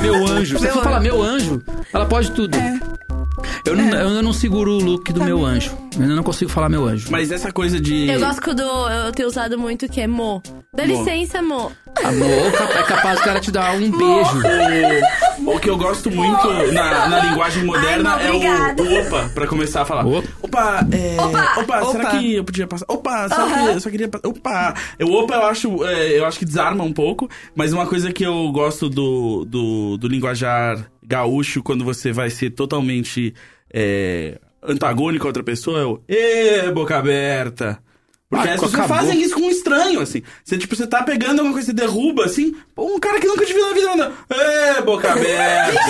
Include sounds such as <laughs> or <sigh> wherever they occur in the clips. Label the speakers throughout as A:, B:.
A: Meu anjo. Se
B: Meu
A: for falar
B: anjo.
A: meu anjo, ela pode tudo. Eu, não, eu ainda não seguro o look do meu anjo. Eu ainda não consigo falar meu anjo.
C: Mas essa coisa de.
D: Eu gosto quando eu tenho usado muito que é mo. Dá
C: Mo.
D: licença, mo.
A: Amor, é capaz do cara te dar um beijo.
C: O, o que eu gosto muito na, na linguagem moderna
D: Ai,
C: é
D: obrigada.
C: o, o opa, pra começar a falar.
A: Opa.
C: Opa, é, opa, será
B: Opa.
C: que eu podia passar? Opa, será que eu só queria passar? Opa! O opa eu acho, é, eu acho que desarma um pouco, mas uma coisa que eu gosto do, do, do linguajar gaúcho, quando você vai ser totalmente é, antagônico a outra pessoa, é o Ê, boca aberta! Porque
A: Ah,
C: as pessoas
A: acabou.
C: fazem isso com um estranho, assim. Você, tipo, você tá pegando alguma coisa, você derruba, assim, pô, um cara que nunca te viu na vida anda. Ê, <laughs> boca aberta!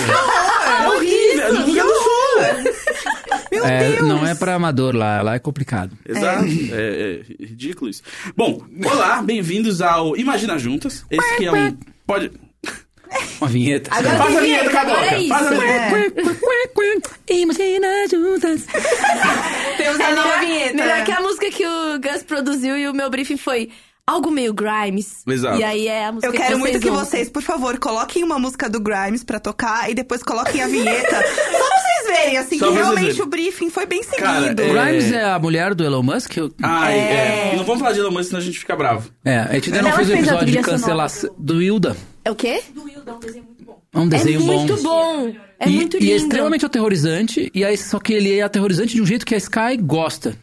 C: é horrível, É. no Rio Grande do Sul!
B: Meu
A: É,
B: Deus!
A: não é pra amador lá, lá é complicado.
C: Exato, é. é ridículo isso. Bom, olá, bem-vindos ao Imagina Juntas. Esse que é um. Pode.
A: Uma vinheta.
B: Agora
C: Faz a
B: tem
C: vinheta,
B: vinheta,
C: Cabocla!
D: agora é
C: Faz a
D: isso. É.
C: vinheta!
A: Imagina juntas.
B: Temos a nova vinheta.
D: Melhor que é a música que o Gus produziu e o meu briefing foi algo meio Grimes.
C: Exato.
D: E aí é a música
B: Eu quero
D: que vocês
B: muito que
D: ouçam.
B: vocês, por favor, coloquem uma música do Grimes pra tocar e depois coloquem
D: <laughs>
B: a vinheta. só pra vocês verem, assim,
C: Só
B: que
C: pra vocês
B: realmente
C: verem.
B: o briefing foi bem seguido.
C: Cara, é-
A: Grimes é a mulher do Elon Musk? Eu-
C: Ai, é. Não vamos falar de Elon Musk, senão a gente fica bravo.
A: É, a gente ainda
E: Ela
A: não fez o
E: fez a
A: episódio de
E: trilha sonora
A: cancelação do Hilda.
D: É o quê?
A: É um desenho
D: é muito
A: bom.
D: bom. É
A: e,
D: muito
A: e
D: lindo.
A: é extremamente aterrorizante, e aí, só que ele é aterrorizante de um jeito que a Sky gosta.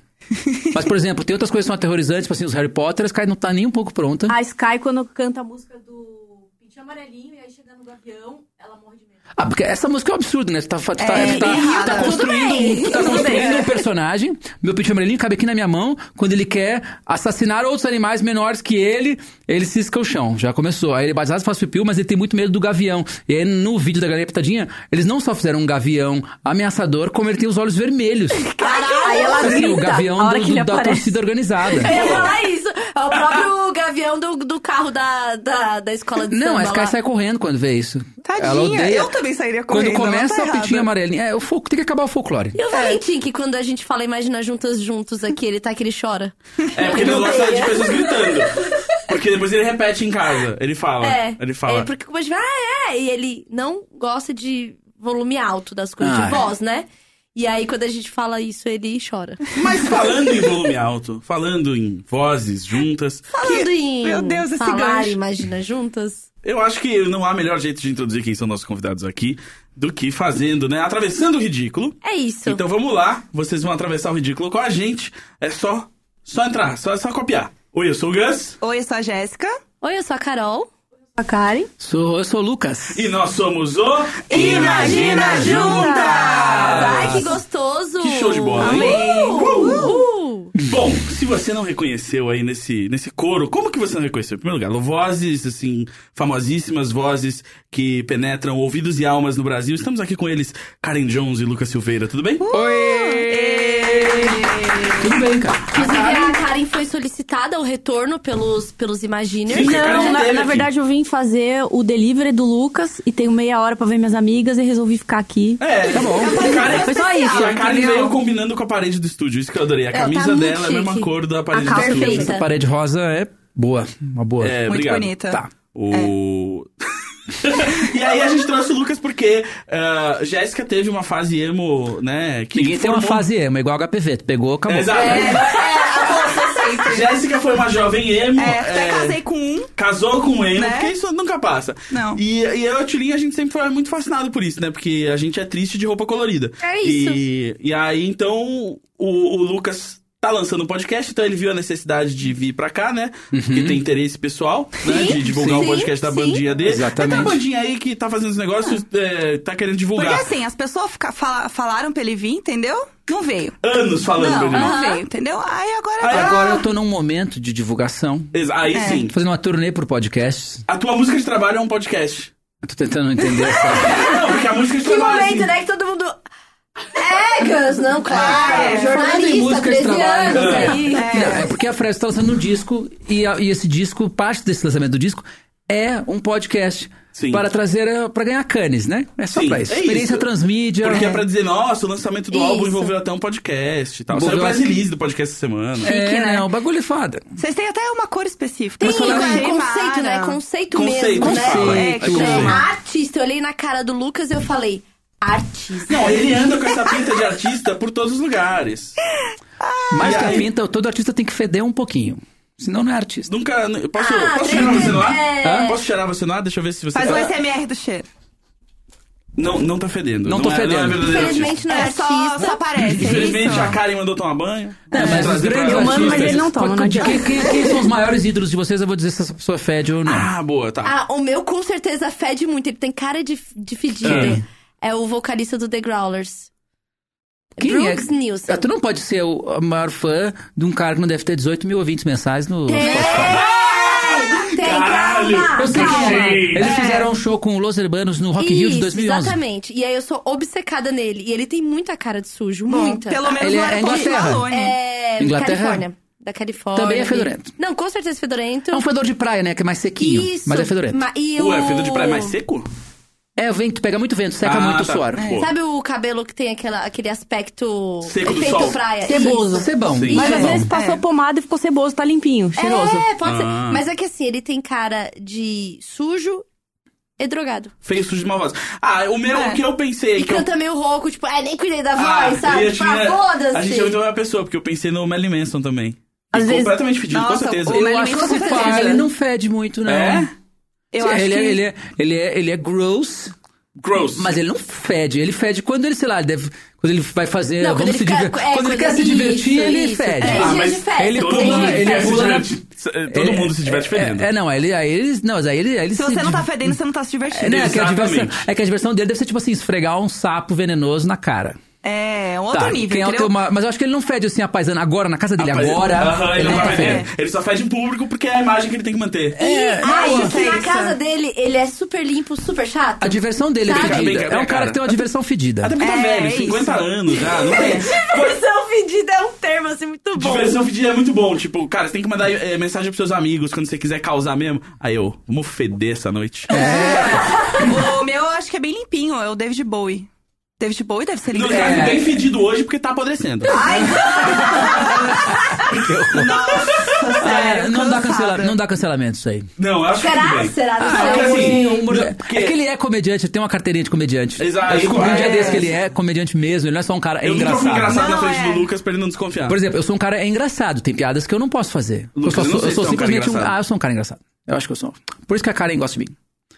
A: Mas, por exemplo, tem outras coisas que são aterrorizantes, tipo assim, os Harry Potter, a Sky não tá nem um pouco pronta.
E: A Sky, quando canta a música do Pintinho Amarelinho, e aí chega no Gavião, ela morre de medo.
A: Ah, porque essa música é um absurdo, né? Tu tá, tu tá,
B: É,
A: tu tá- tu
B: errada.
A: tá
B: Tudo
A: construindo,
D: bem,
A: um, tu tá
D: tudo
A: construindo
D: bem.
A: um personagem. Meu pintinho amarelinho cabe aqui na minha mão. Quando ele quer assassinar outros animais menores que ele, ele cisca o chão. Já começou. Aí ele baseado faz piu, mas ele tem muito medo do gavião. E aí no vídeo da Galinha Pitadinha, eles não só fizeram um gavião ameaçador, como ele tem os olhos vermelhos.
E: Aí ela
A: Assim,
E: grita
A: o gavião
E: a hora
A: do-
E: que ele
A: do- da
E: aparece.
A: torcida organizada.
D: <laughs> Eu ia falar isso. É o próprio gavião do, do carro da, da, da escola de
A: Não,
D: samba
A: a Sky
D: lá.
A: sai correndo quando vê isso.
B: Tadinha,
A: ela odeia.
B: eu também sairia correndo.
A: Quando começa
B: ela
A: a
B: tá
A: pitinha
B: errada.
A: amarelinha. É, o foco tem que acabar o folclore.
D: E o
C: É.
D: Valentim, que quando a gente fala Imagina Juntas Juntos aqui, ele tá que ele chora.
C: É, porque ele não gosta de pessoas gritando. Porque depois ele repete em casa. Ele fala.
D: É.
C: Ele fala.
D: É, porque como a gente fala, ah, é. E ele não gosta de volume alto das coisas,
A: Ah, é.
D: de voz, né? E aí, quando a gente fala isso, ele
C: <laughs>
D: chora.
C: Mas falando em volume alto, falando em vozes juntas,
D: Falando em
B: Meu Deus, esse
D: falar,
B: gancho.
D: Imagina Juntas.
C: eu acho que não há melhor jeito de introduzir quem são nossos convidados aqui do que fazendo, né? Atravessando o ridículo.
D: É isso.
C: Então vamos lá, vocês vão atravessar o ridículo com a gente. É só, só entrar, só, só copiar. Oi, eu sou o Gus
B: Oi, eu sou a Jéssica.
A: É,
D: Oi, eu sou a Carol.
E: A Karen.
A: Sou, eu sou o Lucas.
C: e nós somos o
B: Imagina Juntas!
D: Tá Ai, que gostoso!
C: Tá Que show de bola, hein?
D: Amei! Uh!
C: Bom, se você não reconheceu aí nesse, nesse coro, como que você não reconheceu? Em primeiro lugar, vozes, assim, famosíssimas vozes que penetram ouvidos e almas no Brasil. Estamos aqui com eles, Karen Jones e Lucas Silveira, tudo bem?
A: Hum, Tudo bem, cara.
C: Tá
D: Inclusive, a Karen foi solicitada ao retorno pelos, pelos Imaginers.
C: Sim, cara,
E: Não,
C: não
E: na,
C: teve
E: na
C: aqui.
E: verdade eu vim fazer o delivery do Lucas e tenho meia hora pra ver minhas amigas e resolvi ficar aqui.
C: É, tá bom.
E: Foi só isso.
C: E a Karen
E: entendeu?
C: veio combinando com a parede do estúdio, isso que eu adorei. A
D: tá
C: camisa
D: muito
C: dela é a mesma
D: chique.
C: cor da parede do
D: calça
C: estúdio.
D: feita.
A: Essa parede rosa é boa, uma boa.
C: É,
B: Muito
C: obrigado.
B: bonita.
A: Tá.
C: O... <laughs> e aí a gente trouxe o Lucas porque ah, Jéssica teve uma fase emo, né? Que
A: Ninguém tem uma
C: formou-
A: fase emo, igual HPV. Tu pegou,
B: É,
A: acabou.
C: É, Exato. Jéssica foi uma jovem emo.
B: né? É, até
C: é,
B: casei com um.
C: Casou com um emo,
B: Né?
C: porque isso nunca passa.
B: Não.
C: E, e eu e a Tulinha, a gente sempre foi muito fascinado por isso, né? Porque a gente é triste de roupa colorida.
D: É isso.
C: E, e aí, então, o, o Lucas tá lançando um podcast, então ele viu a necessidade de vir pra cá, né? Porque tem interesse pessoal, né?
D: Sim,
C: De divulgar
D: sim,
C: o podcast da
D: sim.
C: bandinha dele.
A: Exatamente.
C: Tem uma bandinha aí que tá fazendo os negócios, é, tá querendo
B: Ah. Porque
C: divulgar.
B: assim, as pessoas fica- fala- falaram pra ele vir, entendeu? Não veio.
C: Anos falando
B: Não,
C: pra ele.
B: não veio, entendeu? Aí agora... tá.
C: Aí
A: Agora eu tô num momento de divulgação.
C: Exa- Aí
B: É.
C: sim.
A: Tô fazendo uma turnê por podcasts.
C: A tua música de trabalho é um podcast.
A: Eu tô tentando entender
C: <laughs>
A: essa.
C: Não, porque a música de
D: Que
C: trabalho.
D: momento,
C: assim,
D: né? Que todo mundo. É, Gus, não, claro.
B: É,
A: falando em
D: jornalista,
A: música de
D: 13
A: trabalho. né?
D: anos
C: É.
D: aí.
A: Não, é porque a Fresno tá lançando um disco e, a- e esse disco, parte desse lançamento do disco, é um podcast.
C: Sim.
A: Para trazer, para ganhar canes, né? É só
C: Sim,
A: pra isso.
C: é
A: Experiência
C: isso.
A: transmídia.
C: Porque é pra dizer, nossa, o lançamento do álbum
D: Isso.
C: envolveu até um podcast e tal.
A: Envolveu
C: Saiu o press
A: assim.
C: release do podcast essa semana.
A: É,
B: Chique, né?
A: né? O bagulho é foda.
B: Vocês têm até uma cor específica.
D: Tem,
A: Mas falando
D: é
A: em-
D: conceito, né?
B: Mara.
D: Conceito,
C: Conceito,
D: mesmo, né?
A: fala.
D: É,
A: Conceito.
D: é, artista. Eu olhei na cara do Lucas e eu falei, artista.
C: Não, ele anda com essa pinta de artista por todos os lugares.
A: Mas
C: E
A: que a
C: aí?
A: pinta, todo artista tem que feder um pouquinho. Senão não é artista.
C: Nunca. eu Posso,
D: Ah,
C: posso cheirar você no ar?
D: é.
C: Hã? Posso cheirar você no ar? Deixa eu ver se você. tá-
B: Faz um SMR do cheiro.
C: Não, não tá fedendo.
A: Não tô
C: é-
A: fedendo.
C: Não é verdadeiro artista.
D: Infelizmente não é,
B: É, só,
D: artista.
B: só aparece.
C: Infelizmente,
B: é isso?
C: a Karen mandou tomar banho.
A: É, mas os
C: Trazer pra
A: grandes
C: ela.
E: Eu mando, mas
A: artistas-
E: ele não toma, não
A: Qual- de-
E: adianta.
A: quem, quem- quem são os maiores ídolos de vocês? Eu vou dizer se essa pessoa fede ou não.
C: Ah, boa, tá.
D: Ah, o meu com certeza fede muito. Ele tem cara de, de fedido.
A: Quem?
D: É o vocalista do The Growlers.
A: Quem
D: Brooks
A: é?
D: Nielsen.
A: Ah, Tu não pode ser o o maior fã de um cara que não deve ter 18 mil ouvintes mensais no
D: Tem,
A: Spotify.
D: tem,
C: Caralho!
D: calma,
A: Eu sei quem
D: calma.
A: é.
C: Sim.
A: Eles fizeram um show com o Los Hermanos no Rock in Rio de
D: Isso,
A: 2011.
D: Exatamente. E aí eu sou obcecada nele. E ele tem muita cara de sujo,
B: Bom,
D: muita.
B: Pelo menos
A: Ele
B: não
A: é
B: era Post
A: Inglaterra.
B: Malone.
D: É,
A: Inglaterra?
D: Califórnia. Da Califórnia.
A: Também é fedorento.
D: Não, com certeza é fedorento.
A: É um fedor de praia, né? Que é mais sequinho,
D: Isso.
A: mas é fedorento.
D: ma- e o...
C: Ué, fedor de praia mais seco?
A: É, o vento, pega muito vento, seca
C: Ah,
A: muito o
C: tá.
A: suor.
C: É.
D: Sabe o cabelo que tem aquela, aquele aspecto...
C: Seco do
D: efeito
C: sol.
D: praia.
E: Ceboso.
D: Isso.
A: Cebão.
C: Sim.
E: Mas
A: cebão.
E: às vezes passou
B: É.
E: pomada e ficou ceboso, tá limpinho, cheiroso.
D: É, pode ser.
C: Ah.
D: Mas é que assim, ele tem cara de sujo e drogado.
C: Feio, sujo e malvado. Ah, o meu,
B: É.
C: o que eu pensei...
D: E
C: que eu-
D: canta meio rouco, tipo, ai, nem cuidei da
C: Ah,
D: voz, sabe?
C: eu
D: Tipo,
C: tinha-
D: ah, foda-se.
C: A gente é muito a mesma pessoa, porque eu pensei no Melly Manson também.
E: Às
C: E
E: vezes-
C: Completamente fedido, com
B: Nossa,
C: certeza.
B: o Marilyn
A: Eu acho que
B: Manson
A: o
B: com certeza.
A: Fá, ele não fede muito, não.
C: É?
B: Eu
A: Sim,
B: acho
A: ele,
B: que...
A: é, ele, é, ele, é, ele é gross,
C: Gross.
A: mas ele não fede. Ele fede quando ele, sei lá, ele deve, quando ele vai fazer.
D: Não,
A: vamos
D: quando ele
A: se
D: quer-
A: diver-
D: é,
A: quando ele
D: quando
A: quer se
D: ele-
A: divertir,
D: isso,
A: ele
D: isso.
A: fede.
D: É,
C: Ah,
D: dia
C: mas
D: de festa,
A: ele
D: tem
C: todo
A: pula-
D: dia
C: mundo,
D: de
A: ele
D: festa.
A: pula na-
C: se- todo mundo se diverte fedendo.
A: É, é, não, ele, aí eles. Não, mas aí ele. aí ele
B: Se você não tá fedendo, você não tá se
A: É,
B: divertindo.
A: né, é que a
C: Exatamente.
A: diversão, é que a diversão dele deve ser tipo assim, esfregar um sapo venenoso na cara.
B: É, um outro
A: Tá,
B: nível,
A: quem é o
B: entendeu?
A: teu ma- mas eu acho que ele não fede assim a paisana agora, na casa dele
C: Rapaz,
A: agora.
C: Aham, ele, não
A: tá
C: vai
A: fedendo.
C: feder. Ele só fede em público porque é a imagem que ele tem que manter.
A: É,
D: Ai,
B: Nossa,
D: que na
B: isso.
D: casa dele, ele é super limpo, super chato.
A: A diversão dele é
D: Sabe?
A: fedida.
C: Vem cá, vem cá,
A: é um cara
C: cara.
A: que tem uma diversão fedida.
C: Até porque tá
B: É,
C: velho,
B: é
C: 50
B: isso.
C: anos já, não
A: <laughs>
C: tem.
B: Diversão fedida é um termo, assim, muito bom.
C: Diversão fedida é muito bom. Tipo, cara, você tem que mandar eh, mensagem pros seus amigos quando você quiser causar mesmo. Aí eu, vamos feder essa noite.
A: É,
B: O meu eu acho que é bem limpinho, é o David Bowie. David Bowie deve ser
C: No
B: limpinho.
C: caso, bem fedido hoje porque tá apodrecendo.
D: Ah,
A: É, não, dá
B: cansada.
A: cancela- não dá cancelamento isso aí.
C: Não, eu acho que tudo
D: Será?
C: bem.
D: Será? Não
A: É
C: Porque
A: um
D: sei.
C: assim,
A: Humor-
C: não, porque-
A: É que ele é comediante, ele tem uma carteirinha de comediante.
C: Exato.
A: Eu descobri um dia
C: É.
A: desse que ele é comediante mesmo, ele não é só um cara, é
C: eu nunca
A: engraçado.
C: fui engraçado na
B: Não,
C: frente
B: é.
C: do Lucas pra ele não desconfiar.
A: Por exemplo, eu sou um cara engraçado, tem piadas que eu não posso fazer.
C: Lucas,
A: eu
C: eu
A: sou,
C: não sei
A: eu sou
C: se tu é um cara
A: simplesmente um,
C: engraçado.
A: Ah, eu sou um cara engraçado. Eu acho que eu sou. Por isso que a Karen gosta de mim.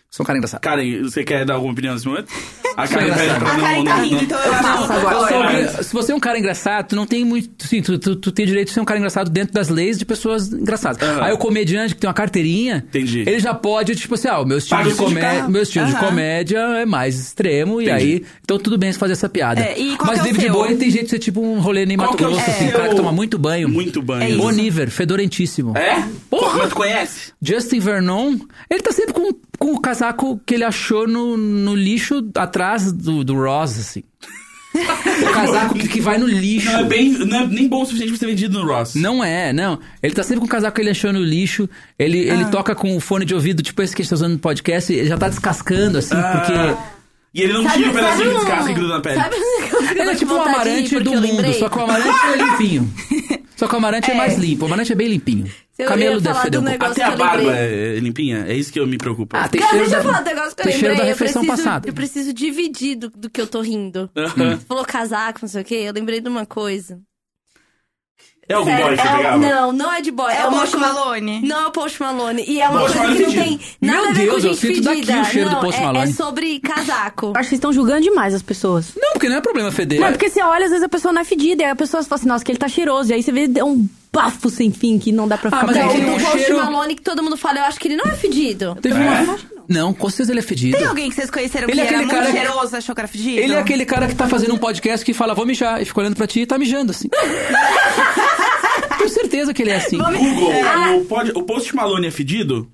A: Sou um cara engraçado.
C: Karen, você quer dar alguma opinião nesse momento? A Karen
A: engraçado.
C: pede pra
B: A
C: não-
B: Karen tá
C: não-
B: rindo,
C: não-
B: então eu acho
E: Passa
B: que
E: agora.
A: Eu sou um
C: Olha.
A: cara- se você é um cara engraçado, tu não tem muito. Sim, tu, tu, tu tem direito de ser um cara engraçado dentro das leis de pessoas engraçadas.
C: Aham.
A: Aí o comediante que tem uma carteirinha,
C: Entendi.
A: ele já pode, tipo assim, ah, o meu estilo,
C: Paga
A: de,
C: o sindicato.
A: comé- meu estilo de
B: Aham.
A: comédia é mais extremo, e
C: Entendi.
A: aí. Então tudo bem se fazer essa piada.
B: É, e qual
A: Mas
B: que é o
A: David
B: seu?
A: Bowie tem jeito de ser tipo um rolê nem
C: Qual
A: Mato
C: que é o
A: Grosso, assim, um
C: seu?
A: cara que toma muito banho.
C: Muito banho.
B: É isso.
A: Boniver, fedorentíssimo.
C: É?
A: Porra!
C: Mas tu conhece?
A: Justin Vernon, ele tá sempre com, com o casaco que ele achou no, no lixo atrás do, do Ross, assim. o casaco que, que vai no lixo.
C: Não é, bem, não é nem bom o suficiente pra ser vendido no Ross.
A: Não é, não. Ele tá sempre com o casaco que ele achou no lixo. Ele,
D: Ah.
A: ele toca com o fone de ouvido, tipo esse que a gente tá usando no podcast, e ele já tá descascando, assim,
D: Ah.
A: porque.
C: E
A: é um
C: ele não
D: Sabe-
C: tira o pedacinho
D: sabe
C: de descasca
D: um-
C: que gruda na pele.
D: Sabe um negócio que eu
A: Ele
D: tô
A: é
D: com
A: tipo um
D: vontade de ir,
A: amarante
D: porque
A: do
D: eu
A: mundo,
D: lembrei?
A: só que o amarante é
D: <laughs>
A: limpinho. Só que o amarante é, mais limpo. O amarante é bem limpinho.
D: Eu ia
A: Camelo deve
D: falar
A: feder
D: do
A: um pouco.
D: negócio
C: Até a
D: que eu
C: barba
D: lembrei.
C: é, é limpinha? É isso que eu me preocupo.
A: Ah, tem
D: Cara,
A: cheiro
D: deixa eu falar
A: da,
D: um negócio que eu
A: tem cheiro
D: lembrei.
A: da refeição
D: eu preciso,
A: passada.
D: Eu preciso dividir do, do que eu tô rindo.
C: Aham.
D: Você falou casaco, não sei o quê. Eu lembrei de uma coisa.
C: É algum
D: Sério,
C: boy que você
D: é um-
C: pegava?
D: Não, não é de boy.
B: É o
D: uma
B: Post
D: coisa-
B: Malone?
D: Não é o Post Malone. E é uma
C: Post
D: coisa que
C: Malone
D: não tem
C: fedido.
D: nada
A: Meu
D: a ver com
A: Deus, eu
D: gente
A: sinto daqui
D: fedida.
A: o cheiro do
D: Não,
A: Post
D: é-
A: Malone.
D: É sobre casaco.
E: Eu acho que vocês estão julgando demais as pessoas.
A: Não, porque não é problema feder.
E: Não, é porque você olha, às vezes a pessoa não é fedida, e aí a pessoa fala assim, nossa, que ele tá cheiroso. E aí você vê é um bafo sem fim que não dá pra
A: Ah,
E: ficar
A: mas
E: perto.
A: aí tem
D: É do
A: um
D: Post
A: cheiro-
D: Malone que todo mundo fala, eu acho que ele não é fedido.
A: Teve uma. Não, com certeza ele é fedido.
B: Tem alguém que vocês conheceram
A: Ele é
B: que era
A: aquele
B: muito
A: cara que-
B: cheiroso, achou que era fedido?
D: então?
A: Ele é aquele cara que tá fazendo um podcast que fala, vou mijar, e fica olhando pra ti e tá mijando,
D: <laughs>
A: assim. Tenho certeza que ele é assim.
C: Google,
D: Ah.
C: o, pod, o post Malone é fedido?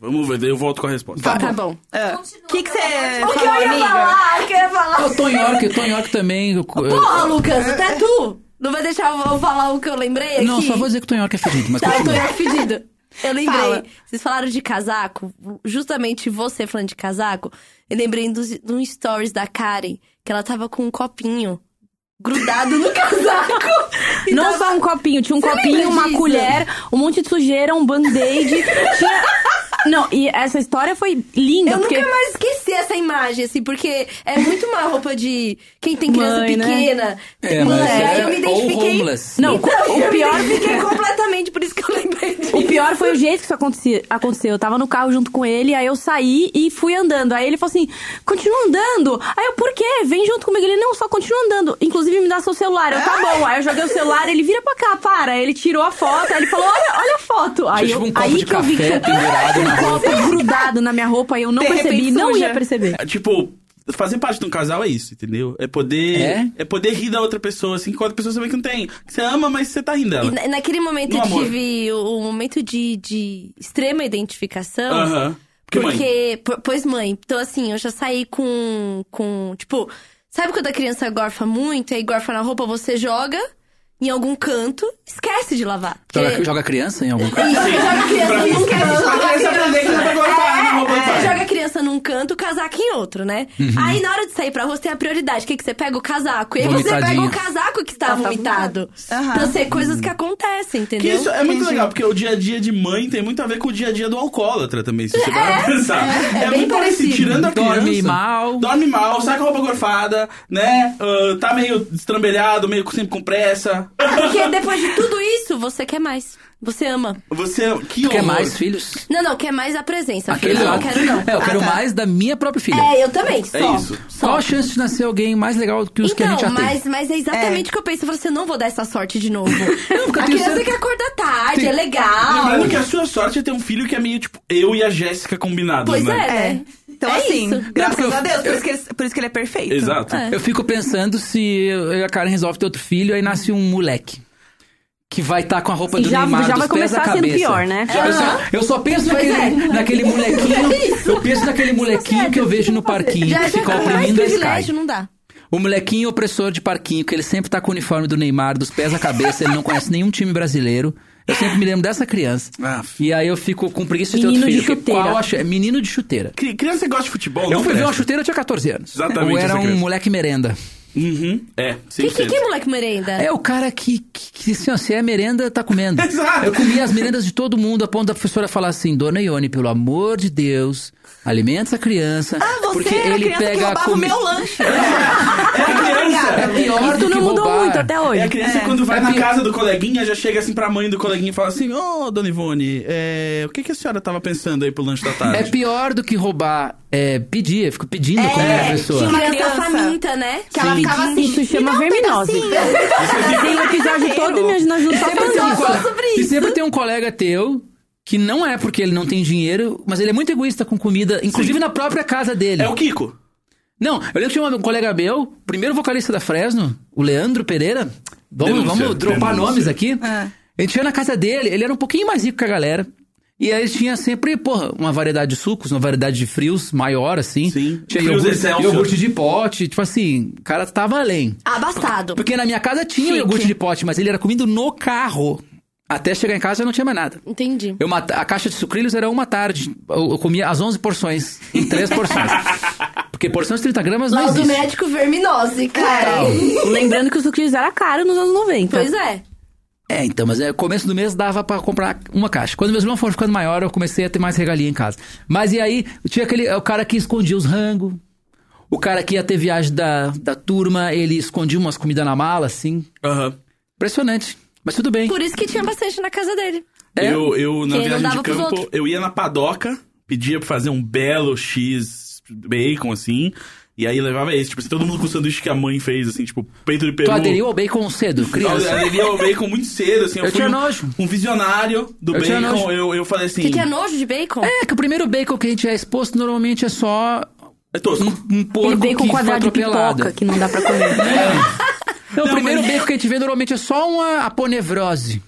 C: Vamos ver, daí eu volto com a resposta.
D: Então tá bom.
B: Ah. O que que você
D: O que eu
B: falou,
D: ia
B: amiga?
D: falar? O que eu ia
A: Ah,
D: falar?
A: O Tom York, o Tom York também. eu-
D: Porra, Lucas, até tu! Não vai deixar eu falar o que eu lembrei
A: eu-
D: aqui?
A: Não, só vou dizer que o Tom York é fedido, mas
D: Tá, eu tô
A: continua.
D: fedido. Eu lembrei.
B: Fala.
D: Vocês falaram de casaco. Justamente você falando de casaco. Eu lembrei dos- de um stories da Karen. Que ela tava com um copinho grudado no <laughs> casaco. E
E: Não
D: tava-
E: só um copinho, tinha um
D: Você
E: copinho,
D: lembra
E: uma
D: disso?
E: colher, um monte de sujeira, um band-aid. tinha... Não, e essa história foi linda,
D: Eu
E: porque.
D: nunca mais esqueci essa imagem, assim, porque é muito uma roupa de quem tem criança
E: Mãe, né?
D: pequena.
A: É,
D: Mãe,
A: mas
D: aí
A: é-
D: eu me
A: ou
D: identifiquei.
A: homeless.
E: Não, o pior
D: Então, eu me identifiquei é completamente, por isso que eu lembrei disso.
E: O pior foi o jeito que isso acontecia, aconteceu. Eu tava no carro junto com ele, aí eu saí e fui andando. Aí ele falou assim: continua andando. Aí eu, por quê? Vem junto comigo. Ele, não, só continua andando. Inclusive, me dá seu celular. Eu,
B: Ah!
E: tá bom. Aí eu joguei o celular, ele vira pra cá, para. Aí ele tirou a foto, aí ele falou: olha, olha a foto. Aí,
A: Tinha tipo
E: eu,
A: um copo
E: aí
A: de
E: que eu vi que
A: café pendurado na
E: um copo grudado na minha roupa e eu não
B: De repente
E: percebi, não
B: suja.
E: ia perceber.
C: É, Tipo, fazer parte de um casal é isso, entendeu? É poder.
A: É?
C: poder rir da outra pessoa, assim, que a outra pessoa também que não tem. Que você ama, mas você tá rindo
D: E
C: dela.
D: na- naquele momento
C: No
D: eu
C: amor.
D: tive o- um momento de, de extrema identificação.
C: Aham. Porque, mãe,
D: <laughs> Porque, po- pois mãe, então assim, eu já saí com, com, tipo, sabe quando a criança gorfa muito, e aí gorfa na roupa, você joga em algum canto, esquece de lavar.
C: Tá,
A: Joga,
D: Porque-
A: joga criança em algum canto?
D: Isso, joga a
C: Pra
D: criança
C: mim,
D: num canto.
C: pra criança aprender que não vai gostar,
D: É,
C: não vou
D: é.
C: gostar.
D: Você joga a criança num canto, o casaco em outro, né?
C: Uhum.
D: Aí na hora de sair pra rua, você tem a prioridade. O que, que você pega? O casaco. E aí você pega
A: Vomitadinho.
D: o casaco que está
E: Tá
D: vomitado.
B: Aham.
D: Então, assim, coisas que acontecem,
C: Que
D: entendeu?
C: isso é muito
B: Entendi.
C: legal, porque o dia a dia de mãe tem muito a ver com o dia a dia do alcoólatra também, se você parar pra pensar.
D: é, é bem
C: muito
D: parecido.
C: Tirando a
A: Dorme
C: criança,
A: mal.
C: Dorme mal, sai com a roupa gorfada, né? Ah, tá meio destrambelhado, meio sempre com pressa.
D: É, Porque depois de tudo isso, você quer mais. Você ama.
C: Você. Que
A: Quer
C: horror.
A: é mais filhos?
D: Não, não, quer mais a presença.
A: Aquele
D: Tá filho.
A: lá.
D: Não quero, não. Ah,
A: É, eu quero
B: tá.
A: mais da minha própria filha.
D: É, eu também. Só.
C: isso.
D: Só.
A: Qual a chance de nascer alguém mais legal que os que a
D: Então,
A: gente já tem?
D: mas, mas é exatamente o que eu penso. Eu falo assim, eu não vou dar essa sorte
A: <laughs>
D: de novo.
A: porque eu
D: a
A: tenho
D: criança
A: certeza-
D: quer acordar tarde,
A: Tem-
D: é legal.
C: Lembrando que a sua sorte é ter um filho que é meio tipo eu e a Jéssica combinados,
D: Pois
C: né?
D: é,
B: É.
D: né?
B: Então,
D: É
B: assim,
D: isso.
B: graças
A: Não, porque
B: a
A: eu-
B: Deus, por, isso que ele, por isso que ele é perfeito.
C: Exato.
A: Eu fico pensando se eu e a Karen resolve ter outro filho, aí nasce um moleque. Que vai estar com a roupa
E: E
A: do
E: já-
A: Neymar
E: já
A: dos
E: vai
A: pés à
E: começar sendo
A: cabeça.
E: pior, né?
A: Já- eu, só, eu só penso
D: Pois
A: naquele,
D: é.
A: naquele
E: <laughs>
A: molequinho. Eu penso naquele
E: é
A: molequinho que eu vejo no parquinho,
D: Já,
A: que
D: já
A: fica
E: um
D: com mais
A: oprimindo a
D: privilégio,
E: né?
A: Sky.
D: não dá.
A: O molequinho opressor de parquinho, que ele sempre tá com o uniforme do Neymar, dos pés à cabeça, ele não conhece nenhum time brasileiro. Eu sempre me lembro dessa criança.
C: Ah,
A: E aí eu fico com preguiça de ter
E: Menino
A: outro
E: de
A: filho. porque
E: chuteira.
A: Qual a ch- Menino de chuteira.
C: Cri- Criança que gosta de futebol,
A: Eu
C: não
A: fui ver
C: presta.
A: uma chuteira, eu tinha 14 anos.
C: É um Exatamente
A: Eu
C: essa
A: era um
C: criança.
A: moleque merenda.
C: Uhum. É, sim,
D: Que, que, que moleque merenda?
A: É o cara que, que, que assim, ó, se é merenda, tá
C: <laughs>
A: comendo.
C: Exato.
A: Eu comia as merendas de todo mundo, a ponto da professora falar assim, Dona Ione, pelo amor de Deus, alimenta essa criança.
B: Ah, você
A: porque
B: era a
A: ele
B: criança que
A: pega a
B: roubava o
A: comi-
B: meu lanche.
A: É pior do
C: É a criança.
E: Ah, Isso
A: que
E: não mudou
A: roubar.
E: muito até hoje.
C: É a criança que quando vai
A: É
C: na
A: pi-
C: casa do coleguinha, já chega assim pra mãe do coleguinha e fala assim: Ô, dona Ivone, é, o que, que a senhora tava pensando aí pro lanche da tarde?
A: É pior do que roubar, é, pedir, eu fico pedindo com a minha
D: Tinha
A: pessoa.
D: uma
B: Criança.
D: criança faminta, né?
B: Que ela
A: Sim.
B: ficava assim.
E: Isso
B: "Me
E: chama
B: dá um
E: verminose.
B: pedacinho."
E: Tem um episódio todo e me ajudando só
A: Sempre
E: pra
A: tem um
E: nós.
A: colega-
D: sobre
A: E
D: isso.
A: sempre tem um colega teu que não é porque ele não tem dinheiro, mas ele é muito egoísta com comida, inclusive na própria casa dele.
C: É o Kiko.
A: Não, eu lembro que tinha um colega meu, primeiro vocalista da Fresno, o Leandro Pereira. Vamos,
C: Denúncia,
A: vamos dropar
C: denúncia.
A: nomes aqui.
B: Ah.
A: A gente ia na casa dele, ele era um pouquinho mais rico que a galera. E aí tinha sempre, porra, uma variedade de sucos, uma variedade de frios maior, assim.
C: Sim.
A: Tinha
C: Frios
A: iogurte,
C: Excelsior.
A: iogurte de pote, tipo assim, o cara tava além.
D: Abastado.
A: Porque na minha casa tinha
D: Chique.
A: iogurte de pote, mas ele era comido no carro. Até chegar em casa já não tinha mais nada.
D: Entendi.
A: Eu mata- A caixa de sucrilhos era uma tarde. Eu, eu comia as 11 porções, em três
E: <laughs>
A: porções. Porque porção de 30 gramas não
D: Laudo
A: existe.
D: médico verminose, cara.
E: Lembrando que os sucrilhos era caro nos anos 90.
D: Pois é.
A: É, então, mas é, começo do mês dava pra comprar uma caixa. Quando meus irmãos foram ficando maior, eu comecei a ter mais regalia em casa. Mas e aí, tinha aquele. é, O cara que escondia os rangos. O cara que ia ter viagem da, da turma, ele escondia umas comidas na mala, assim.
C: Aham.
A: Impressionante. Mas tudo bem.
D: Por isso que tinha bastante na casa dele.
A: É.
C: Eu, eu, na
D: Que não
C: viagem de
D: dava pros
C: campo,
D: outros.
C: eu ia na padoca, pedia pra fazer um belo X bacon, assim, e aí levava esse. Tipo, assim, todo mundo com o sanduíche que a mãe fez, assim, tipo, peito de peru.
A: Tu aderiu ao bacon cedo,
C: Eu
A: criança.
C: aderi ao bacon muito cedo,
A: <laughs>
C: assim. Eu,
A: Eu
C: fui
A: tinha
C: um,
A: nojo.
C: um visionário do
A: Eu tinha
C: bacon.
A: nojo.
C: Eu, eu falei assim.
D: Que tinha nojo de bacon?
A: É que o primeiro bacon que a gente é exposto normalmente é só
C: É tosco.
A: um, um
E: Aquele
A: porco
E: bacon
A: que foi
E: quadrado de
A: atropelado.
E: pipoca que não dá pra comer. né?
A: <laughs> Não, Então, o primeiro bacon que a gente vê normalmente é só uma aponevrose.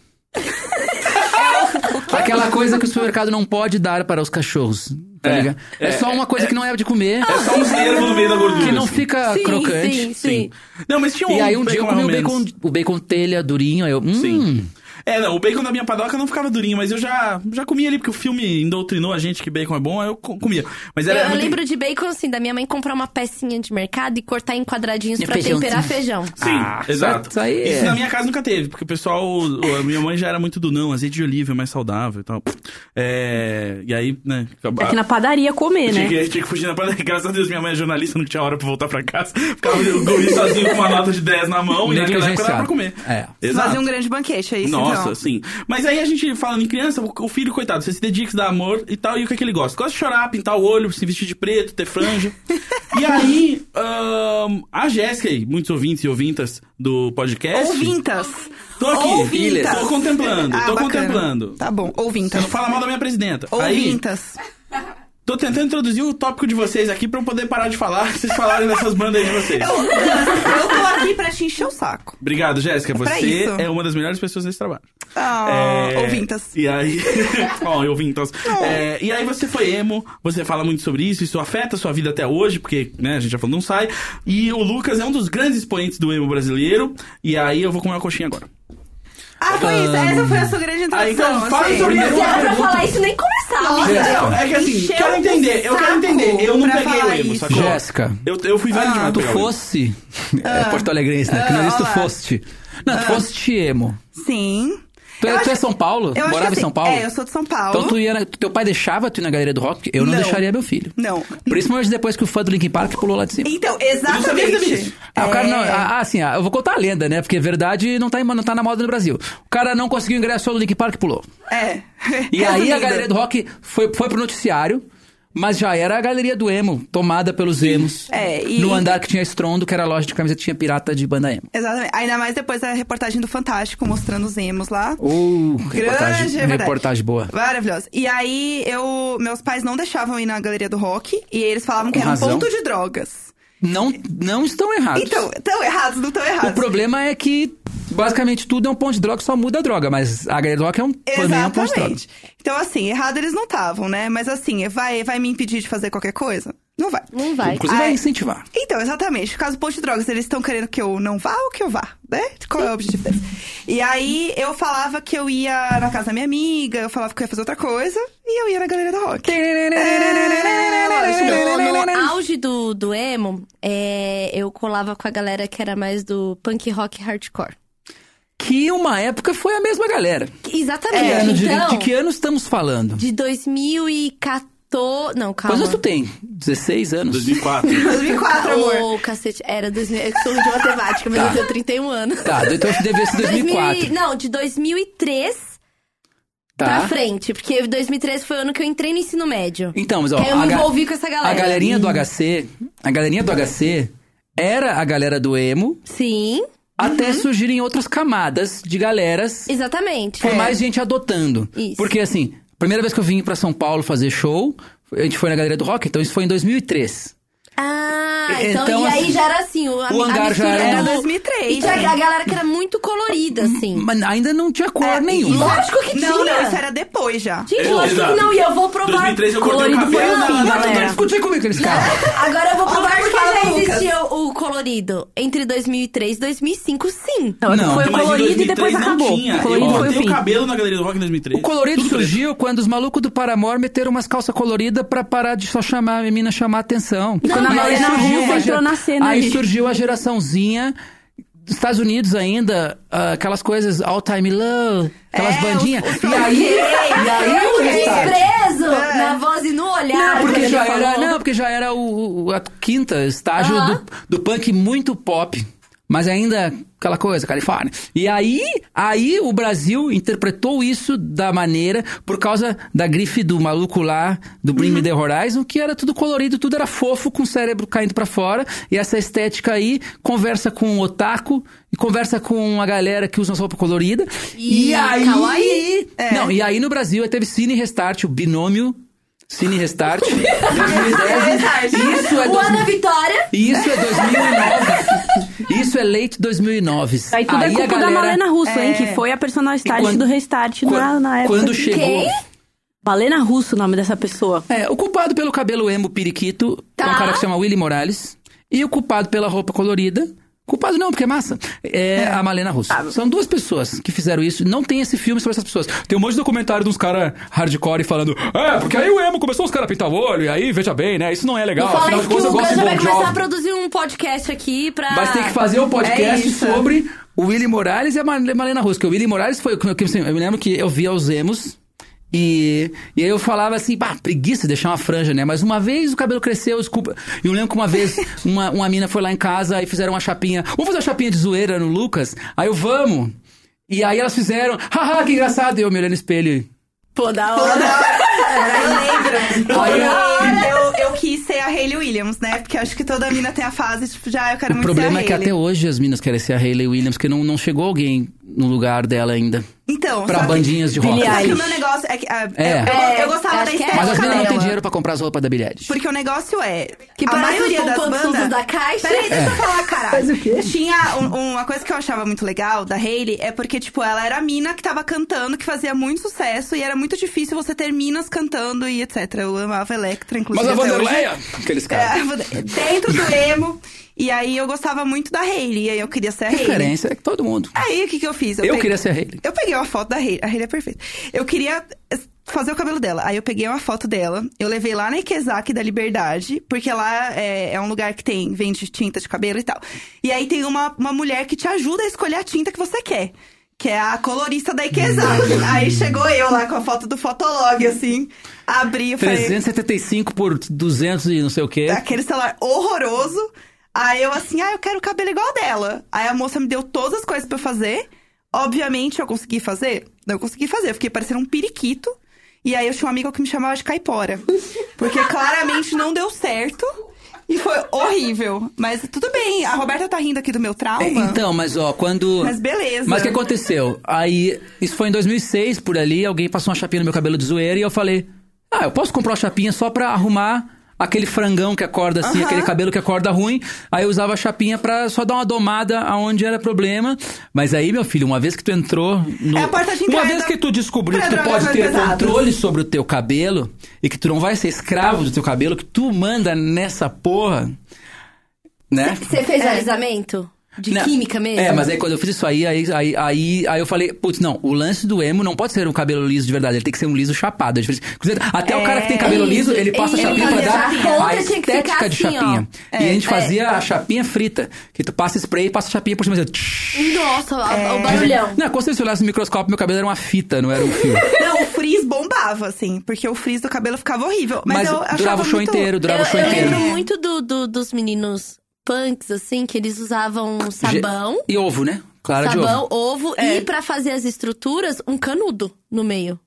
A: Aquela coisa que o supermercado não pode dar para os cachorros. Tá
C: É,
A: ligado? É,
C: é,
A: só uma coisa que não é de comer,
C: É só uns nervos no meio da gordura.
A: que não
C: assim.
A: fica
D: sim,
A: Ah, crocante.
D: sim, sim,
C: Não, mas tinha um
A: E aí um dia eu
C: bacon
A: comi o
C: mais ou
A: bacon,
C: menos.
A: o bacon telha durinho, aí eu. Hum,
C: Sim. É, não, o bacon da minha padoca não ficava durinho, mas eu já, já comia ali, porque o filme indoutrinou a gente que bacon é bom, aí eu co- comia. Mas
D: Eu,
A: É,
C: era.
D: eu
C: muito-
D: lembro de bacon assim, da minha mãe comprar uma pecinha de mercado e cortar em quadradinhos
A: E
D: pra
A: feijãozinho.
D: temperar feijão.
C: Sim,
A: Ah,
C: exato.
A: isso aí é-
C: Isso na minha casa nunca teve, porque o pessoal. o- A minha mãe já era muito do não, azeite de oliva é mais saudável e tal. É. E aí, né.
E: Tinha É que ir na padaria comer,
C: Tinha
E: né?
C: que, tinha que fugir na padaria. Graças a Deus, minha mãe é jornalista, não tinha hora pra voltar pra casa. Ficava eu comi sozinho com uma nota de 10 na mão e naquela época dava pra comer.
A: É.
C: Exato.
B: Fazer um grande banquete, é isso
C: Nossa,
B: então.
C: sim. Mas aí a gente falando em criança, o o filho, coitado, você se dedica, se dá amor e tal. E o que é que ele gosta? Gosta de chorar, pintar o olho, se vestir de preto, ter
B: <laughs>
C: franja. e aí, ahn, a Jéssica aí, muitos ouvintes e ouvintas do podcast.
B: Ouvintas.
C: é Tô aqui.
B: Ouvintas.
C: Tô contemplando,
B: Ah,
C: tô
B: bacana.
C: contemplando.
B: Tá bom,
C: Você
B: ouvintas.
C: não fala mal da minha presidenta. Aí,
B: Ouvintas.
C: tô tentando introduzir o tópico de vocês aqui pra eu poder parar de falar, <laughs> vocês falarem dessas bandas aí de vocês.
B: Eu tô aqui pra te encher o saco.
C: Obrigado, Jéssica.
B: pra
C: Você
B: isso.
C: é uma das melhores pessoas nesse trabalho.
B: Ah,
C: É,
B: Ouvintas.
C: E aí. <laughs> Ó, ouvintas. É, e aí você foi emo, você fala muito sobre isso, isso afeta a sua vida até hoje, porque, né, a gente já falou, não sai. E o Lucas é um dos grandes expoentes do emo brasileiro. E aí eu vou comer uma coxinha agora.
B: Ah, foi isso. Essa foi a sua grande introdução. assim.
C: Ah, então fala
B: achei.
C: sobre-
D: Mas
C: Primeiro
D: era
C: uma
D: pra
C: pergunta.
D: falar isso nem começava.
B: Nossa.
C: Não, é que assim,
B: Encheu
C: quero entender, eu quero
B: o
C: entender.
B: saco
C: Eu não
B: pra
C: peguei o
B: falar
C: emo,
B: isso.
C: sacou?
A: Jéssica.
C: Eu, eu fui velho demais.
A: Tu
C: pra pegar o emo.
A: fosse. Ah, É Porto Alegrense, né? Que não
B: Ah,
A: existe tu
B: olá.
A: foste. Não, tu foste emo.
B: Sim.
A: Tu,
B: Eu
A: é- tu
B: acho-
A: é São Paulo?
B: eu acho
A: Morava
B: que
A: em São
B: assim,
A: Paulo?
B: É, eu sou de São Paulo.
A: Então tu ia na- teu pai deixava tu ir na galeria do rock? Eu não,
B: Não.
A: deixaria meu filho.
B: Não.
A: Principalmente depois que o fã do Linkin Park pulou lá de cima.
B: Então,
C: Eu não sabia que teve isso.
B: exatamente.
A: Ah, o cara
B: É.
A: não. Ah, assim, ah, eu vou contar a lenda, né? Porque verdade não tá, em- não tá na moda no Brasil. O cara não conseguiu ingresso do Linkin Park e pulou.
B: É.
A: <laughs> E aí a
B: Resumindo.
A: galeria do rock foi, foi pro noticiário, mas já era a galeria do emo, tomada pelos emos.
B: É, e-
A: No andar que tinha estrondo, que era a loja de camiseta, tinha pirata de banda emo.
B: Exatamente. Ainda mais depois da reportagem do Fantástico mostrando os emos lá.
A: Uh,
B: Grande,
A: reportagem,
B: é verdade.
A: reportagem boa.
B: Maravilhosa. E aí, eu, meus pais não deixavam eu ir na galeria do rock e eles falavam que
A: Com
B: era
A: razão.
B: um ponto de drogas.
A: Não, não estão errados.
B: Então, assim- tão errados, não tão errados.
A: O problema é que basicamente tudo é um ponto de droga, só muda a droga, mas a galeria do rock é um, também é um ponto de droga.
B: Exatamente. Então, assim, errado eles não estavam, né? Mas assim, vai, vai me impedir de fazer qualquer coisa? Não vai.
D: Não vai.
A: Inclusive vai
B: Ai.
A: incentivar.
B: Então, exatamente. No caso do posto de drogas, eles estão querendo que eu não vá ou que eu vá, né? Qual é o objetivo deles? E aí, eu falava que eu ia na casa da minha amiga, eu falava que eu ia fazer outra coisa, e eu ia na galeria
A: <laughs>
B: do rock.
D: No, no auge do, do emo, é, eu colava com a galera que era mais do punk rock hardcore.
A: Que uma época foi a mesma galera.
D: Exatamente.
A: Que ano de,
D: então,
A: É, de que ano estamos falando?
D: de 2014... Não, calma.
A: Quantos anos tu tem? 16 anos.
C: 2004.
B: 2004, amor.
D: Ô, cacete, era 2000... Eu sou de matemática, mas eu tenho 31 anos.
A: Tá, então devia ser 2004.
D: 2000 Não, de 2003
A: tá?
D: pra frente. Porque 2003 foi o ano que eu entrei no ensino médio.
A: Então, mas ó,
D: Que eu me
A: ga-
D: envolvi com essa galera.
A: a galerinha do HC, a galerinha do HC era a galera do emo,
D: Sim,
A: até surgirem outras camadas de galeras
D: exatamente.
A: Foi mais gente adotando.
D: Isso.
A: Porque assim, primeira vez que eu vim pra São Paulo fazer show, a gente foi na Galeria do Rock, então isso foi em 2003.
D: Ah, então,
A: Então,
D: e aí
A: assim,
D: já era assim, o, a,
A: o
D: a
A: hangar já
D: mistura
A: era- Era
D: do-
B: 2003,
D: E tinha
B: né?
D: a galera que era muito colorida, assim.
A: Mas ainda não tinha cor
B: É,
A: nenhuma.
D: Lógico que tinha.
B: Não, não, isso era depois já.
D: Gente,
C: Eu-
D: lógico
C: Exato.
D: que não, e eu vou provar.
C: 2003 eu cortei o
D: colorido foi
C: cabelo,
D: assim,
C: não, não,
A: Tu quer
E: né? É.
D: galera.
A: discutir comigo aqueles caras.
D: Agora eu vou provar
B: Olha,
D: porque
B: fala,
D: já
B: Lucas.
D: existia o, o colorido. Entre 2003 e 2005, sim.
E: Não,
A: Não,
E: foi
A: mas
E: o
C: Mas em
E: colorido e
C: 2003
E: depois
C: não
E: acabou.
C: tinha.
E: O colorido
C: eu
E: foi o
C: cortei
E: fim.
C: o cabelo na galeria do rock em 2003.
A: O colorido
C: Tudo preto.
A: surgiu quando os malucos do Paramore meteram umas calças coloridas pra parar de só chamar a menina chamar a atenção.
E: quando a
A: E aí
E: Marina
A: surgiu
E: Rui
A: a
E: entrou
A: gera-
E: é na cena
A: Aí
E: ali.
A: surgiu a geraçãozinha. dos Estados Unidos ainda, ah, aquelas coisas all time low, aquelas
B: É,
A: bandinhas.
B: os- os-
A: e aí, e aí é
D: o
A: o restart.
D: desprezo na voz e no olhar.
A: Não, porque
D: que
A: já
D: ele
A: era,
D: falou.
A: não, porque já era o, o- a quinta estágio
D: Aham.
A: do, do punk muito pop. Mas ainda aquela coisa, Califórnia. E aí, aí o Brasil interpretou isso da maneira, por causa da grife do maluco lá, do Bring
D: Uhum.
A: Me The Horizon, que era tudo colorido, tudo era fofo, com o cérebro caindo pra fora. E essa estética aí conversa com o otaku, e conversa com a galera que usa roupa colorida. E,
D: E
A: aí...
D: kawaii.
A: Não, e aí no Brasil aí teve Cine Restart, o binômio Cine Restart.
E: <laughs> É
A: 2010. Isso é,
D: O
A: dois,
D: Ana Vitória.
A: isso é 2009. Isso é late 2009.
E: Aí tudo é culpa da Malena Russo, hein?
D: É.
E: Que foi a personalidade
A: E quando-
E: do restart
A: Quan-
E: na, na época.
A: Quando chegou.
D: Quem?
E: Malena Russo, o nome dessa pessoa.
A: É, o culpado pelo cabelo emo periquito é um
D: Tá.
A: cara que se chama Willy Morales. E o culpado pela roupa colorida Culpado não, porque é massa. É, a Malena Russo.
D: Ah,
A: São duas pessoas que fizeram isso. Não tem esse filme sobre essas pessoas. Tem um monte de documentário de uns caras hardcore falando é, porque aí o emo começou os caras a pintar o olho, e aí veja bem, né? Isso não é legal.
D: Não fala
A: Afinal
D: isso
A: de
D: que
A: contas, eu
D: o
A: gosto de
D: Ganja vai
A: Bon Jovi.
D: começar a produzir um podcast aqui pra...
A: Mas tem que fazer um podcast
B: É isso.
A: sobre o Willy Morales e a Mar- Marlena Russo. Que o Willy Morales foi. que- que- assim, Eu me lembro que eu via os emos. E, e aí eu falava assim, pá, preguiça de deixar uma franja, né? Mas uma vez o cabelo cresceu, desculpa. E eu lembro que uma
B: <laughs>
A: vez uma, uma mina foi lá em casa e fizeram uma chapinha. Vamos fazer uma chapinha de zoeira no Lucas? Aí eu, vamos. E aí elas fizeram, haha, que engraçado. E eu me olhei no espelho.
D: Pô, da hora.
B: Eu lembro.
A: Olha.
B: Eu, eu quis ser a Hayley Williams, né? Porque acho que toda mina tem a fase, tipo, já eu quero
A: O
B: muito ser
A: problema
B: a
A: é que
B: Hayley.
A: até hoje as minas querem ser a Hayley Williams, porque não, não chegou alguém no lugar dela ainda.
B: Então,
A: Pra
B: só que-
A: bandinhas de rock.
E: Billie
B: Só que o
E: Eilish.
B: meu negócio é que. ah,
A: É.
B: eu- Eu,
D: É,
B: gostava
D: acho
B: da
D: que é.
B: estética
A: Mas as minas não
B: dela.
A: têm dinheiro pra comprar as roupas da bilhete.
B: Porque o negócio é.
D: Que
B: a
D: parece
B: maioria
D: os
B: das
D: poupanças
B: bandas.
D: da Caixa.
B: Peraí, deixa eu
A: É.
B: falar, cara. Tinha um- uma coisa que eu achava muito legal da Hayley é porque, tipo, ela era a mina que tava cantando, que fazia muito sucesso e era muito difícil você ter minas cantando e etc. Eu amava Electra, inclusive. até hoje.
A: Aqueles
B: É, a Vanderleia. dentro do emo. E aí eu gostava muito da Hayley, e aí eu queria ser a
A: A
B: Hayley.
A: diferença é que todo mundo.
B: Aí o que, que eu fiz?
A: Eu,
B: peguei-
A: queria ser a Hayley.
B: eu peguei uma foto da Hayley. A Hayley é perfeita. Eu queria eh, fazer o cabelo dela. Aí eu peguei uma foto dela. Eu levei lá na Ikezaki da Liberdade. Porque lá é, é um lugar que tem... Vende tinta de cabelo e tal. E aí tem uma, uma mulher que te ajuda a escolher a tinta que você quer. Que é a colorista da Ikezaki. aí chegou eu lá com a foto do Fotolog, assim. Abri, eu falei...
A: 375 por 200 e não sei o quê.
B: Aquele celular horroroso. Aí eu assim, ah, eu quero o cabelo igual dela. Aí a moça me deu todas as coisas pra eu fazer. Obviamente eu consegui fazer? Não consegui fazer, eu fiquei parecendo um periquito. E aí eu tinha um amigo que me chamava de caipora. Porque claramente não deu certo. E foi horrível. Mas tudo bem, a Roberta tá rindo aqui do meu trauma.
A: É, Então, mas ó, quando.
B: Mas beleza.
A: Mas o que aconteceu? Aí, isso foi em 2006, por ali, alguém passou uma chapinha no meu cabelo de zoeira e eu falei: Ah, eu posso comprar uma chapinha só pra arrumar aquele frangão que acorda assim,
B: Aham.
A: aquele cabelo que acorda ruim. Aí eu usava a chapinha pra só dar uma domada aonde era problema. Mas aí, meu filho, uma vez que tu entrou no.
B: É a porta de
A: uma
B: entrada
A: vez que tu descobriu
B: pra
A: que tu
B: drogas
A: pode
B: mais
A: ter
B: pesadas.
A: controle sobre o teu cabelo e que tu não vai ser escravo do teu cabelo, que tu manda nessa porra. Né?
D: Você fez alisamento? De
A: Não.
D: química mesmo?
A: É, mas aí quando eu fiz isso aí, aí, aí, aí, aí eu falei, putz, não, o lance do emo não pode ser um cabelo liso de verdade, ele tem que ser um liso chapado. é diferente. Inclusive, até o cara que tem cabelo liso,
D: isso.
A: ele passa
D: É, Ele
A: chapinha pra
D: fazia
A: dar
D: chapinha. A
A: a
D: ponta tinha que ficar
A: estética de
D: assim, ó.
A: chapinha. E a gente
D: É,
A: fazia a chapinha frita, que tu passa spray e passa chapinha por cima. Assim, tsh.
D: Nossa, a-
A: É.
D: o barulhão.
A: não, quando você olhasse no microscópio, meu cabelo era uma fita, não era um fio.
B: Não, o frizz bombava, assim. Porque o frizz do cabelo ficava horrível. Mas,
A: Mas
B: eu achava
A: durava o show
B: muito-
A: inteiro, durava o show
D: eu, eu
A: inteiro.
D: lembro muito do, do- dos meninos punks, assim, que eles usavam sabão,
A: E ovo, né? Clara de ovo.
D: sabão, ovo,
A: É.
D: e pra fazer as estruturas, um canudo no meio.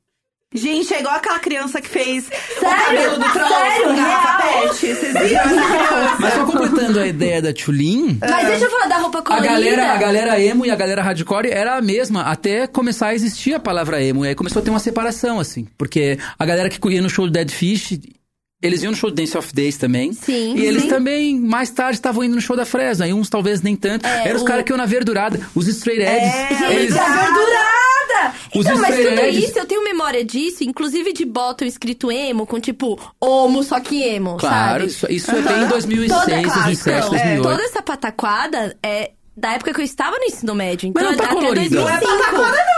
B: Gente, é igual aquela criança que fez o
D: Sério?
B: cabelo do Trolls
D: Sério?
B: com garrafa
D: Real?
B: pet. Vocês viram essa criança?
A: <laughs> Mas só completando a ideia da Tulin,
D: Mas deixa eu falar da roupa
A: A
D: colorida.
A: galera, a galera emo e a galera hardcore era a mesma, até começar a existir a palavra emo. E aí começou a ter uma separação, assim. Porque a galera que ia no show do Dead Fish, eles iam no show do Dance of Days também.
D: Sim,
A: E eles
D: sim.
A: também, mais tarde, estavam indo no show da Fresno. E uns talvez nem tanto.
D: É,
A: Eram os
D: o-
A: caras que iam na verdurada, os straight edges.
B: É,
A: eles...
D: Gente, a verdurada!
A: Os
D: Então, mas
A: easter
D: tudo
A: eggs.
D: isso, eu tenho memória disso, inclusive de bottom escrito emo, com tipo, homo, só que emo,
A: Claro,
D: sabe?
A: isso, isso é bem 2006,
D: Toda-
A: 2007,
D: então,
A: 2008.
D: Toda essa pataquada é da época que eu estava no ensino médio. Então,
A: Mas não tá
D: até
A: colorido. Não é
D: 2005.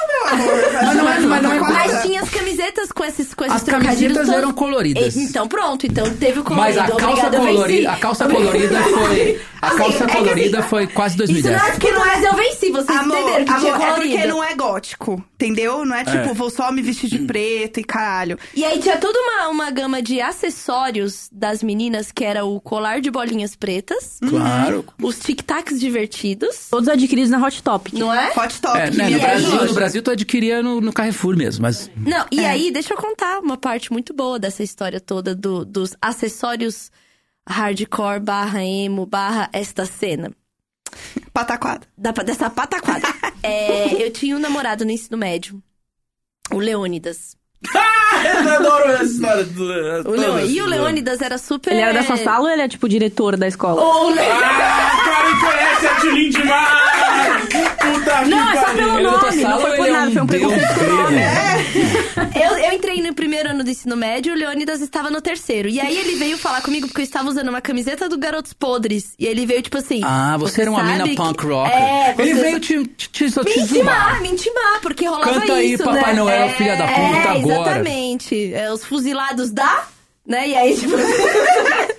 A: Mas não é, mas não é
D: Mas tinha as camisetas com esses, com esses
A: As camisetas
D: trocadilhos todos.
A: eram coloridas.
D: E- Então pronto, então teve o colorido.
A: Mas a calça
D: Obrigada, eu venci.
A: colorida, a calça
D: <laughs>
A: colorida foi, a calça
D: é que
A: colorida
D: assim,
A: foi quase
D: Isso
A: 2010.
D: não é porque não é eu venci, vocês entenderam que tinha
B: amor, é
D: colorido.
B: porque não é gótico, entendeu? Não é tipo, vou só me vestir de preto e caralho.
D: E aí tinha toda uma, uma gama de acessórios das meninas, que era o colar de bolinhas pretas,
A: Hum. Claro.
D: os tic-tacs divertidos,
E: Todos adquiridos na Hot Topic.
D: não é?
B: Hot top,
A: É, né,
B: minha
A: no,
D: E aí,
A: Brasil,
D: hoje?
A: no Brasil, tu adquiria no, no Carrefour mesmo, mas
D: Não, e
A: É.
D: aí, deixa eu contar uma parte muito boa dessa história toda do- dos acessórios hardcore barra emo barra esta cena.
B: pataquada.
D: da, dessa pataquada. <laughs> É, eu tinha um namorado no ensino médio. O Leônidas.
C: Eu adoro essa história. do-
D: O Leo-
C: todas.
D: E o Leônidas era super.
E: Ele era da sua sala ou ele é, tipo,
D: Oh.
E: diretor da escola?
D: Ou o Le-
C: Ah, o cara conhece a Tulin demais! Puta Puta que
E: Não, é só
C: pariu.
E: pelo
A: Ele é doutor
E: nome, não
A: Sala
E: foi
A: ou
E: por
A: ele é
E: nada,
A: um
E: foi um
A: deus
E: preconceito com o nome.
A: grego?
D: Eu, eu entrei no primeiro ano do ensino médio, o Leônidas estava no terceiro. E aí ele veio falar comigo porque eu estava usando uma camiseta do Garotos Podres. E ele veio tipo assim.
A: Ah, você era uma
D: sabe
A: mina
D: que-
A: punk rock.
D: É,
A: Ele
D: você-
A: veio te, te, te, te,
D: Me
A: zumbar.
D: intimar, me intimar, porque rolava
A: Canta aí,
D: isso,
A: Papai
D: né?
A: Noel, filha da puta,
D: é,
A: agora.
D: exatamente. É, os fuzilados da... Né? E aí, tipo... <laughs>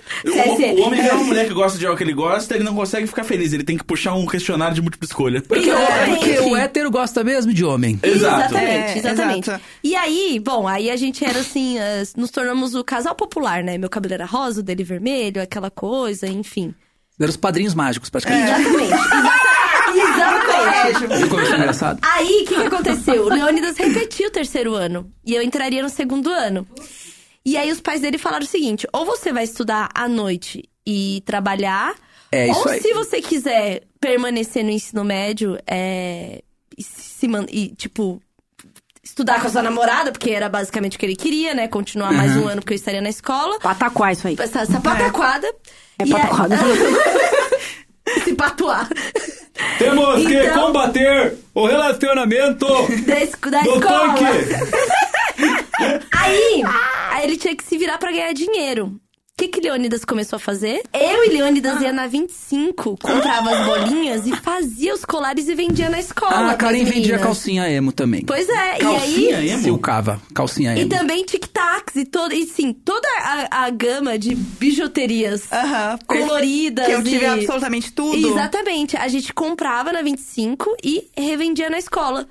C: O,
D: CSN.
C: o homem vê uma mulher que gosta de algo que ele gosta, ele não consegue ficar feliz. Ele tem que puxar um questionário de múltipla escolha.
A: Porque, o-
D: Exatamente.
A: porque o hétero gosta mesmo de homem.
C: Exato.
D: Exatamente,
B: É,
D: exatamente.
B: exato.
D: E aí, bom, aí a gente era assim, eh, nos tornamos o casal popular, né? Meu cabelo era rosa, o dele vermelho, aquela coisa, enfim.
A: Eram os padrinhos mágicos, praticamente.
D: Exatamente. Exata- <laughs> Exatamente.
A: Viu como isso é engraçado?
D: Aí, o que, que aconteceu? O Leônidas repetiu o terceiro ano. E eu entraria no segundo ano. E aí, os pais dele falaram o seguinte: ou você vai estudar à noite e trabalhar.
A: É isso
D: ou
A: aí.
D: se você quiser permanecer no ensino médio é, e, se man- e, tipo, estudar com a sua namorada, porque era basicamente o que ele queria, né? Continuar mais
A: Uhum.
D: um ano porque eu estaria na escola.
E: Pataquá isso aí.
D: Essa, essa pataquada.
E: É
D: E aí- <laughs>
E: pataquada.
D: se patuar.
A: Temos
D: Então-
A: combater o
C: <laughs>
A: relacionamento
D: Da, es- da escola. Aí, aí ele tinha que se virar pra ganhar dinheiro. O que, que Leônidas começou a fazer? Eu e Leônidas ia na 25, comprava as bolinhas e fazia os colares e vendia na escola.
A: Ah, a
D: pras
A: Karen vendia
D: meninas.
A: calcinha emo também.
D: Pois é, e
C: Calcinha
D: aí.
C: emo?
A: Silcava, calcinha
D: E
A: emo.
D: também tic-tacs e todo, e sim, toda a, a gama de bijuterias
A: Ah,
B: Aham.
D: coloridas.
B: Que eu tive
D: e-
B: absolutamente tudo.
D: Exatamente. A gente comprava na 25 e revendia na escola.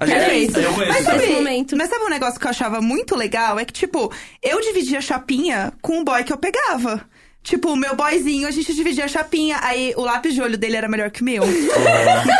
C: A gente-
D: Era isso.
C: Eu conheço.
D: Mas
C: essa.
D: sabe-
B: Sabe-
D: Nesse momento.
B: Mas sabe um negócio que eu achava muito legal? É que, tipo, eu dividia chapinha com o boy que eu pegava. Tipo, o meu boyzinho, a gente dividia a chapinha. Aí o lápis de olho dele era melhor que o meu.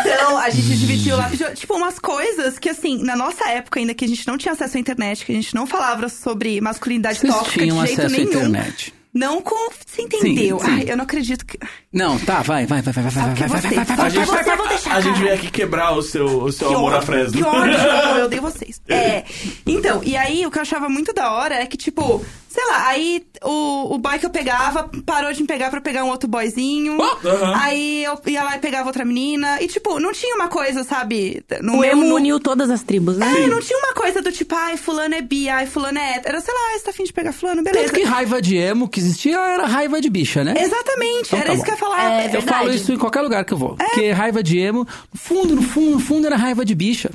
B: então, a gente dividia o lápis de olho. Tipo, umas coisas que, assim, na nossa época ainda, que a gente não tinha acesso à internet, que a gente não falava sobre masculinidade
A: Vocês
B: tóxica
A: tinham
B: de jeito
A: acesso à
B: nenhum.
A: internet.
B: Não com. Você entendeu?
A: Sim, sim.
B: Ai, eu não acredito que.
A: Não, tá, vai, vai, vai, vai, vai, vai,
B: que
A: vai, vai,
B: você-
A: vai, vai,
C: A
A: vai,
C: gente,
B: Você eu vou deixar,
C: a gente
B: cara.
C: veio aqui quebrar o seu, o
A: Então,
C: seu
B: Que
C: amor à
B: ódio,
C: Fresno.
B: Que
A: <laughs>
C: <laughs>
B: ódio, eu odeio vocês. É, então, e aí o que eu achava muito da hora é que, tipo, sei lá, aí o, o boy que eu pegava parou de me pegar pra pegar um outro boyzinho.
C: Oh! Aham.
B: Aí eu ia lá e pegava outra menina. E, tipo, não tinha uma coisa, sabe? No
E: O
B: meu-
E: emo
B: no-
E: uniu todas as tribos, né?
B: É, não tinha uma coisa do tipo, ai, fulano é bi, ai, fulano é hétero. Era, sei lá, ai, você tá afim de pegar fulano, beleza.
A: Tanto que raiva de emo que existia era raiva de bicha, né?
B: Exatamente,
A: Então
B: era
A: tá
B: isso
A: bom.
B: que eu ia falar.
D: É,
A: Eu
D: verdade.
A: falo isso em qualquer lugar que eu vou. Porque raiva de emo, no fundo, no fundo, no fundo era raiva de bicha.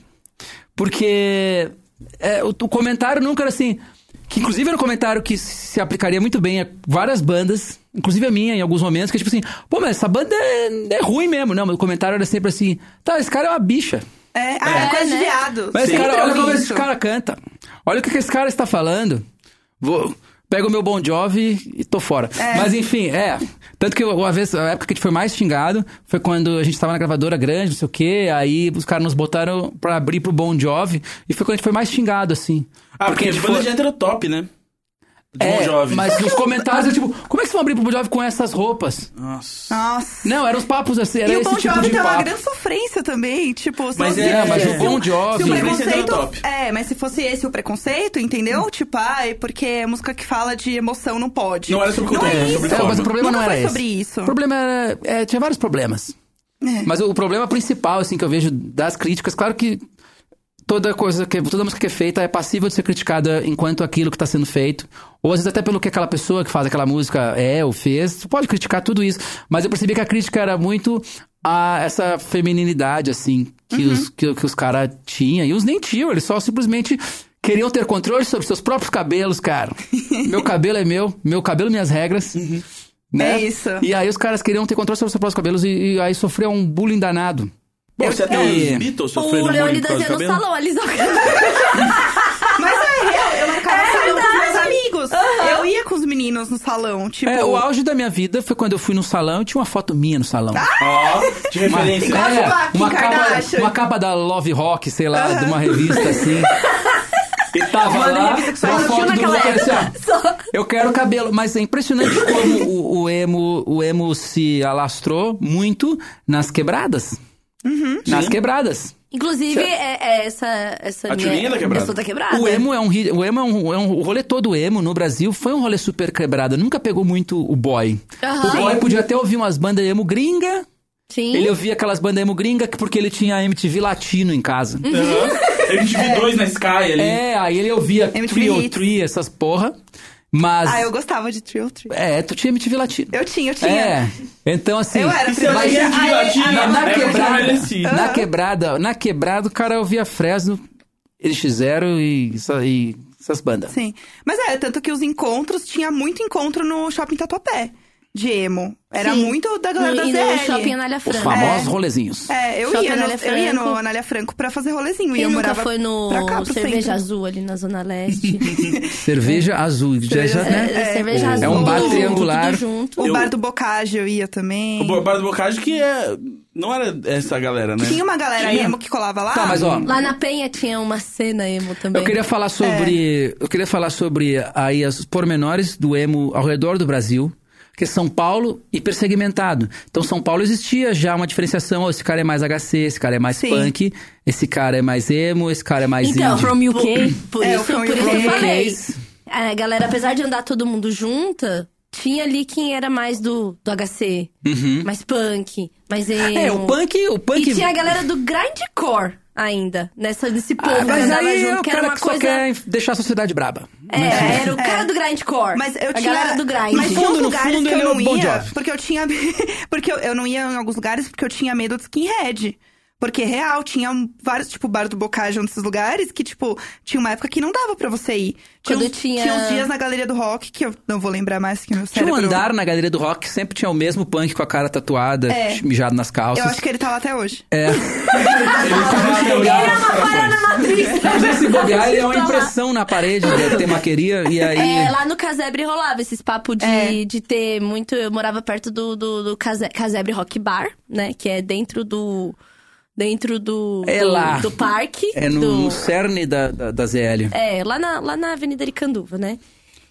A: Porque é, o, o comentário nunca era assim. Que inclusive era um comentário que se aplicaria muito bem a várias bandas, inclusive a minha em alguns momentos, que é tipo assim, pô, mas essa banda é, é ruim mesmo. Não, mas o comentário era sempre assim, tá, esse cara é uma bicha.
B: É, ah, é,
D: É,
B: coisa de
D: né?
B: viado.
A: Mas,
B: Sempre
A: cara, olha
B: ouvi
A: como esse
B: Então, isso.
A: cara canta. Olha o que, que esse cara está falando. Vou, pego o meu Bon Jovi e tô fora. Mas, enfim, é. Tanto que eu- uma vez, a época que a gente foi mais xingado foi quando a gente tava na gravadora grande, não sei o quê. Aí os caras nos botaram pra abrir pro Bon Jovi. E foi quando a gente foi mais xingado, assim.
C: Ah, porque
A: a gente
C: de banda
A: foi-
C: de hétero top, né? De
A: é,
C: bom jovem.
A: Mas nos comentários, é tipo, como é que vocês vão abrir pro Bon Jovi com essas roupas?
C: Nossa.
B: Nossa.
A: Não, eram os papos assim, era
B: E o
A: esse
B: Bon
A: tipo
B: Jovi
A: de
B: tem uma
A: papo.
B: grande sofrência também, tipo... se
C: Mas
B: você-
C: é, mas
B: se
C: o
B: um-
A: Bon Jovi-
B: Se o
A: Sofrência
C: deu
B: preconceito...
C: top. Hum.
B: É, mas se fosse esse o preconceito, entendeu? Tipo, ai, porque é música que fala de emoção não pode.
C: Não era sobre
B: Não
C: conteúdo,
B: é
C: era
B: isso.
C: sobre
A: É, mas o
C: forma.
A: problema não
B: Nunca
A: era
B: foi
A: esse.
B: sobre isso. É.
A: O problema era. é, tinha vários problemas. Mas o problema principal, assim, que eu vejo das críticas, claro que toda coisa que toda música que é feita é passível de ser criticada enquanto aquilo que está sendo feito ou às vezes até pelo que aquela pessoa que faz aquela música é ou fez você pode criticar tudo isso mas eu percebi que a crítica era muito a essa femininidade assim que
B: Uhum.
A: os que, que os caras tinham e os nem tinham eles só simplesmente queriam ter controle sobre seus próprios cabelos
B: <laughs>
A: cara meu cabelo é meu meu cabelo minhas regras né?
B: É isso.
A: e aí os caras queriam ter controle sobre seus próprios cabelos e, e aí sofreu um bullying danado
C: Pô, você até
A: É.
C: os Beatles sofreram
D: O tá
C: bullying por
D: Leônidas
C: causa
A: tá
D: ia
C: do
D: no
C: cabelo.
D: salão, <laughs> ali só...
B: Mas é real, eu marcava
D: É
B: salão com meus
D: verdade.
B: amigos. Eu ia com os meninos no salão, tipo...
A: É, o auge da minha vida foi quando eu fui num salão e tinha uma foto minha no salão.
C: Ó, de referência.
B: Igual a
A: É,
B: Ah, do Kim
A: uma, capa,
B: Kardashian.
A: uma capa da Love Rock, sei lá, de uma revista
B: <laughs>
A: assim. E tava
B: Mano,
A: lá,
B: revista que só
A: uma
B: existia
A: foto do
B: naquela
A: Lula assim,
B: época.
A: ó.
D: só...
A: Eu quero cabelo, mas é impressionante como o, o emo, o emo se alastrou muito nas quebradas.
B: Uhum.
A: nas
C: Sim.
A: quebradas.
D: Inclusive, é, é essa, essa
C: A
D: minha...
C: tirinha da quebrada.
D: Eu sou da
B: Ah,
D: quebrada.
B: né?
A: O emo é um, ri- o emo é um, é um o rolê todo emo no Brasil foi um rolê super quebrado. Nunca pegou muito o boy.
D: Aham.
A: O boy podia até ouvir umas bandas emo gringa
D: Sim.
A: Ele é ouvia aquelas bandas emo gringa que- porque ele tinha MTV latino em casa.
B: Uhum.
C: Aham. Eu tive dois na Sky ali.
A: É, aí ele ouvia
B: MTV
A: Trio
B: Hits.
A: Tree, essas porra. Mas.
B: Ah, eu gostava de Trio Trio.
A: É, tu tinha MTV latino.
B: Eu tinha, eu tinha.
A: É. Então, assim.
B: Eu era
C: E se eu
B: Mas
C: tinha
B: aí-
C: é divertido,
A: Na, na
C: é porque eu
A: quebrada,
C: mereci.
A: na quebrada, na quebrada, o cara ouvia Fresno, eles fizeram e, isso- e essas bandas.
B: Sim. Mas é, tanto que os encontros, tinha muito encontro no shopping Tatuapé de emo. Era
D: Sim.
B: muito da galera
D: No-
B: da
D: e no
B: ZL.
D: shopping Anália
A: Os
D: Franca.
A: famosos
B: É.
A: rolezinhos.
B: É, eu
D: Shopping
B: ia,
D: Anália
B: no, eu ia no
D: Franco.
B: Anália Franco pra fazer rolezinho. e
D: Quem
B: eu
D: nunca
B: morava
D: foi
B: pra cá,
D: no
B: pro
D: Cerveja
B: centro.
D: Azul ali na Zona Leste?
A: Cerveja azul. já- já, né?
D: É, Cerveja Azul.
A: É um bar
D: tudo
A: triangular.
D: junto.
B: O
C: Eu-
B: bar do Bocage eu ia também.
C: O Bo- Bar do Bocage que é... Não era essa galera, né?
B: Tinha uma galera
C: Tinha.
B: emo que colava lá.
A: Tá, mas ó.
D: Lá na Penha tinha uma cena emo também. É.
A: Eu queria falar sobre. Eu queria falar sobre aí os pormenores do emo ao redor do Brasil. Porque São Paulo hipersegmentado. Então, São Paulo existia já uma diferenciação. ó, Esse cara é mais HC, esse cara é mais
B: Sim.
A: punk, esse cara é mais emo, esse cara é mais
D: Então,
A: indie.
E: From UK.
D: Por
B: É, o
D: isso,
B: From
D: por isso
B: Your
D: eu
B: Place.
D: falei. A galera, apesar de andar todo mundo junta, tinha ali quem era mais do, do HC, mais punk, mais emo.
A: Uhum. É, o punk. O punk
D: E tinha a galera do grindcore ainda, nessa, nesse povo
A: Ah,
D: que
A: mas
D: andava
A: aí é
D: né? junto,
A: o
D: que era
A: cara
D: uma
A: que só
D: coisa...
A: quer deixar a sociedade braba. né?
D: É, era o cara do grindcore.
B: Mas eu
D: a
B: tinha.
D: galera do grind.
B: Mas tinha uns
A: fundo, no
B: lugares
A: fundo,
B: que eu
A: ele é o
B: não
A: Bon
B: ia.
A: Jovi.
B: Porque eu tinha. <laughs> porque eu, eu não ia em alguns lugares porque eu tinha medo de skinhead. Porque, real, tinha um- vários, tipo, bar do Bocage, um desses lugares, que, tipo, tinha uma época que não dava pra você ir. Tinha
D: Quando
B: uns,
D: tinha-
B: uns dias na Galeria do Rock, que eu não vou lembrar mais que meu
A: Tinha
B: cérebro...
A: um andar na galeria do rock que sempre tinha o mesmo punk com a cara tatuada,
B: É.
A: mijado nas
B: Eu
A: calças.
B: acho que ele tá lá até hoje.
A: É. <laughs>
C: Ele tava até olhando as situações.
A: Se
D: <laughs>
A: bobear, ele é uma impressão na parede, deve ter maqueria, e aí.
D: Então, É, lá no casebre rolava esses papos de,
B: É.
D: de ter muito. Eu morava perto do, do, do case- casebre rock bar, né? Que é dentro do. Dentro do.
A: É
D: do,
A: lá.
D: do parque.
A: É no,
D: do-
A: no cerne da, da, da ZL.
D: É, lá na, lá na Avenida Aricanduva, né?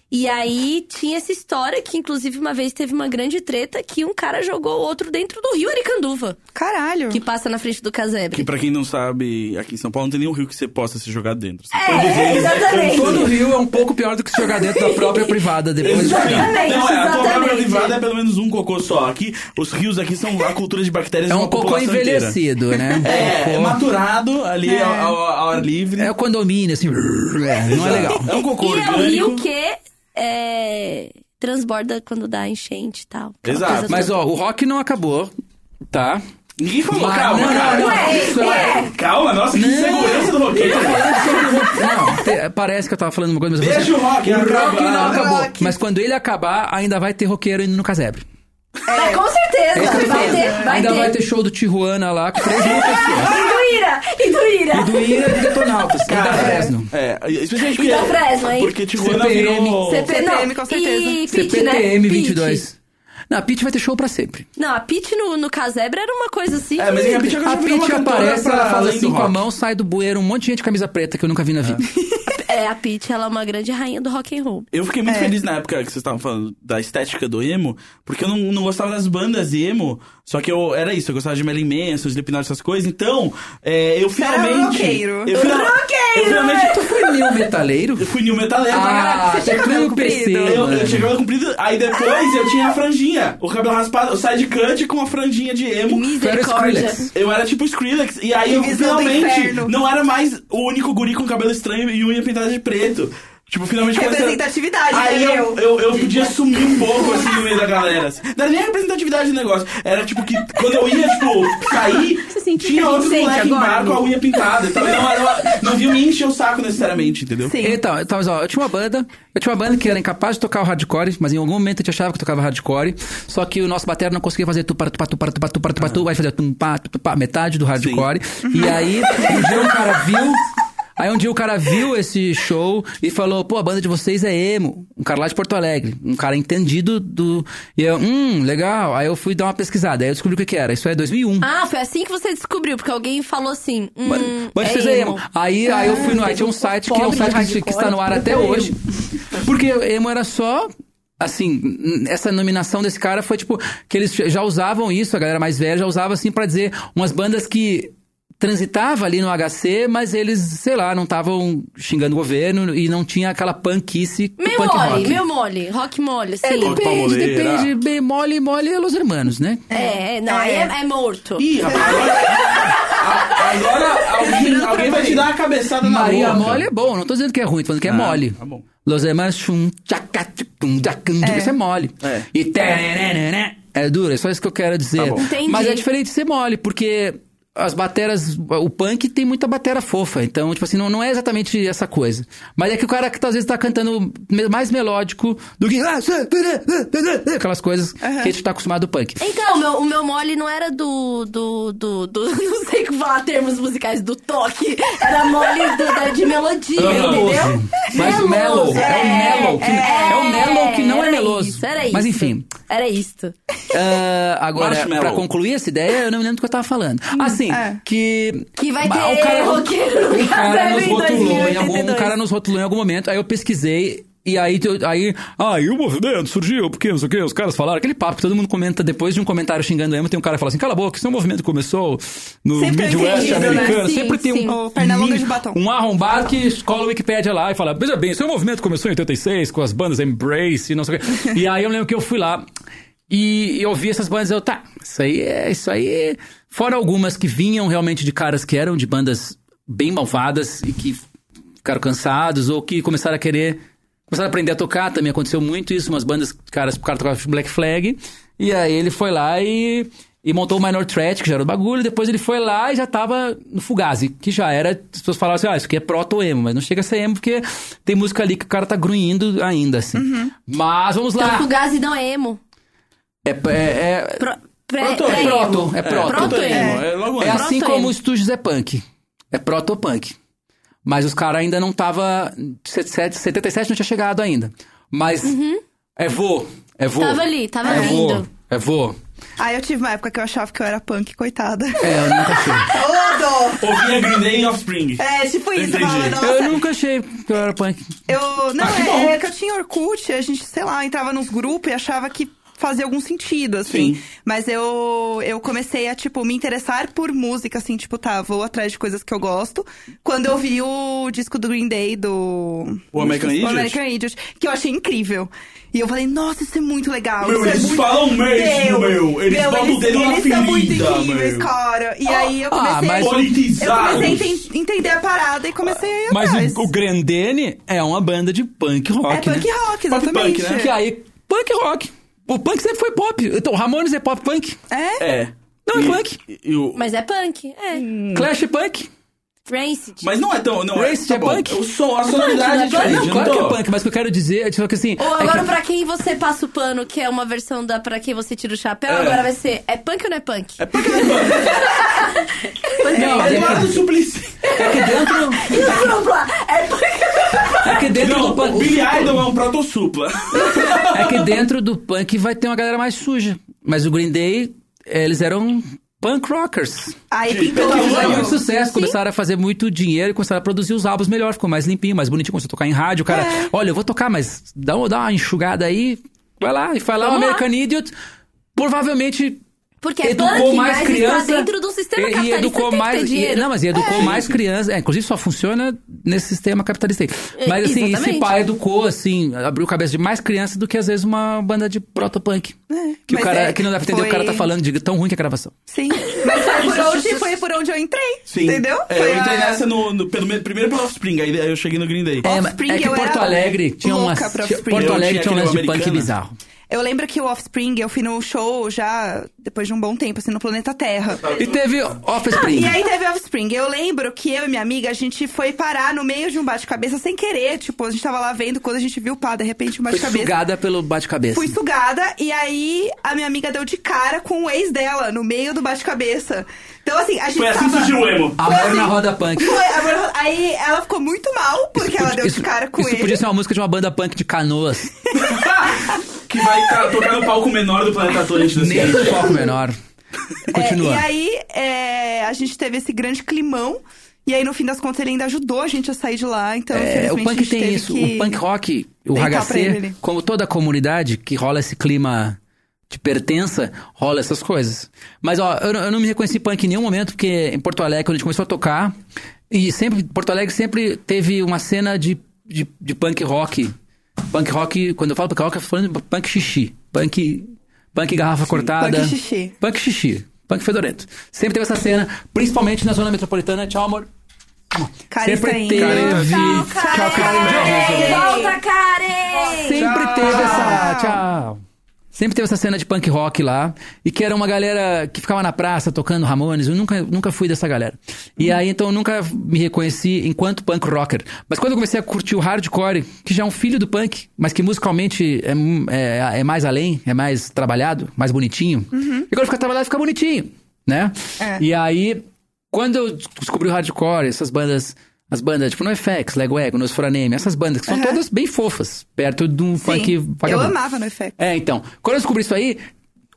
D: E aí tinha essa história que, inclusive, uma vez teve uma grande treta que um cara jogou o outro dentro do rio Aricanduva,
B: Caralho.
D: que passa na frente do
C: Que
D: casebre.
C: pra quem não sabe, aqui em São Paulo não tem nenhum rio que você possa se jogar dentro.
D: É, exatamente.
A: Todo Rio é um pouco pior do que se jogar dentro da própria privada depois de jogar.
D: Exatamente,
C: Não, é, a tua
D: exatamente.
C: própria privada é pelo menos um cocô só. Aqui, os rios aqui são a cultura de bactérias
A: É
C: de
A: um
C: uma
A: cocô
C: população inteira.
A: envelhecido, né?
C: É, é
A: Cocô.
C: maturado ali ao, ao- ao ar livre.
A: É o condomínio, assim. é, Não é legal.
C: É um cocô
D: E é o
C: orgânico.
D: rio que é, transborda quando dá enchente e tal. Aquela
C: Exato.
D: coisa
A: Mas ó, o rock não acabou, tá?
C: Ninguém falou,
A: Mas-
C: calma,
A: não, não,
C: cara.
A: não,
D: Ué,
A: isso é-
C: Calma, nossa, que insegurança do roqueiro.
A: Não, te- parece que eu tava falando uma coisa, mas eu
C: Deixa
A: falei,
C: o rock
A: o rock
C: acabar.
A: não acabou.
B: Rock.
A: Mas quando ele acabar, ainda vai ter roqueiro indo no casebre.
D: Mas com certeza, vai ter, vai
A: ainda
D: ter.
A: vai ter show do Tijuana lá com 3 mil pessoas.
D: Induíra, Induíra.
A: E do Ira e do Detonautas, e da Fresno.
C: É, especialmente
D: E da Fresno, hein?
C: Porque Tijuana
A: CPM.
C: virou...
D: CP,
B: CPM, com certeza.
D: E Pit, né?
A: CPTM
D: Pit.
A: 22. Não, a Pit vai ter show pra sempre.
D: Não, a Pit no, no casebre era uma coisa assim.
C: É, mas
D: que-
C: a Pitty agora
A: A
C: já virou uma
A: Pit
C: cantora
A: aparece,
C: pra
A: ela faz
C: além do
A: assim com a
C: rock.
A: mão, sai do bueiro um monte de gente de camisa preta que eu nunca vi na vida.
D: É, a Pit, ela é uma grande rainha do rock and roll.
C: Eu fiquei
A: É.
C: muito feliz na época que vocês estavam falando da estética do emo, porque eu não, não gostava das bandas emo, só que eu era isso, eu gostava de Merlin Manson, Slipknot, essas coisas, então é, eu
B: era
C: finalmente...
B: roqueiro.
C: Eu, final, eu finalmente
A: Tu foi meu metaleiro?
C: fui new metaleiro pra
A: Ah,
C: caralho.
A: você tinha
B: cabelo
A: cabelo PC,
B: comprido?
C: Eu, eu tinha
A: mano.
C: cabelo comprido, aí depois eu tinha a franjinha, o cabelo raspado, o side cut com a franjinha de emo.
A: Tu era
D: Misericórdia.
A: Skrillex.
C: Eu era tipo Skrillex, e aí eu
B: Visão do
C: finalmente
B: inferno.
C: não era mais o único guri com cabelo estranho e unha pintada de preto. Tipo, finalmente comecei-
B: Representatividade, né,
C: Aí eu,
B: entendeu?
C: eu, eu podia sumir um pouco assim no meio da galera. assim. Não era nem a representatividade do negócio. Era tipo que quando eu ia, tipo,
B: <laughs>
C: sair,
E: sente que
C: tinha
E: a gente
C: outro
E: sente
C: moleque em
E: agora,
C: bar com a unha pintada. Então não, era, não vinha me encher o saco necessariamente, entendeu?
B: Sim.
A: Então, então, mas ó, eu tinha uma banda, eu tinha uma banda que era incapaz de tocar o hardcore, mas em algum momento a gente achava que tocava hardcore, só que o nosso batera não conseguia fazer tu para tu para tu para tu para tu para tu para tu, aí fazia tum pá, tu, tu, pá, metade do hardcore. E aí, um dia um cara viu, aí um dia o cara viu esse show e falou: "Pô, a banda de vocês é emo". Um cara lá de Porto Alegre, um cara entendido do e eu, hum, legal. Aí eu fui dar uma pesquisada, aí eu descobri o que que era. Isso é 2001.
D: Ah, foi assim que você descobriu, porque alguém falou assim. Hum,
A: Mas
D: é
A: vocês é emo. Aí, aí eu fui no. Aí tinha um site que é um
E: pobre de
A: site que, que está no ar até hoje. Porque emo era só. Assim, n- essa nominação desse cara foi tipo. Que eles já usavam isso, a galera mais velha já usava assim pra dizer umas bandas que. transitava ali no HC, mas eles, sei lá, não estavam xingando o governo e não tinha aquela punkice do
D: Meio
A: punk
D: mole,
A: rock.
D: meio mole. Rock mole, sim.
A: É, depende,
C: Palmoleira.
A: depende. Bem mole, mole é Los Hermanos, né?
D: É, é, não, aí é, é morto.
C: Ih, rapaz, agora, agora
B: <laughs>
C: alguém, alguém vai te dar uma cabeçada na
A: Maria
C: boca.
A: mole é bom, não tô dizendo que é ruim, tô falando que é
C: Ah,
A: mole.
C: tá bom.
A: Los Hermanos, chum, tchaca, tchucum, tchacum, tchucum, isso é mole.
C: É.
A: E tererereré, é duro, é só isso que eu quero dizer.
C: Tá bom.
D: Entendi.
A: Mas é diferente de ser mole, porque as bateras, o punk tem muita batera fofa, então, tipo assim, não, não é exatamente essa coisa. Mas é que o cara que tá, às vezes tá cantando me- mais melódico do que ah, né, aquelas coisas que a gente tá acostumado do punk.
D: Então, o meu, o meu mole não era do, do, do, do- <laughs> Não sei como falar termos musicais do toque. Era mole do, da, de melodia, entendeu?
A: Mas
D: Meloso,
A: mellow, é,
D: é,
A: o mellow, que, é, o mellow que não é
D: era
A: meloso.
D: Isso, era isso.
A: Mas enfim,
D: Era isso.
A: Ah, agora,
C: Marshmallow.
A: pra concluir essa ideia, eu não me lembro do que eu tava falando. Assim,
B: é.
A: que.
D: Hum, Que vai
A: Mas
D: ter roqueiro no
A: um cara
D: Casar
A: nos
D: em
A: rotulou em algum,
D: 2082.
A: um cara nos rotulou em algum momento, aí eu pesquisei. E aí, eu- aí, aí o movimento surgiu, porque não sei o que, os caras falaram, aquele papo que todo mundo comenta depois de um comentário xingando o emo, tem um cara que fala assim, cala a boca, isso é um movimento que começou no
B: Sempre tem
A: Midwest
B: isso, né?
A: americano,
D: Sim,
A: sempre tem
D: sim.
A: um...
B: O Pernalonga de
A: um-
B: batom.
A: Um arrombado que escola o Wikipédia lá e fala, veja bem, isso é um movimento que começou em 86, com as bandas Embrace e não sei o que. E aí eu lembro que eu fui lá e eu vi essas bandas e eu, tá, isso aí é, isso aí é... Fora algumas que vinham realmente de caras que eram de bandas bem malvadas e que ficaram cansados ou que começaram a querer. Começaram a aprender a tocar, também aconteceu muito isso, umas bandas, caras, o cara tocava Black Flag, e aí ele foi lá e, e montou o Minor Threat, que já era o bagulho, e depois ele foi lá e já tava no Fugazi, que já era, as pessoas falavam assim, ah, isso aqui é proto-emo, mas não chega a ser emo, porque tem música ali que o cara tá grunhindo ainda, assim. Mas vamos
D: Então, o
A: lá!
D: gás não é emo.
A: É, é,
D: Pro, pré,
A: é,
D: pré-
A: é proto, é
C: É,
A: proto.
C: tudo
D: Proto-emo.
C: é, é logo
A: É
C: antes.
A: assim
D: Proto-emo.
A: como o Stooges é punk. É proto-punk. Mas os caras ainda não tava... 77, 77 não tinha chegado ainda. Mas é vô, é vô.
D: Tava ali, tava
A: é vô,
D: lindo.
A: É vô.
B: Aí Ah, eu tive uma época que eu achava que eu era punk, coitada.
A: É, eu nunca achei.
B: Todo!
C: Ouvia Green Day e Offspring.
B: É, tipo isso, eu
C: Entendi.
B: falava,
A: <laughs>
B: nossa,
A: eu nunca achei que eu era punk.
B: Eu.
C: Ah,
B: Não, é, é que eu tinha Orkut, a gente, sei lá, entrava nos grupos e achava que fazia algum sentido, assim.
C: Sim.
B: Mas eu, eu comecei a, tipo, me interessar por música, assim, tipo, tá, vou atrás de coisas que eu gosto. Quando eu vi o disco do Green Day do.
C: O American Idiot?
B: American Idiot, que eu achei incrível. E eu falei, nossa, isso é muito legal.
C: Meu,
B: isso é
C: eles
B: muito-
C: falam mesmo, meu. Eles botam o
B: eles,
C: dedo na
B: eles são muito
C: ferida,
B: incríveis,
C: meu.
B: cara. E aí eu
A: Ah,
B: comecei.
A: mas-
B: eu
C: Politizados.
B: comecei a enten- entender a parada e comecei a ir atrás.
A: Mas o, o Grandene é uma banda de punk
B: É
A: rock, né?
B: punk rock,
C: Pop punk,
B: exatamente.
C: né?
A: Que aí, punk rock. O punk sempre foi pop. Então, Ramones é pop punk.
B: É?
C: É.
A: Não, é
C: E-
A: punk.
C: e- e o-
D: Mas é punk, é.
A: Clash é punk.
D: Rancid.
C: Mas não é tão. Não é,
A: Rancid é
C: bom.
A: punk?
C: O som, a sonoridade é
D: Punk, né?
C: diferente.
A: Não,
C: eu
A: claro que é
C: tô-
A: punk, mas o que eu quero dizer é tipo que assim.
D: Ou
A: é
D: agora,
A: que-
D: pra quem você passa o pano, que é uma versão da Pra Quem Você Tira o Chapéu,
C: É.
D: agora vai ser É punk ou não é punk?
C: É punk, é punk.
A: Não,
C: É
A: é
C: Eduardo
A: que-
C: Suplicy.
A: é que dentro.
D: <laughs> E o Supla? É punk?
A: É que dentro
C: Não,
A: do punk.
C: o Billy Idol é um proto-supla.
A: É que dentro do punk vai ter uma galera mais suja. Mas o Green Day, eles eram punk rockers.
B: Aí pintou
C: Pelo
B: a
C: amor
A: Fizeram
C: Não.
A: muito sucesso, começaram a fazer muito dinheiro e começaram a produzir os álbuns melhor, ficou mais limpinho, mais bonitinho. Começou a tocar em rádio, o cara,
D: É.
A: olha, eu vou tocar, mas dá, uma- dá uma enxugada aí, vai lá, e foi lá o
D: Vamos lá.
A: American Idiot. Provavelmente
D: Porque é
A: educou
D: punk,
A: mais
D: mas
A: criança
D: está dentro
B: um
D: do sistema
A: e- e
D: capitalista
A: educou
D: tem que
A: mais
D: ter
A: e,
D: dinheiro.
A: não mas e educou mais crianças é, inclusive só funciona nesse sistema capitalista aí.
D: É,
A: mas assim esse
D: exatamente.
A: pai educou assim abriu cabeça de mais crianças do que às vezes uma banda de protopunk que o
B: mas
A: cara
B: é,
A: que não dá pra entender o cara tá
B: foi-
A: falando de tão ruim que é a gravação
B: Sim. Mas foi por onde, foi por onde eu entrei.
C: Sim.
B: Entendeu?
C: É,
B: foi
C: eu entrei
B: a-
C: nessa no, no- pelo, me- primeiro pelo Offspring, aí eu cheguei no Green Day.
A: É, mas
B: Offspring,
A: é que
B: eu
A: Porto
B: era
A: Alegre tinha
B: louca
A: uma
B: pra
A: tinha-
B: Offspring.
A: Porto
C: Eu
A: Alegre
C: tinha
A: tinha um
C: aquele
A: lance de punk
C: Americana.
A: bizarro
B: Eu lembro que o Offspring, eu fui no show já depois de um bom tempo, assim, no planeta Terra.
A: e teve Offspring
B: Ah, E aí teve Offspring. Eu lembro que eu e minha amiga, a gente foi parar no meio de um bate-cabeça sem querer. Tipo, a gente tava lá vendo, quando a gente viu, pá, de repente um
A: foi
B: bate-cabeça.
A: sugada pelo
C: assim.
A: bate-cabeça
B: Fui sugada e aí a minha amiga deu de cara com o ex dela no meio do bate-cabeça. Então, assim, a gente
C: Foi assim que
B: tava...
C: surgiu o emo.
A: amor na roda punk
B: Foi, agora- aí ela ficou muito mal porque ela deu
A: isso,
B: de cara com
A: isso
B: ele.
A: podia ser uma música de uma banda punk de canoas
C: Que vai ca- tocar no palco menor do planeta Atlântico. assim.
A: nem do palco menor
B: É,
A: continua
B: e aí é, a gente teve esse grande climão. E aí, no fim das contas, ele ainda ajudou a gente a sair de lá. Então,
A: É, o
B: infelizmente, a
A: punk
B: gente
A: tem
B: teve
A: isso.
B: que-
A: O punk rock, o
B: deitar pra ele ali.
A: HC, como toda a comunidade que rola esse clima de pertença, rola essas coisas. Mas, ó, eu, não- eu não me reconheci punk em nenhum momento, porque em Porto Alegre, quando a gente começou a tocar, e sempre, Porto Alegre sempre teve uma cena de, de, de punk rock. Punk rock, quando eu falo punk rock, eu tô falando de punk xixi. Punk, punk garrafa cortada.
B: Punk xixi.
A: Punk xixi. Punk fedorento. Sempre teve essa cena, principalmente na zona metropolitana. Tchau, amor.
B: Karen
A: sempre
B: tá indo.
A: teve.
C: Tchau,
A: Tchau, Karen.
E: Volta, Karen!
A: Sempre teve essa. Tchau. Sempre teve essa cena de punk rock lá. E que era uma galera que ficava na praça tocando Ramones. Eu nunca, nunca fui dessa galera.
B: Uhum.
A: E aí, então, eu nunca me reconheci enquanto punk rocker. Mas quando eu comecei a curtir o hardcore, que já é um filho do punk, mas que musicalmente é, é, é mais além, é mais trabalhado, mais bonitinho. E quando fica trabalhado, fica bonitinho, né?
B: Uhum. É.
A: E aí, quando eu descobri o hardcore, essas bandas... As bandas, tipo NoFX, Lego Ego, Nosforaneme, essas bandas que são todas bem fofas, perto de um
B: Sim.
A: funk
B: eu
A: vagabundo.
B: amava no Effect.
A: É, então. Quando eu descobri isso aí,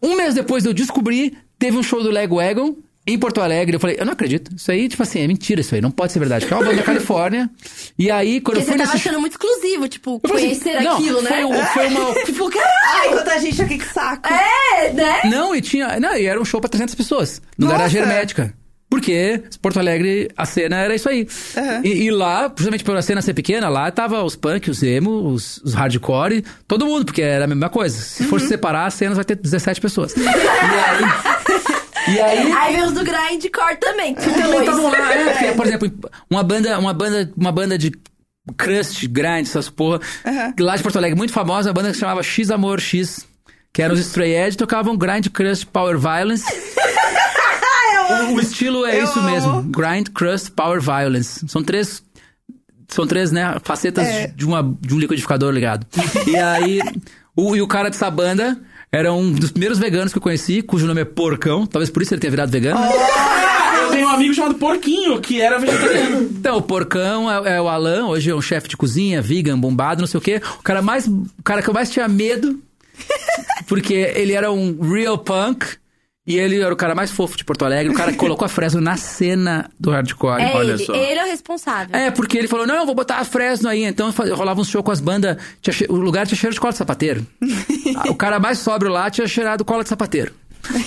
A: um mês depois de eu descobrir, teve um show do Lego Egon em Porto Alegre. Eu falei, eu não acredito. Isso aí, tipo assim, é mentira isso aí. Não pode ser verdade. Que é uma banda da Califórnia. E aí, quando
D: Porque
A: eu fui
D: você tava
A: nesse show...
D: achando muito exclusivo, tipo,
A: assim- Eu falei
D: conhecer
A: assim, não,
D: aquilo,
A: foi
D: né?
A: um- foi uma-
D: tipo, caralho!
B: Ai, quanta gente aqui que saco.
D: É, né?
A: Não, e tinha... Não, e era um show pra 300 pessoas. No
B: Nossa!
A: Garagem Hermética. Porque Porto Alegre, a cena era isso aí.
B: Aham.
A: E, e lá, justamente pela cena ser pequena, lá tava os punk, os emo, os, os hardcore, todo mundo, porque era a mesma coisa. Se
B: Uhum.
A: for separar, as cenas vai ter 17 pessoas. <laughs> e aí... E aí...
D: Aí vem os do grindcore também. Que
A: também
D: dois.
A: estavam lá. É, porque, por exemplo, uma banda, uma banda, uma banda de crust, grind, essas porra, lá de Porto Alegre, muito famosa, uma banda que se chamava X Amor X, que eram os Stray Edge, tocavam grind, crust, power violence. o, o estilo é
B: <laughs> Eu
A: isso
B: amo.
A: mesmo, grind, crust, power violence. São três são três, né, facetas
B: É.
A: de, uma, de um liquidificador ligado. e aí, o, e o cara dessa banda era um dos primeiros veganos que eu conheci, cujo nome é Porcão, talvez por isso ele tenha virado vegano.
C: Ah, eu tenho um amigo chamado Porquinho, que era vegetariano.
A: Então, o porcão é, é o Alan, hoje é um chefe de cozinha, vegan, bombado, não sei o quê. O cara mais. O cara que eu mais tinha medo, <laughs> porque ele era um real punk. E ele era o cara mais fofo de Porto Alegre, o cara que colocou a Fresno na cena do hardcore.
D: É
C: Olha
D: ele,
C: só.
D: ele é o responsável.
A: É, porque ele falou, não, eu vou botar a Fresno aí. Então eu fa- eu rolava um show com as bandas, tinha che- o lugar tinha cheiro de cola de
B: <laughs>
A: sapateiro. Ah, o cara mais sóbrio lá tinha cheirado cola de sapateiro.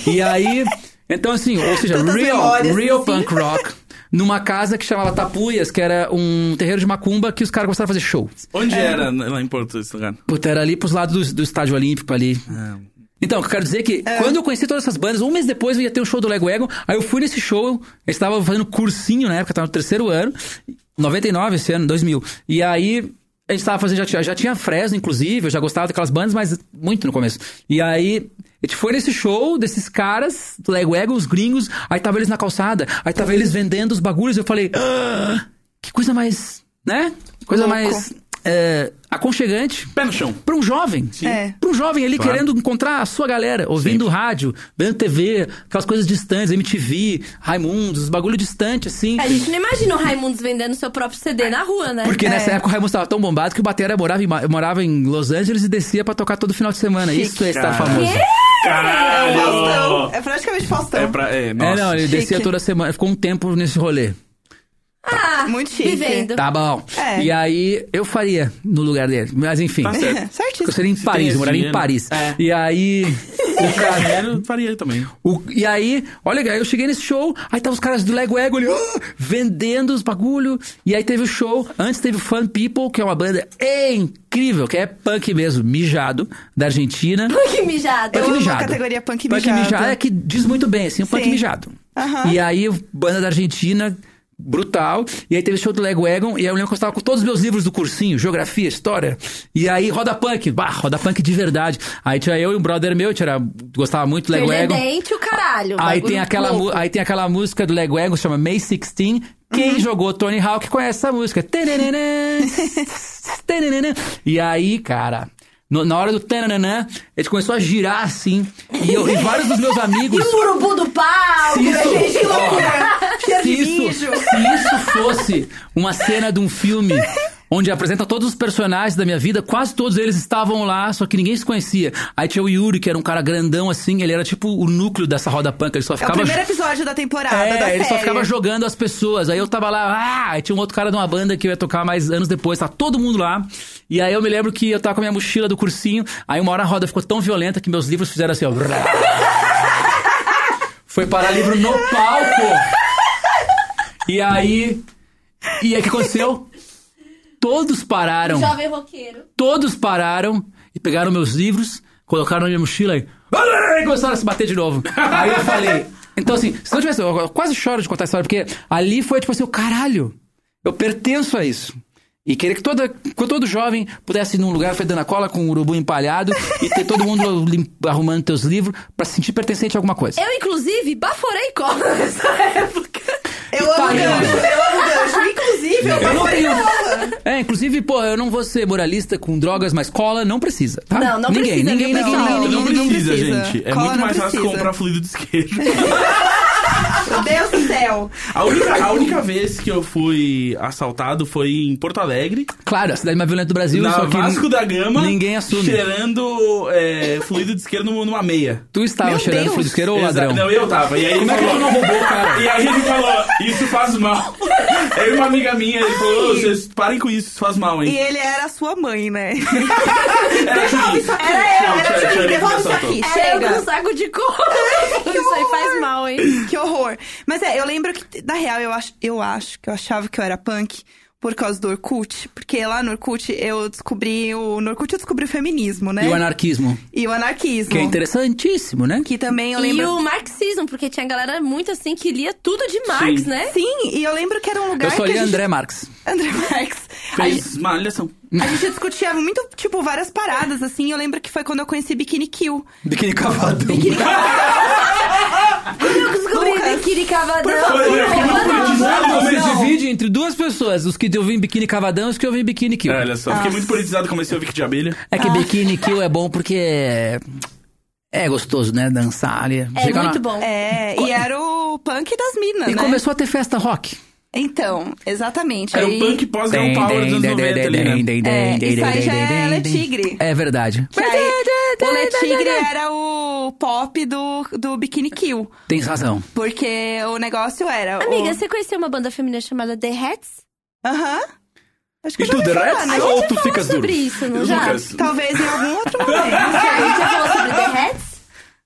A: E aí, então assim,
B: <laughs>
A: ou seja,
B: Tantas
A: real,
B: memórias,
A: real
B: assim.
A: punk rock, numa casa que chamava Tapuias, que era um terreiro de macumba que os caras gostavam de fazer show.
C: Onde era lá em Porto esse lugar?
A: Puta, era ali pros lados do, do estádio olímpico ali. Então, eu quero dizer que quando eu conheci todas essas bandas, um mês depois eu ia ter um show do Lego Ego. Aí eu fui nesse show, eu estava fazendo cursinho na época, eu tava no terceiro ano, 99 esse ano, 2000. E aí a gente tava fazendo, já, tinha- já tinha Fresno, inclusive, eu já gostava daquelas bandas, mas muito no começo. E aí a gente foi nesse show desses caras do Lego Ego, os gringos, aí tava eles na calçada, aí tava eles vendendo os bagulhos, eu falei, "Ah, que coisa mais, né? Coisa
B: Louco.
A: mais é, aconchegante
C: Pé no chão.
A: para um jovem.
B: É.
A: Para um jovem ali
C: Claro.
A: querendo encontrar a sua galera, ouvindo rádio, vendo TV, aquelas coisas distantes, MTV, Raimundos, bagulho distante, assim.
B: É
D: A gente não imagina o Raimundos vendendo seu próprio CD na rua, né?
A: Porque
B: É.
A: nessa época o Raimundo estava tão bombado que o Batera morava em, Ma- morava em Los Angeles e descia pra tocar todo final de semana. Isso é estar
C: Cara.
A: famoso.
B: É Faustão.
C: Caralho!
B: É praticamente Faustão.
C: É pra. É, nossa.
A: É, não, ele
B: chique.
A: descia toda semana, ficou um tempo nesse rolê.
D: Ah,
B: Muito chique.
D: Vivendo.
A: Tá bom.
B: É.
A: E aí eu faria no lugar dele. Mas enfim.
C: Tá certo.
B: <laughs> É, certíssimo.
A: Eu seria em
C: Se tem
A: Paris,
C: esse
A: eu moraria em
C: dinheiro.
A: Paris.
C: É.
A: E aí.
B: <laughs>
A: O cara,
C: Eu faria também.
A: O- e aí, olha, aí eu cheguei nesse show, aí tava os caras do Lego Ego ali, ah, vendendo os bagulho. E aí teve o show, antes teve o Fun People, que é uma banda incrível, que é punk mesmo, mijado, da Argentina.
D: <laughs> Que mijado.
B: Eu
A: Punk
B: amo a
A: mijado.
B: categoria punk mijado.
A: é que diz muito bem, assim, o punk
B: Sim.
A: mijado.
B: Aham.
A: E aí, banda da Argentina, brutal. E aí teve o show do Lego Egon, e aí eu lembro que eu estava com todos os meus livros do cursinho, geografia, história. E aí, roda punk, bah, roda punk de verdade. Aí tinha eu e um brother meu, tinha, gostava muito do Lego
D: Perder
A: Egon.
D: é dente, o caralho.
A: Tá
D: Uhum.
A: Aí
D: Bagulho
A: tem, aquela,
D: louco.
A: mu- aí tem aquela música do Lego Ego, chama May 16.
B: Uhum.
A: Quem jogou Tony Hawk conhece essa música. Tananana,
B: <laughs>
A: tananana. E aí, cara, no- na hora do tananana, a gente começou a girar assim. E, eu- e vários dos meus
D: E
A: amigos.
B: <laughs>
D: o urubu do pau.
A: Se isso,
B: Gente, que
A: ó,
B: loucura! Cheiro
A: se
B: de É
A: isso,
B: mijo.
A: se isso fosse uma cena de um filme onde apresenta todos os personagens da minha vida, quase todos eles estavam lá, só que ninguém se conhecia. Aí tinha o Yuri, que era um cara grandão assim, ele era tipo o núcleo dessa roda punk, ele só
B: É o
A: ficava.
B: primeiro episódio da temporada.
A: É,
B: da
A: ele só
B: série.
A: ficava jogando as pessoas. Aí eu tava lá, ah, aí tinha um outro cara de uma banda que eu ia tocar mais anos depois, tá todo mundo lá. E aí eu me lembro que eu tava com a minha mochila do cursinho, aí uma hora a roda ficou tão violenta que meus livros fizeram assim, ó. <laughs> Foi parar livro no palco. E aí. E aí o que aconteceu? Todos pararam.
D: Jovem roqueiro.
A: Todos pararam e pegaram meus livros, colocaram na minha mochila e. E começaram a se bater de
D: <laughs>
A: novo. Aí eu falei. Então, assim, se não tivesse. Eu quase choro de contar a história, porque ali foi tipo assim: o caralho, eu pertenço a isso. E queria que toda, que todo jovem pudesse ir num lugar fedendo a cola com um urubu empalhado e ter todo mundo lim- arrumando teus livros pra se sentir pertencente a alguma coisa.
D: Eu, inclusive, baforei cola nessa época.
B: Eu amo
A: Tá,
B: gancho,
A: não.
B: eu amo gancho. Inclusive, eu,
A: não
B: passei
A: tenho-
B: cola.
A: É, inclusive, pô, eu não vou ser moralista com drogas, mas cola não precisa, tá?
D: Não, não
A: ninguém,
D: precisa,
A: Ninguém,
D: viu,
A: ninguém,
D: pessoal?
A: ninguém,
C: Não,
A: ninguém,
B: não
C: precisa,
B: precisa.
C: gente. É
B: Cola
C: muito
B: não
C: mais fácil
B: precisa.
C: comprar fluido de esquerda.
B: Meu Deus do céu.
C: A única, a única vez que eu fui assaltado foi em Porto Alegre,
A: Claro, a cidade mais violenta do Brasil,
C: na
A: só que
C: Vasco da Gama.
A: ninguém assume.
C: Cheirando é, fluido de esquerda numa meia.
A: Tu estava
B: Meu
A: cheirando
B: Deus.
A: fluido isqueiro ou
C: Exa-
A: ladrão?
C: Não, eu tava. E aí
A: Como é
C: ele
A: que
C: falou,
A: tu não roubou, cara?
C: E aí ele falou, isso faz mal. <laughs> Eu e uma amiga minha, ele falou, "Ô, vocês parem com isso, isso faz mal,
B: E
C: hein?
B: ele era a sua mãe, né?
C: Era Julie. Tchau,
B: <laughs> Era eu,
C: tchau,
B: era
C: tchau,
B: Julie,
C: ele
B: devolve isso
C: assaltou.
B: aqui.
D: Era
B: Chega.
D: eu com um saco de cola. Isso aí faz mal, hein?
B: <laughs> Que horror. Mas é, eu lembro que, na real, eu acho, eu acho que eu achava que eu era punk por causa do Orkut. Porque lá no Orkut eu descobri o. No Orkut eu descobri o feminismo, né?
A: E o anarquismo,
B: E o anarquismo.
A: que é interessantíssimo, né?
B: Que também eu
D: E
B: lembro.
D: o marxismo, porque tinha galera muito assim que lia tudo de Marx,
C: Sim.
D: né?
B: É? Sim, e eu lembro que era um lugar.
A: Eu só
B: que
A: li
B: a gente...
A: André Marx.
B: <laughs> André Marx. A gente,
C: Fez malhação.
B: a gente discutia muito, tipo, várias paradas, assim. Eu lembro que foi quando eu conheci Bikini Kill.
A: Biquíni cavadão.
D: Eu descobri
B: Lucas,
D: biquíni cavadão.
C: favor,
D: né?
C: eu fiquei muito politizado,
A: Quando
C: mas
A: se
C: não.
A: divide é entre duas pessoas, os que eu vi em biquíni cavadão e os que eu vi em biquíni kill.
C: É, Olha só, fiquei muito politizado, comecei a ouvir que de abelha.
A: É
B: Ah.
A: que biquíni kill é bom porque é- é gostoso, né? Dançar ali.
D: É
A: Chegar
D: muito
A: na-
D: bom.
B: É, e era o punk das minas,
A: E
B: né?
A: começou a ter festa rock.
B: Então, exatamente.
C: Era
B: aí...
C: o punk pós-Gal Power dos anos 90 ali, né?
B: É, isso aí já é Le Tigre.
A: É verdade.
B: Que aí, o Le Tigre era o pop do, do Bikini Kill.
A: Tem razão.
B: Porque o negócio era.
D: Amiga,
B: o...
D: você conheceu uma banda feminina chamada The Hats?
B: Aham. Acho
C: E
B: que eu já
C: tu
B: ouvi falar,
C: derretes
B: né?
C: ou tu
D: Falou
C: ficas duro?
D: sobre isso, não já?
C: Lucas,
B: Talvez em algum outro
C: <laughs>
B: momento.
D: Já, a gente já falou sobre The Hats?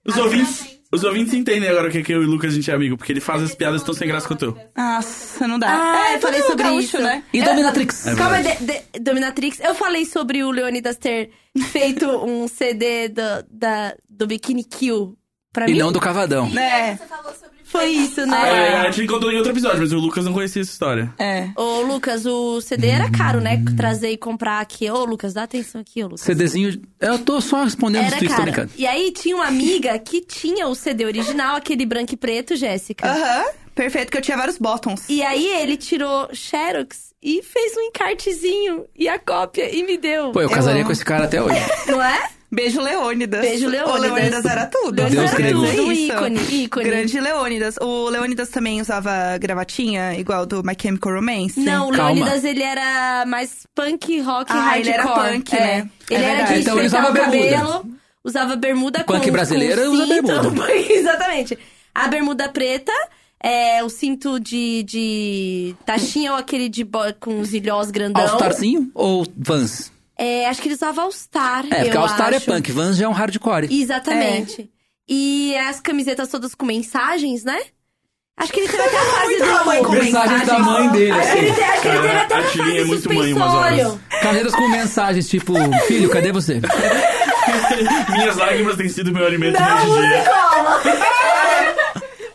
C: Os ouvintes, os ouvintes entendem agora o que, é que eu e o Lucas a gente é amigo, porque ele faz as piadas tão sem graça quanto eu.
B: Nossa, não dá.
D: Ah,
B: é, eu falei
D: tudo
B: sobre
D: gaúcho,
B: isso, né?
A: E Dominatrix.
D: Calma, aí, de, de, Dominatrix. Eu falei sobre o Leonidas ter
A: <laughs>
D: feito um CD do, da, do Bikini Kill pra
A: E
D: mim.
A: não do cavadão.
B: É,
D: Foi isso,
C: É,
D: né?
C: a gente encontrou em outro episódio, mas o Lucas não conhecia essa história.
B: é.
D: Ô, Lucas, o CD
A: Hum.
D: era caro, né? Trazer e comprar aqui. Ô, Lucas, dá atenção aqui, ô, Lucas.
A: CDzinho. Eu tô só respondendo os
D: Era
A: tweets, tô
D: cara.
A: brincando.
D: E aí tinha uma amiga que tinha o CD original, aquele branco e preto, Jéssica.
A: Ah.
B: Aham. Perfeito, que eu tinha vários bottoms.
D: E aí ele tirou Xerox e fez um encartezinho e a cópia e me deu.
A: Pô, eu,
B: Eu
A: casaria
B: amo.
A: com esse cara até hoje.
D: Não é?
B: Beijo, Leônidas.
D: Beijo, Leônidas.
B: O Leônidas era tudo.
D: Deus
A: Deus que
D: tudo,
A: negou.
B: Isso.
D: ícone, ícone.
B: Grande Leônidas. O Leônidas também usava gravatinha, igual do My Chemical Romance?
D: Não, o
A: Calma.
D: Leonidas ele era mais punk rock
B: Ah,
D: hardcore.
B: ele era punk,
D: É.
B: né?
D: Ele
B: É
D: era
B: verdade.
D: de
A: Então ele usava
D: espreitar o
A: bermuda.
D: cabelo, usava bermuda com
A: Punk brasileiro
D: com
A: usa
D: cinto.
A: bermuda.
D: <laughs> Exatamente. A bermuda preta, é, o cinto de, de taxinha ou aquele de bo... com os ilhós grandão.
A: All-Starzinho ou Vans?
D: É, acho que ele usava All Star,
A: É, porque
D: eu
A: All-Star é
D: acho.
A: punk, Vans já é um hardcore.
D: Exatamente. E as camisetas todas com mensagens, né? Acho que ele teve até a fase do...
B: mãe com É.
A: Mensagens da mãe dele,
D: Acho que ele
A: assim.
D: teve, acho que ele teve
C: Cara,
D: até
C: a
D: uma
C: Tilly
D: fase
C: é muito mãe umas
D: suspensório.
A: Carreiras com mensagens tipo: Filho, cadê você?
C: Minhas lágrimas têm sido meu alimento
D: Não
C: neste
D: use
C: dia.
D: cola.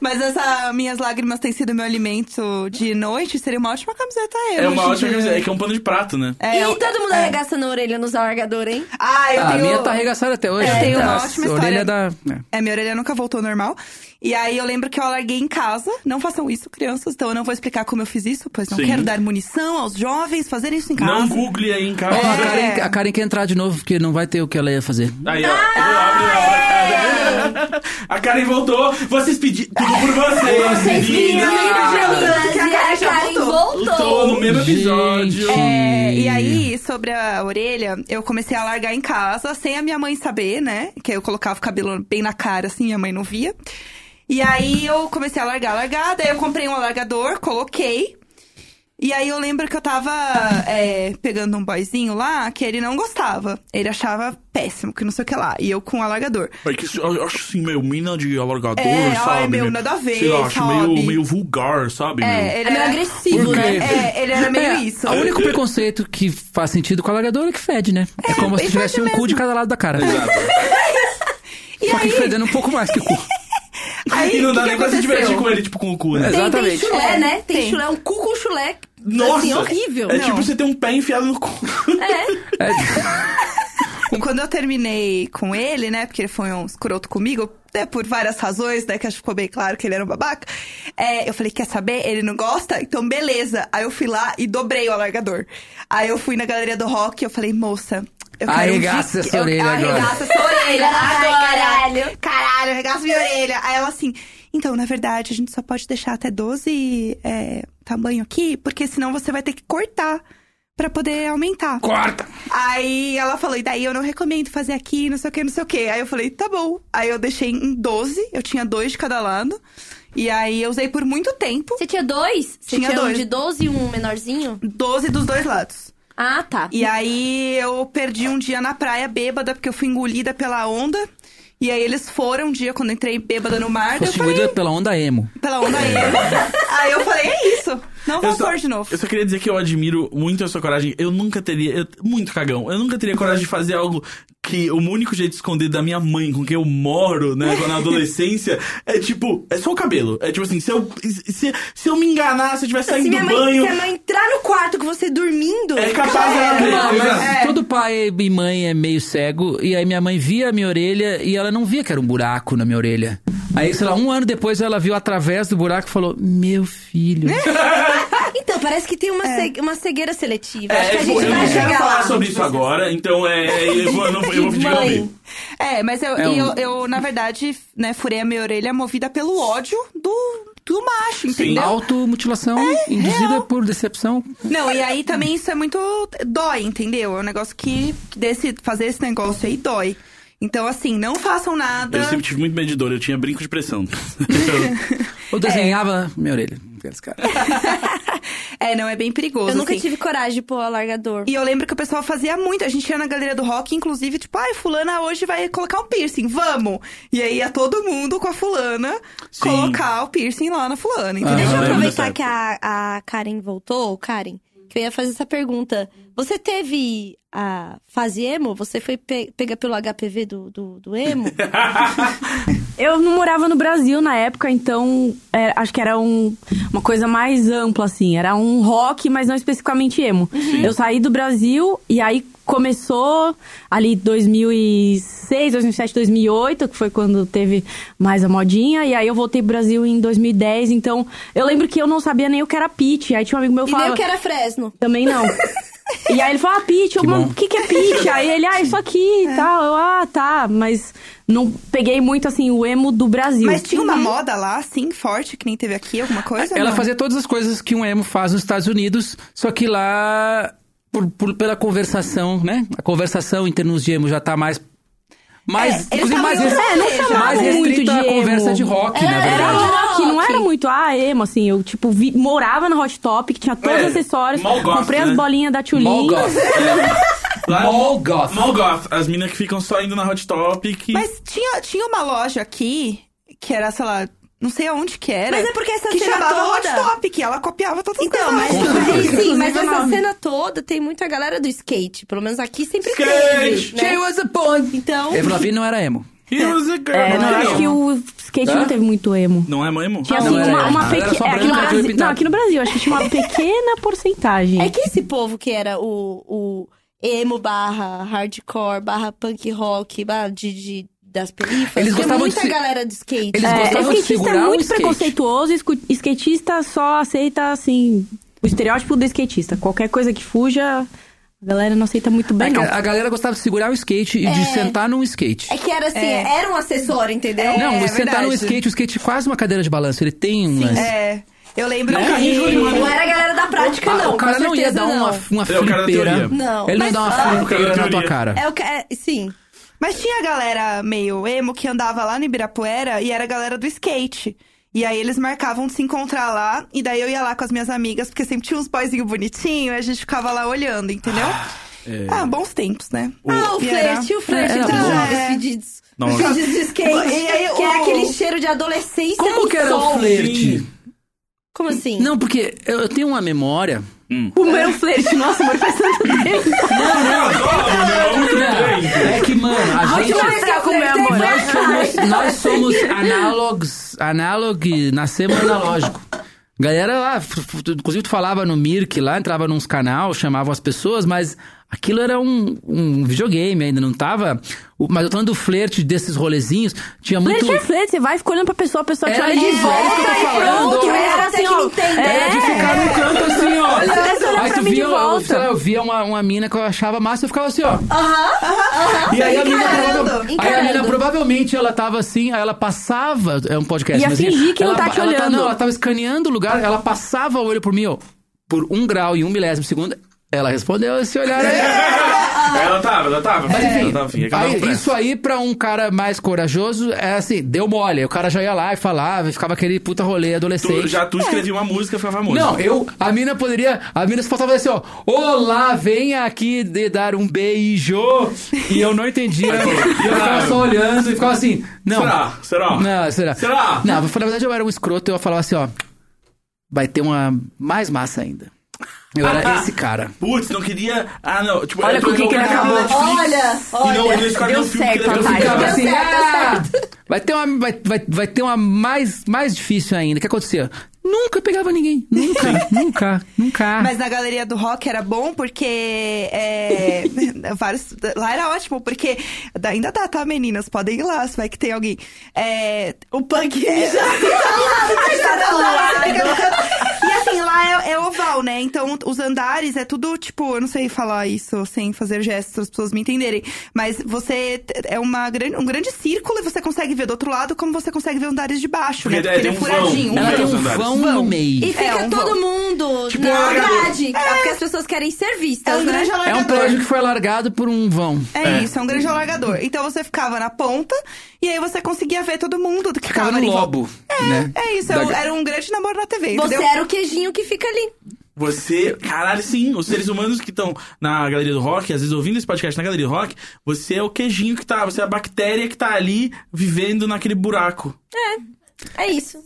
B: Mas essa Minhas Lágrimas Tem Sido Meu Alimento de Noite seria uma ótima camiseta eu.
C: É uma
B: hoje em
C: ótima
B: dia.
C: camiseta, é que é um pano de prato, né?
B: É,
D: e
B: eu-
D: todo mundo
B: é.
D: arregaçando a orelha nos largador, hein?
B: Ah, eu
A: Ah, a
B: tenho...
A: minha tá arregaçada até hoje.
B: É, tem uma
A: Tá,
B: ótima
A: a orelha
B: história.
A: da. é.
B: É, minha orelha nunca voltou ao normal. E aí eu lembro que eu alarguei em casa. Não façam isso, crianças. Então eu não vou explicar como eu fiz isso, pois não
C: Sim.
B: quero dar munição aos jovens fazerem isso em casa.
C: Não google aí em casa.
A: Ó, a,
B: É.
A: Karen, a Karen quer entrar de novo, porque não vai ter o que ela ia fazer.
C: Aí, ó. Eu abro, eu abro a cara. <laughs> A Karen voltou, vocês pediram tudo por vocês.
D: Vocês viram
B: que a Karen já
D: voltou.
C: Voltou no mesmo
A: Gente.
C: episódio.
B: É, e aí, sobre a orelha, eu comecei a largar em casa, sem a minha mãe saber, né? Que eu colocava o cabelo bem na cara, assim, minha mãe não via. E aí, eu comecei a largar, largar. Daí, eu comprei um alargador, coloquei. E aí, eu lembro que eu tava é, pegando um boyzinho lá, que ele não gostava. Ele achava péssimo, que não sei o que lá. E eu com o alargador.
C: Mas que isso- eu acho assim, meio mina de alargador,
B: É, ai,
C: sabe?
B: meu, nada a ver,
C: Sei lá, acho
B: sabe?
C: meio, meio vulgar, sabe? meu?
B: É,
E: É
B: ele
E: meio
B: era...
E: agressivo,
A: Por quê?
E: né?
B: É, ele era meio
A: É,
B: isso.
A: O único preconceito que faz sentido com a largadora é que fede, né? É, como se
B: e
A: tivesse um
B: fede
A: cu de
B: mesmo.
A: cada lado da cara.
C: Exato.
B: <laughs> E
A: Só que
B: aí,
A: fedendo um pouco mais que o
B: <laughs>
A: cu.
B: aí
C: E não
B: o
C: dá
B: que
C: nem
B: que
C: pra se divertir
B: aconteceu? assim,
C: com ele, tipo, com o cu, né?
A: É.
D: Tem, tem
A: Exatamente.
D: chulé, né? Tem,
B: Tem.
D: chulé, um cu com chulé.
C: Nossa!
D: Assim, horrível.
C: É
B: Não.
C: tipo você ter um pé enfiado no cu. <laughs>
D: É.
B: <laughs> Quando eu terminei com ele, né? Porque ele foi um escroto comigo, né, por várias razões, né? Que acho que ficou bem claro que ele era um babaca. É, eu falei, quer saber? Ele não gosta? Então, beleza. Aí eu fui lá e dobrei o alargador. Aí eu fui na galeria do rock e eu falei, moça. Eu quero
A: Arregaça
B: um
A: essa orelha
B: eu,
A: agora.
B: Arregaça essa orelha
D: Ai,
B: agora. Caralho, arregaça minha orelha. Aí ela assim, então, na verdade, a gente só pode deixar até 12 é, tamanho aqui, porque senão você vai ter que cortar pra poder aumentar.
A: Corta!
B: Aí ela falou, e daí eu não recomendo fazer aqui, não sei o que, não sei o que. Aí eu falei, tá bom. Aí eu deixei em 12, eu tinha dois de cada lado. E aí eu usei por muito tempo,
D: Você tinha dois? Você
B: Tinha
D: tinha, um
B: dois.
D: de 12 e um menorzinho?
B: 12 dos dois lados.
D: Ah, tá.
B: E aí eu perdi um dia na praia bêbada, porque eu fui engolida pela onda. E aí eles foram um dia, quando eu entrei bêbada no mar, daí eu
A: Fosse
B: falei,
A: engolido é pela onda emo.
B: pela onda
C: <laughs>
B: aí. aí eu falei, é isso, não vou pôr de novo.
C: eu só queria dizer que eu admiro muito a sua coragem. Eu nunca teria. eu- muito cagão. Eu nunca teria coragem de fazer algo que o único jeito de esconder da minha mãe, com quem eu moro, né, na adolescência, é tipo. É só o cabelo. É tipo assim, se eu, se, se eu me enganasse, eu tivesse
D: Se
C: saindo
D: minha
C: do
D: mãe,
C: Tá banho.
D: se a mãe entrar no quarto com você dormindo...
C: É capaz
D: cara,
C: dela crer.
D: mano.
C: Exato.
A: Mas todo pai e mãe é meio cego, e aí minha mãe via a minha orelha e ela não via que era um buraco na minha orelha. Aí, sei lá, um ano depois ela viu através do buraco e falou: Meu filho.
D: Então, parece que tem uma, ce- uma cegueira seletiva. Acho
C: É,
D: que a gente
C: eu
D: vai
C: não quero
D: chegar
C: falar
D: lá.
C: sobre isso agora, então é. Eu vou, eu não, eu vou pedir pra
D: Mãe.
C: ouvir.
B: É, mas eu,
A: É
B: e
A: um-
B: eu, eu, na verdade, né, furei a minha orelha movida pelo ódio do, do macho, entendeu?
A: Automutilação induzida por decepção.
B: Não, e aí também isso é muito. dói, entendeu? É um negócio que desse, fazer esse negócio aí dói. Então, assim, não façam nada.
C: Eu sempre tive muito medo de dor, eu tinha brinco de
D: <laughs>
C: pressão.
A: Eu desenhava minha orelha. Aqueles caras.
B: <laughs> É, não, é bem perigoso.
D: Eu nunca
B: assim.
D: tive coragem de pôr o alargador.
B: E eu lembro que o pessoal fazia muito. A gente ia na galeria do rock, inclusive, tipo, ai, fulana hoje vai colocar um piercing, vamos! E aí ia todo mundo com a fulana
C: Sim.
B: colocar o piercing lá na fulana, entendeu?
D: Deixa
C: Ah,
D: eu
C: lembro dessa
D: aproveitar que
C: época.
D: a, a Karen voltou, Karen, que eu ia fazer essa pergunta. Você teve a fase emo? Você foi pe- pega pelo HPV do, do,
A: <laughs>
D: do emo?
E: Eu não morava no Brasil na época, então é, acho que era um- uma coisa mais ampla, assim. Era um rock, mas não especificamente emo. Eu saí do Brasil e aí começou ali 2006, 2007, 2008, que foi quando teve mais a modinha. E aí eu voltei pro Brasil em 2010, então eu lembro que eu não sabia nem o que era pitch. Aí tinha um amigo meu
D: e nem
E: falando...
D: eu que era Fresno.
E: Também não. E aí ele falou, ah, pitch, eu, mano,
A: bom.
E: o que, que
A: <laughs>
E: é pitch? Aí ele, ah, isso aqui e
B: É.
E: tal. Eu, ah, tá, mas não peguei muito, assim, o emo do Brasil. Uhum.
B: Mas tinha
D: Uhum.
B: uma moda lá, assim, forte, que nem teve aqui, alguma coisa?
A: Ela
B: é não?
A: fazia todas as coisas que um emo faz nos Estados Unidos, só que lá, por, por- pela conversação, né? A conversação em termos de emo já tá mais.
B: É,
A: Mais,
B: eles estavam
A: mais,
B: em outra
A: res-
B: É, não
A: mais
E: chamavam muito de
A: restrita à
E: emo. é,
A: conversa de rock, na
B: né?
E: Era
A: verdade.
E: rock, não era
D: Rock.
E: muito, ah, emo, assim. Eu, tipo, vi- morava no Hot Topic, tinha todos
C: É,
E: os acessórios.
C: mal gosto,
E: comprei
C: né?
E: as bolinhas da
A: Mall
E: Tulin.
A: goth.
C: Lá-
A: Mall goth.
C: Mall goth. As minas que ficam só indo na Hot Topic.
B: Mas tinha, tinha uma loja aqui, que era, sei lá, não sei aonde que era.
D: Mas é porque essa
B: que
D: cena
B: chamava
D: toda-
B: Hot Topic, ela copiava todas as
D: Então,
B: coisas.
D: mas,
B: lá.
A: Com certeza.
D: sim, mas essa
E: Inclusive,
D: cena toda tem muita galera do skate. Pelo menos aqui sempre
C: Skate!
D: teve. Né?
A: was a point.
D: Então,
A: Avril Lavigne não era emo.
C: He was a girl.
E: É, não, eu acho que o skate
A: Hã? Ah,
E: não teve muito emo.
C: Não é mesmo?
E: Tinha,
A: não
D: um
E: assim,
A: era
E: uma,
A: emo.
E: uma
A: Ela era só
E: pequena... Aqui no
A: branca, cabelo
E: Brasil, não,
A: pintado.
E: aqui no Brasil, acho que tinha uma pequena porcentagem.
D: é que esse povo que era o, o emo barra hardcore, barra punk rock, barra de, de- das perifas.
A: Eles
D: tinha
A: gostavam de
D: muita
A: se-
D: galera do skate.
A: Eles
E: É,
A: gostavam de
E: skatista é
A: segurar o
E: muito
A: skate.
E: preconceituoso, escu- skatista só aceita, assim, o estereótipo do skatista. Qualquer coisa que fuja, A galera não aceita muito bem,
A: É que
E: não.
A: a galera gostava de segurar o skate e de
D: É.
A: sentar num skate.
D: É que era assim, era um acessório, entendeu?
A: não,
B: é
A: você sentar num
B: verdade.
A: skate, o skate é quase uma cadeira de balanço, ele tem um lance.
B: É. Eu lembro
C: Não,
B: que-
C: carrinho de rolimã,
D: Não era a galera da prática,
A: Ah,
D: não.
A: o cara
D: com
A: não ia
D: certeza
A: dar uma,
D: não.
A: uma
C: É o cara da
A: flipeira.
C: teoria.
D: Não.
A: Ele não ia
D: Mas-
A: dar
D: Ah,
A: uma
C: o cara da
A: flipeira na tua
C: teoria.
A: cara.
D: É o que. é- sim.
B: Mas tinha a galera meio emo que andava lá no Ibirapuera e era a galera do skate. E aí eles marcavam de se encontrar lá, e daí eu ia lá com as minhas amigas, porque sempre tinha uns boyzinhos bonitinhos, e a gente ficava lá olhando, entendeu? Ah, bons tempos, né?
D: Ah, o
B: E era-
D: flerte, o flerte
A: É,
D: entre
A: bom.
D: os
B: É.
D: pedidos.
C: Nossa.
D: Pedidos de skate.
B: E aí,
D: que
B: o-
D: é aquele cheiro de adolescência
A: Como
D: e
A: que era
D: sol.
A: o flerte?
D: Como assim?
A: Não, porque eu eu tenho uma memória...
E: O meu flerte, nossa, amor, faz tanto tempo.
A: É que, mano, a gente...
E: última vez que eu flertei foi
A: Nós somos, nós somos análogos, analog, nascemos analógico. Galera lá, f- f- tu- inclusive tu falava no Mirk lá, entrava nos canal, chamava as pessoas, mas aquilo era um, um videogame ainda, não tava... o- Mas eu tô falando do flerte desses rolezinhos, tinha muito...
E: Flerte é flerte, você vai ficando pra pessoa, a pessoa te
A: Era
E: olha de
A: isso,
E: volta
A: é isso que eu tô
E: e
A: falando.
E: pronto. é assim,
A: Era
E: fica
D: até que não tem.
A: Era de ficar num canto assim, ó.
E: essa olhando
A: Aí
E: tá pra
A: tu
E: mim de
A: via, eu,
E: volta.
A: sei lá, eu via uma, uma mina que eu achava massa e eu ficava assim, ó. E aí a mina,
D: Encarando,
A: prova- aí a
D: encarando.
A: mina provavelmente ela tava assim, aí ela passava. É um podcast,
E: Ia
A: mas assim,
E: fingir que não
A: ela,
E: tá te
A: ela
E: olhando.
A: não, ela tava escaneando o lugar, ela passava o olho por mim, ó, por um grau e um milésimo segundo. Ela respondeu esse olhar aí.
C: Ela tava, ela tava.
A: Mas
C: ela
A: enfim,
C: tava, enfim, é que ela
A: aí,
C: não presta.
A: isso aí pra um cara mais corajoso é assim, deu mole. aí O cara já ia lá e falava, e ficava aquele puta rolê adolescente.
C: Tu, já tu escrevia uma música, foi famoso.
A: Não, eu. A mina poderia. A mina só faltava assim, ó. Olá, vem aqui de dar um beijo. E eu não entendia. e eu ficava só olhando e ficava assim. Não.
C: Será? Será?
A: Não, será?
C: Será?
A: Não, na verdade eu era um escroto e eu falava assim, ó. Vai ter uma mais massa ainda. Eu era esse cara.
C: Putz, não queria. Ah, não. Tipo,
E: Olha
C: eu
E: com o que que ele
C: colocava na
E: acabou.
C: Netflix
D: Olha,
C: E não,
D: olha,
C: eles escolhem
E: deu
C: um filme que
E: certo,
C: ele
E: rapaz,
C: acabou.
A: ficava assim,
D: certo, deu
A: ah, vai ter uma, vai, vai, vai ter uma mais, mais difícil ainda. O que acontecia? Nunca pegava ninguém. Nunca, nunca, nunca.
B: Mas na galeria do rock era bom porque. é, <laughs> vários, lá era ótimo, porque. Ainda dá, tá, meninas? Podem ir lá, se vai que tem alguém. É, o punk <laughs> já tá do lado, você fica no canto. E assim, lá é, é oval, né? Então os andares é tudo tipo. Eu não sei falar isso sem fazer gestos, as pessoas me entenderem. Mas você. t- É uma, gran- um grande círculo e você consegue ver do outro lado como você consegue ver andares de baixo, né?
C: Porque
B: Porque ele
C: tem
B: é
C: um vão,
B: furadinho. um
C: né?
A: Ela tem um
C: Andares.
A: vão no meio.
D: E fica
B: um
D: todo
B: vão.
D: mundo
A: Tipo,
D: na
C: uma-
D: grade. tá? Porque as pessoas querem ser
B: É
D: vistas,
B: um
D: né?
B: grande
A: um É um
B: alargador.
A: prédio que foi alargado por um vão.
B: É, isso, é um grande alargador. Então você ficava na ponta e aí você conseguia ver todo mundo do que
A: Ficava
B: tava
A: no
B: ali.
A: lobo,
B: É,
A: né?
B: é isso,
A: Da-
B: é um- era um grande namoro na TV,
D: Você é-
B: entendeu?
D: era o queijinho que fica ali.
C: Você, caralho, sim, os seres humanos que estão na galeria do rock, às vezes ouvindo esse podcast na galeria do rock, você é o queijinho que tá, você é a bactéria que tá ali vivendo naquele buraco.
D: É isso.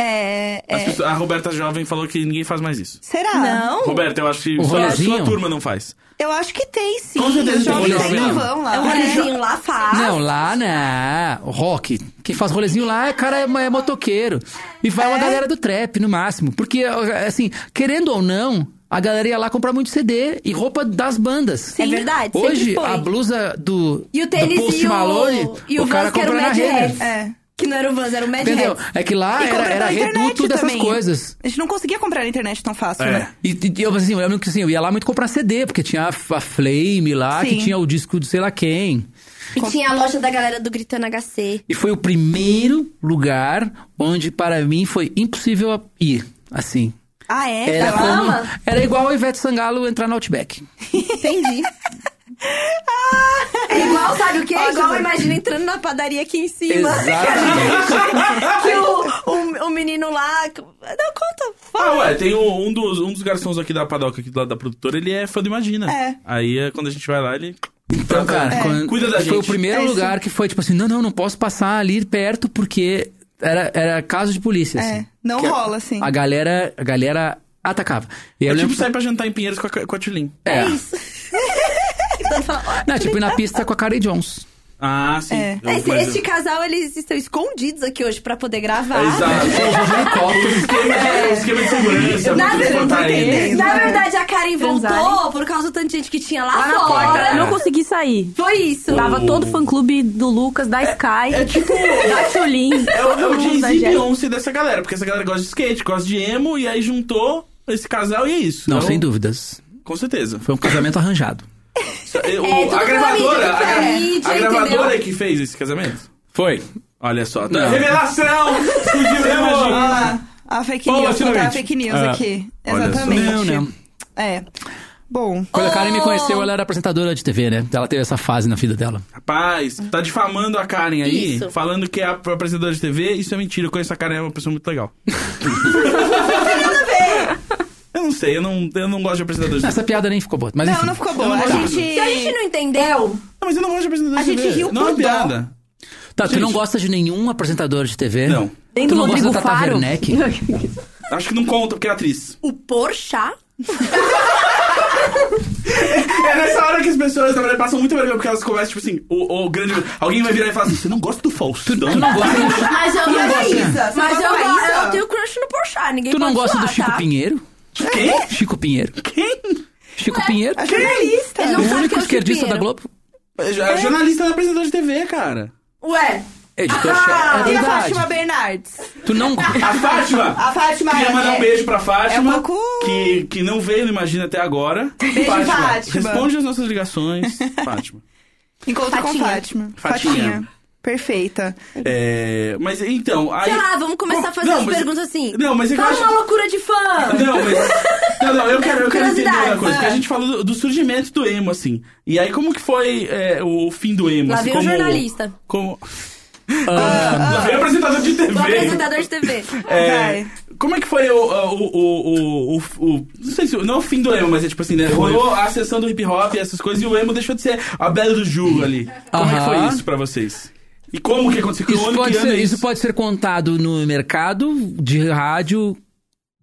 B: É,
C: As
B: é.
C: pessoas- a Roberta Jovem falou que ninguém faz mais isso.
B: Será?
D: Não.
C: Roberta, eu acho que
A: O
C: só a sua
A: rolezinho?
C: turma não faz.
B: Eu acho que tem, sim.
C: Com certeza
B: Os
C: tem
B: jovens
A: rolezinho.
B: ainda vão lá.
D: É um rolezinho lá faz.
A: Não, lá na rock. Quem faz rolezinho lá, é cara, é, é motoqueiro. E vai
D: É?
A: uma galera do trap, no máximo. Porque, assim, querendo ou não, a galera ia lá comprar muito CD e roupa das bandas.
D: É verdade, sempre
A: Hoje,
D: foi.
A: a blusa do,
D: E o
A: do
D: tênis
A: Post
D: e o-
A: Malone,
D: e o
A: cara
D: Vans, que era o
A: compra na
D: Mad
A: rede.
D: Hats.
B: É.
D: Que não era o Vans, era o Mad
A: Entendeu?
D: Hats.
A: É que lá
B: E
A: era,
B: compra
A: era
B: pela internet
A: reduto dessas
B: também.
A: coisas.
B: A gente não conseguia comprar na internet tão fácil,
C: É.
B: né?
A: E, e- e eu, assim, eu lembro que assim, eu ia lá muito comprar CD, porque tinha a, a Flame lá,
B: Sim.
A: que tinha o disco de sei lá quem.
D: E tinha a loja da galera do Gritando HC.
A: E foi o primeiro lugar onde para mim foi impossível ir, assim.
B: Ah, é?
A: Era,
B: Tá lá?
A: como,
D: ama?
A: era igual a Ivete Sangalo entrar no Outback.
D: Entendi. É igual, sabe o quê? É
B: Olha,
D: igual,
B: gente.
D: imagina, entrando na padaria aqui em cima.
A: Exatamente.
B: <laughs>
D: Que o, o, o menino lá... Não, conta.
C: Ah,
D: Fala.
C: ué, tem um, um dos, um dos garçons aqui da padoca, aqui do lado da produtora, ele é fã do Imagina.
B: É.
C: Aí é quando a gente vai lá, ele.
A: Então, cara, quando-
C: Cuida da
A: foi
C: gente.
A: o primeiro
B: É isso.
A: lugar que foi tipo assim: não, não, não posso passar ali perto porque era, era caso de polícia.
B: É,
A: assim.
B: não
A: Que a-
B: rola, assim.
A: A galera, a galera atacava. E eu
C: É
A: lembro
C: tipo sair pra jantar em Pinheiros com a, com a Tulin.
A: É.
D: isso. Então, fala, ó,
A: Não, tipo, ir na pista com a Karen Jones.
C: Ah, sim.
B: É.
C: Eu-
D: Esse,
C: mas eu-
D: este casal, eles estão escondidos aqui hoje pra poder gravar.
C: Exato. É um esquema, de, esquema de segurança.
D: Na
C: pra
D: verdade,
C: botar ele.
D: Na verdade, a Karen voltou
E: Transarem.
D: por causa do tanto de gente que tinha lá,
E: Lá na
D: fora.
E: porta,
C: né?
A: tá?
E: eu não consegui sair.
D: Foi isso.
E: Tava todo o fã-clube do Lucas, da Sky, da Tulin,
C: tipo- É o, é
E: todo
C: o
E: mundo da
C: Jay-Z e
E: Jéssica.
C: Beyoncé dessa galera, porque essa galera gosta de skate, gosta de emo, e aí juntou esse casal e é isso.
A: Não,
C: Então,
A: sem dúvidas.
C: Com certeza.
A: Foi um casamento arranjado.
C: Eu-
D: É, tudo
C: a
D: pra
C: gravadora,
D: mídia, tudo pra
C: a,
D: mídia,
C: a gravadora é
D: entendeu?
C: que fez esse casamento?
A: Foi.
C: Olha só. tá.
A: Não.
D: <laughs>
C: Revelação! Explodiu,
D: Ah,
B: Olha
C: né,
B: lá. Ah, A fake
C: Paula
B: news, contar a
C: Sinovitch.
B: fake news
A: É.
C: Ah,
B: aqui.
C: olha só.
B: Exatamente.
A: Não, né? não.
B: É. Bom.
A: Quando a Karen me
D: Oh!
A: conheceu, ela era apresentadora de TV, né? Ela teve essa fase na vida dela.
C: Rapaz, tá
B: Uhum.
C: difamando a Karen aí,
D: Isso.
C: falando que é a apresentadora de TV. Isso é mentira, eu conheço a Karen, é uma pessoa muito
B: <laughs>
C: legal. Eu não sei, eu não, eu não gosto de apresentador de TV.
A: Essa piada nem ficou boa. Mas
B: Não,
A: enfim.
B: não ficou bom. A
C: gosto.
B: gente.
D: Se a gente não entendeu,
C: Não, mas eu não gosto de apresentador
B: A
C: de
B: gente
C: TV.
B: riu
C: não é
B: por
C: uma
B: dó.
C: piada.
A: Tá, tu
C: Gente.
A: não gosta de nenhum apresentador de TV?
C: Não.
E: Nem
A: tu
E: do
A: não gosta
E: Rodrigo
A: da Tata
E: Faro. <laughs>
A: Werneck?
C: Acho que não conta porque é atriz.
D: o Porchat...
C: É nessa hora que as pessoas, na verdade, passam muito vergonha porque elas começam, tipo assim, o, o grande. Alguém vai virar e falar assim: você não gosta do Faustão?
A: Tu não gosta,
D: Mas eu
B: Mas
D: gosto.
C: né?
B: é Isa, você
D: Mas
B: gosta
D: eu,
B: da
D: gosto-
B: Isa?
D: eu tenho crush no Porchat, ninguém
A: tu não
D: pode
A: gosta
D: zoar,
A: do Chico
D: tá?
A: Pinheiro?
C: Quem?
A: Chico Pinheiro.
C: <laughs> Quem?
A: Chico Pinheiro?
B: A jornalista.
D: Ele
A: O
D: não
A: único
D: sabe quem é o Chico
A: esquerdista da
D: Pinheiro.
A: Globo?
C: É jo- é jornalista da apresentadora de TV, cara.
D: Ué,
A: Editor-chefe. É
B: E a
A: verdade.
B: Fátima Bernardes.
A: Tu não gosta.
C: A Fátima!
B: A Fátima
C: Queria
B: é-
C: mandar um beijo pra
B: é
C: Fátima.
B: um pouco-
C: que, que não veio, não imagina até agora.
B: Beijo, Fátima.
C: Responde as nossas ligações,
D: <laughs>
C: Fátima.
B: Encontro
D: Fatinha.
B: com Fátima.
C: Fatinha.
B: Perfeita.
C: É, mas então. Aí...
D: sei lá, vamos começar a fazer
C: Não,
D: as
C: mas-
D: perguntas assim.
C: Não, mas é que eu
D: Fala
C: acho.
D: uma loucura de fã!
C: <laughs> Não, mas. Não, não, eu quero, eu quero entender
D: Curiosidades,
C: uma coisa.
D: é.
C: Porque a gente falou do, do surgimento do emo, assim. E aí, como que foi é, o fim do emo?
D: Lá
C: assim,
D: vem o
C: como-
D: jornalista. Ah.
C: Como.
A: Ah.
C: Lá vem o apresentador de TV.
D: O apresentador de TV.
C: É,
B: Vai.
C: como é que foi o, o, o, o, o- o- Não sei se. Não é o fim do emo, mas é tipo assim, né? Rolou a sessão do hip hop e essas coisas e o emo deixou de ser a bela do Ju ali. Como é que foi
A: Aham.
C: isso pra vocês? E como que aconteceu? Que
A: Isso
C: ano
A: pode,
C: que ano
A: ser,
C: é
A: isso pode ser contado no mercado de rádio.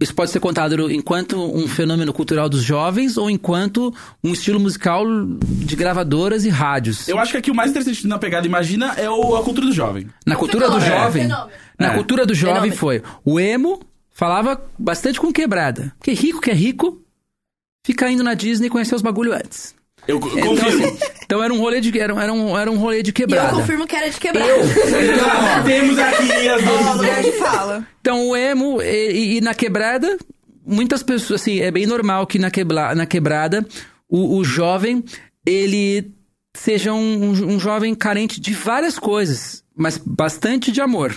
A: Isso pode ser contado no- enquanto um fenômeno cultural dos jovens ou enquanto um estilo musical de gravadoras e rádios.
C: Eu acho que aqui o mais interessante na pegada, imagina, é o, a cultura do jovem.
A: Na cultura do
D: Fenômeno,
A: jovem.
D: fenômeno.
A: Na
C: É.
A: cultura do jovem
D: Fenômeno.
A: foi. O emo falava bastante com quebrada. Porque rico que é rico, fica indo na Disney e conhecer os bagulho antes.
C: Eu
A: Então,
C: confirmo.
A: assim, então era um rolê de era, um- era um, era um rolê de
D: E eu
A: quebrada.
D: confirmo que era de quebrar.
C: <laughs> Temos aqui as
B: Ó,
C: duas.
B: lugar de fala.
A: Então o emo e, e- e na quebrada, muitas pessoas, assim, é bem normal que na, quebla, na quebrada o, o jovem, ele seja um, um jovem carente de várias coisas, mas bastante de amor.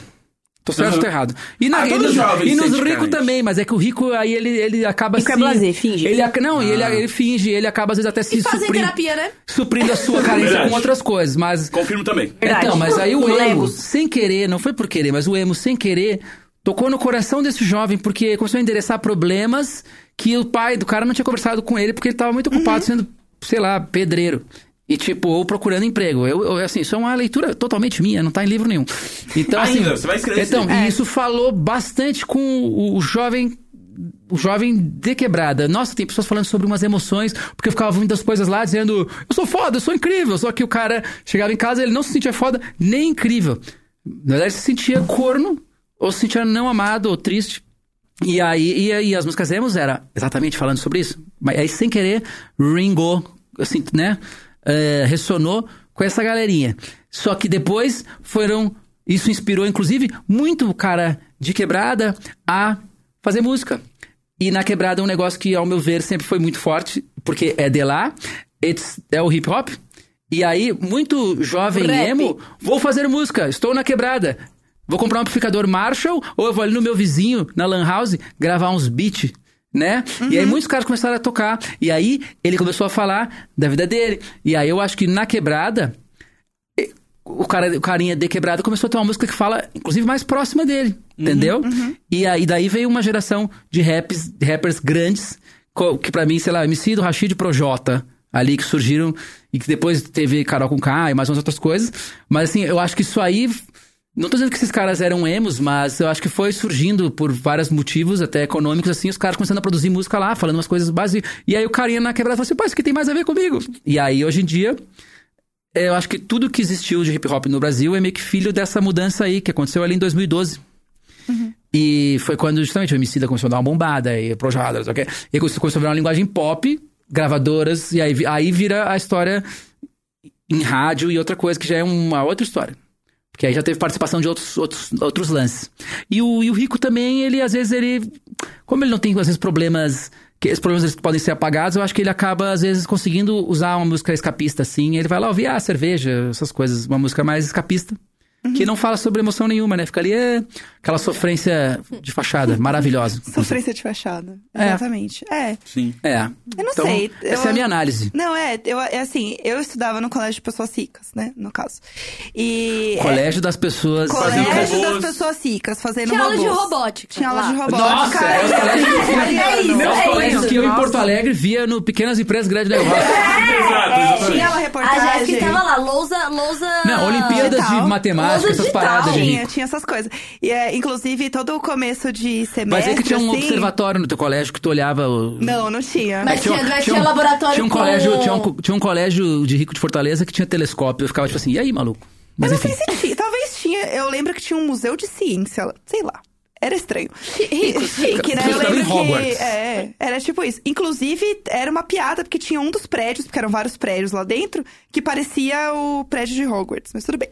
A: Tô certo
C: Aham.
A: ou tô errado? E, na,
C: Ah,
A: e
C: todo
A: nos,
C: jovem
A: e nos
C: sente
A: ricos
C: carente.
A: também, mas é que o rico aí ele, ele acaba
E: Rico é
A: se-
E: blazer, finge.
A: Ele, ac- não, e ele,
C: Ah.
A: ele finge, ele acaba às vezes até se
D: E fazer
A: suprindo,
D: terapia, né?
A: suprindo a
C: <laughs>
A: sua carência
C: Verdade.
A: com outras coisas, mas
C: Confirmo também.
E: Verdade.
A: então, mas aí
E: Com
A: o emo,
E: Legos.
A: sem querer, não foi por querer, mas o emo, sem querer, tocou no coração desse jovem, porque começou a endereçar problemas que o pai do cara não tinha conversado com ele, porque ele tava muito ocupado sendo, sei lá, pedreiro. E tipo, ou procurando emprego. Eu, eu, assim, isso é uma leitura totalmente minha, não tá em livro nenhum. Então, assim,
C: Ainda, você vai escrever esse
A: Então,
C: livro.
A: e isso falou bastante com o, o jovem o jovem de quebrada. Nossa, tem pessoas falando sobre umas emoções, porque eu ficava ouvindo as coisas lá, dizendo, eu sou foda, eu sou incrível. Só que o cara chegava em casa, ele não se sentia foda nem incrível. Na verdade, se sentia corno, ou se sentia não amado, ou triste. E aí, e aí as músicas emos era exatamente falando sobre isso. Mas aí, sem querer, Ringo, assim, né? eh, ressonou com essa galerinha. Só que depois foram. Isso inspirou, inclusive, muito o cara de quebrada a fazer música. E na quebrada é um negócio que, ao meu ver, sempre foi muito forte, porque é de lá, it's- é o hip hop. E aí, muito jovem
D: Rap.
A: emo, vou fazer música, estou na quebrada. Vou comprar um amplificador Marshall ou eu vou ali no meu vizinho, na Lan House, gravar uns beats, né? E aí muitos caras começaram a tocar. E aí ele começou a falar da vida dele. E aí eu acho que na quebrada, eh, o, cara, o carinha de quebrada começou a ter uma música que fala, inclusive, mais próxima dele, entendeu? E aí daí veio uma geração de raps, de rappers grandes, co- que pra mim, sei lá, MC do Rashid Projota, ali que surgiram e que depois teve Carol com K e mais umas outras coisas. Mas assim, eu acho que isso aí. Não tô dizendo que esses caras eram emos, mas eu acho que foi surgindo por vários motivos, até econômicos, assim, os caras começando a produzir música lá, falando umas coisas básicas. E aí o carinha na quebrada falou assim, pô, isso aqui tem mais a ver comigo. E aí, hoje em dia, é, eu acho que tudo que existiu de hip hop no Brasil é meio que filho dessa mudança aí, que aconteceu ali em 2012. E foi quando justamente o Emicida começou a dar uma bombada e projada, não sei o quê. E começou começou a virar uma linguagem pop, gravadoras, e aí, vi- aí vira a história em rádio e outra coisa, que já é uma outra história. Porque aí já teve participação de outros, outros, outros lances. E o, e o Rico também, ele às vezes ele... Como ele não tem, às vezes, problemas que esses problemas eles podem ser apagados, eu acho que ele acaba, às vezes, conseguindo usar uma música escapista, assim. Ele vai lá ouvir, ah, cerveja, essas coisas. Uma música mais escapista.
B: Uhum.
A: Que não fala sobre emoção nenhuma, né? Fica ali, é, aquela sofrência de
B: <laughs>
A: fachada, maravilhosa.
C: <laughs>
B: Sofrência de fachada.
A: É.
B: Exatamente. É.
C: Sim.
A: É.
B: Eu não
A: Então,
B: sei, eu-
A: Essa é a minha análise.
B: Não, é, eu, é assim, eu estudava no colégio de pessoas ricas, né? No caso. E.
A: Colégio das pessoas.
B: é, colégio
C: Fazendo
B: das
C: robôs.
B: pessoas ricas, fazendo
D: Tinha aula de
B: robôs.
D: robótica.
B: Tinha aula de
D: lá.
B: robótica.
A: Nossa, é, os
B: <laughs> é isso,
A: Meus
E: é
A: colégios
E: isso,
A: que eu em
E: nossa.
A: Porto Alegre via no Pequenas Empresas Grande Negócio.
C: Exato,
B: é, Tinha uma
C: exatamente.
D: A
B: reportagem.
D: Jéssica estava lá, lousa, lousa... Tá.
A: Não, Olimpíadas
B: Ah, digital.
A: de Matemática,
D: Mas
A: essas
D: digital.
A: paradas de
B: Tinha,
A: rico.
B: tinha essas coisas. E, é, inclusive, todo o começo de semestre.
A: Mas é que tinha um
B: assim,
A: observatório no teu colégio que tu olhava. o-
B: Não, não é tinha.
D: Mas tinha, tinha,
A: um-
D: laboratório
A: tinha um
D: com-
A: colégio, tinha um, co- tinha um colégio de rico de Fortaleza que tinha telescópio. Eu ficava tipo assim, e aí, maluco?
B: Mas
A: Mas
B: eu não
A: enfim.
B: sei se tinha. Talvez tinha. Eu lembro que tinha um museu de ciência, lá, sei lá. Era estranho.
D: Rico,
B: <laughs> Chique, né?
A: Você
B: Eu
A: estava em
B: lembro
A: Hogwarts.
B: que. É, era tipo isso. Inclusive, era uma piada, porque tinha um dos prédios, porque eram vários prédios lá dentro, que parecia o prédio de Hogwarts, mas tudo bem.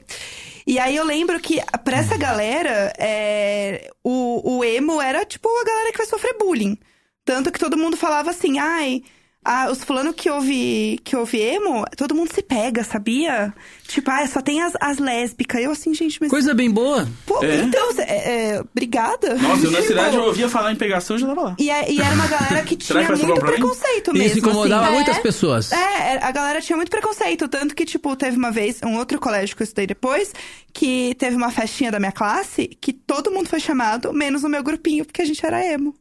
B: E aí eu lembro que, pra essa
C: Uhum.
B: galera, é, o, o emo era tipo a galera que vai sofrer bullying. Tanto que todo mundo falava assim, ai. Ah, os fulano que ouve, que ouve emo, todo mundo se pega, sabia? Tipo, ah, só tem as, as lésbicas. Eu assim, gente, mas.
A: Coisa bem boa.
B: Pô,
C: É?
B: então, cê- é, é, obrigada.
C: Nossa, eu na
B: Tipo,
C: cidade eu ouvia falar em pegação e já tava lá.
B: E, é- e era uma galera que
C: Será
B: tinha
C: que vai sobrar
B: muito
C: pra mim?
B: preconceito
A: E
B: mesmo.
A: isso incomodava
B: assim.
A: muitas
D: É.
A: pessoas.
B: É, a galera tinha muito preconceito. Tanto que, tipo, teve uma vez, um outro colégio que eu estudei depois, que teve uma festinha da minha classe que todo mundo foi chamado, menos o meu grupinho, porque a gente era emo.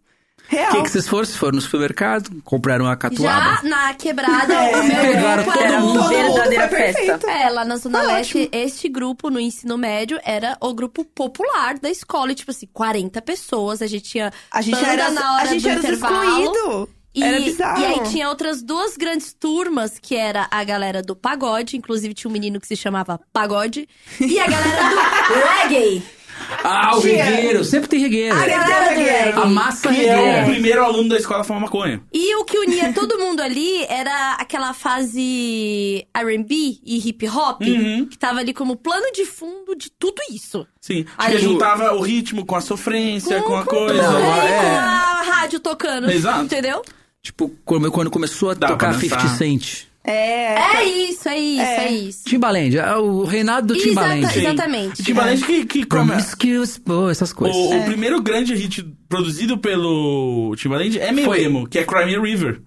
B: Real.
A: O que, que vocês foram? Vocês foram no supermercado, compraram uma catuaba.
D: Já na quebrada,
B: É.
D: o
A: Pegaram
D: meu grupo
A: todo
D: era...
A: mundo.
B: foi
E: Verdadeira festa.
B: perfeito.
D: É, lá na Zona
B: Ah,
D: Leste, este grupo no ensino médio era o grupo popular da escola. E, tipo assim, 40 pessoas. A gente tinha
B: A gente
D: banda
B: era,
D: na hora
B: a gente
D: do
B: era os
D: intervalo.
B: excluído.
D: E,
B: era bizarro.
D: e aí tinha outras duas grandes turmas, que era a galera do pagode, inclusive tinha um menino que se chamava Pagode, e a galera
B: <laughs>
D: do reggae.
A: Ah, o
B: Tinha.
A: regueiro. Sempre tem regueiro.
B: Ah,
D: A galera do reggae.
A: A massa
C: Que é o
A: regueira.
C: primeiro aluno da escola a fumar maconha.
D: E o
A: <laughs>
D: que unia todo mundo ali era aquela fase R&B e hip hop,
C: Uhum.
D: que tava ali como plano de fundo de tudo isso.
C: Sim.
D: Aí
C: Porque
D: eu-
C: juntava o ritmo com a
A: é
C: sofrência, com, a coisa.
D: tudo,
A: Não,
D: aí,
A: é.
D: com a rádio tocando.
C: Exato.
D: Entendeu?
A: Tipo, quando quando começou a
C: Dá pra
A: tocar
C: dançar.
A: 50 Cent.
B: É,
D: É isso, é isso, é, isso.
A: Timbaland. ah, O reinado do Timbaland.
D: Exata-
C: Sim.
D: exatamente.
C: Timbaland que, que começa.
A: Promiscuous, pô, essas coisas.
C: O, o primeiro grande hit produzido pelo Timbaland é meio
A: Foi.
C: emo, que é Cry Me a River,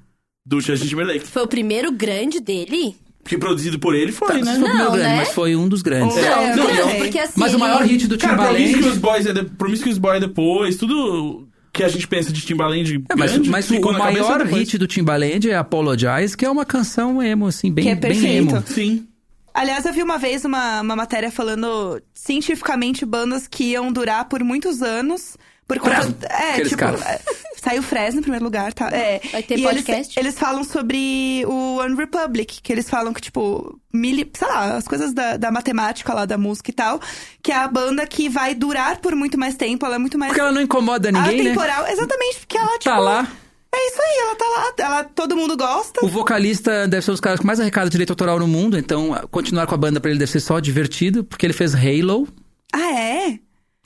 C: do Justin Timberlake.
D: Foi o primeiro grande dele?
C: Que produzido por ele foi,
A: Não sei
C: né?
A: se É, foi o primeiro
D: Não,
A: grande,
D: né?
A: mas foi um dos grandes.
C: É,
D: não,
C: não,
D: não,
C: não.
D: porque assim...
A: Mas o maior
D: ele-
A: hit do
C: Cara,
A: Timbaland...
C: Promiscuous Boys, é de, Promiscuous Boy depois, tudo que a gente pensa de Timbaland
A: É, mas
C: grande,
A: mas o, o
C: ficou na cabeça
A: maior
C: depois.
A: hit do Timbaland é Apologize, que é uma canção emo, assim, bem,
B: Que é
A: bem emo.
B: perfeito.
C: Sim.
B: Aliás, eu vi uma vez uma, uma matéria falando cientificamente bandas que iam durar por muitos anos. Por conta.
A: Fresno,
B: É,
A: aqueles
B: tipo.
A: caras.
B: é, Saiu Fresno em primeiro lugar, tá? É.
D: Vai ter
B: e
D: podcast?
B: Eles, eles falam sobre o One Republic, que eles falam que, tipo, mili, sei lá, as coisas da, da matemática lá, da música e tal, que é a banda que vai durar por muito mais tempo, ela é muito mais.
A: Porque ela não incomoda ninguém, né?
B: atemporal, exatamente, porque ela, tipo.
A: Tá lá,
B: É isso aí, ela tá lá, ela, todo mundo gosta.
A: o vocalista deve ser um dos caras que mais arrecada direito autoral no mundo, então ah, continuar com a banda pra ele deve ser só divertido, porque ele fez Halo,
B: Ah, é?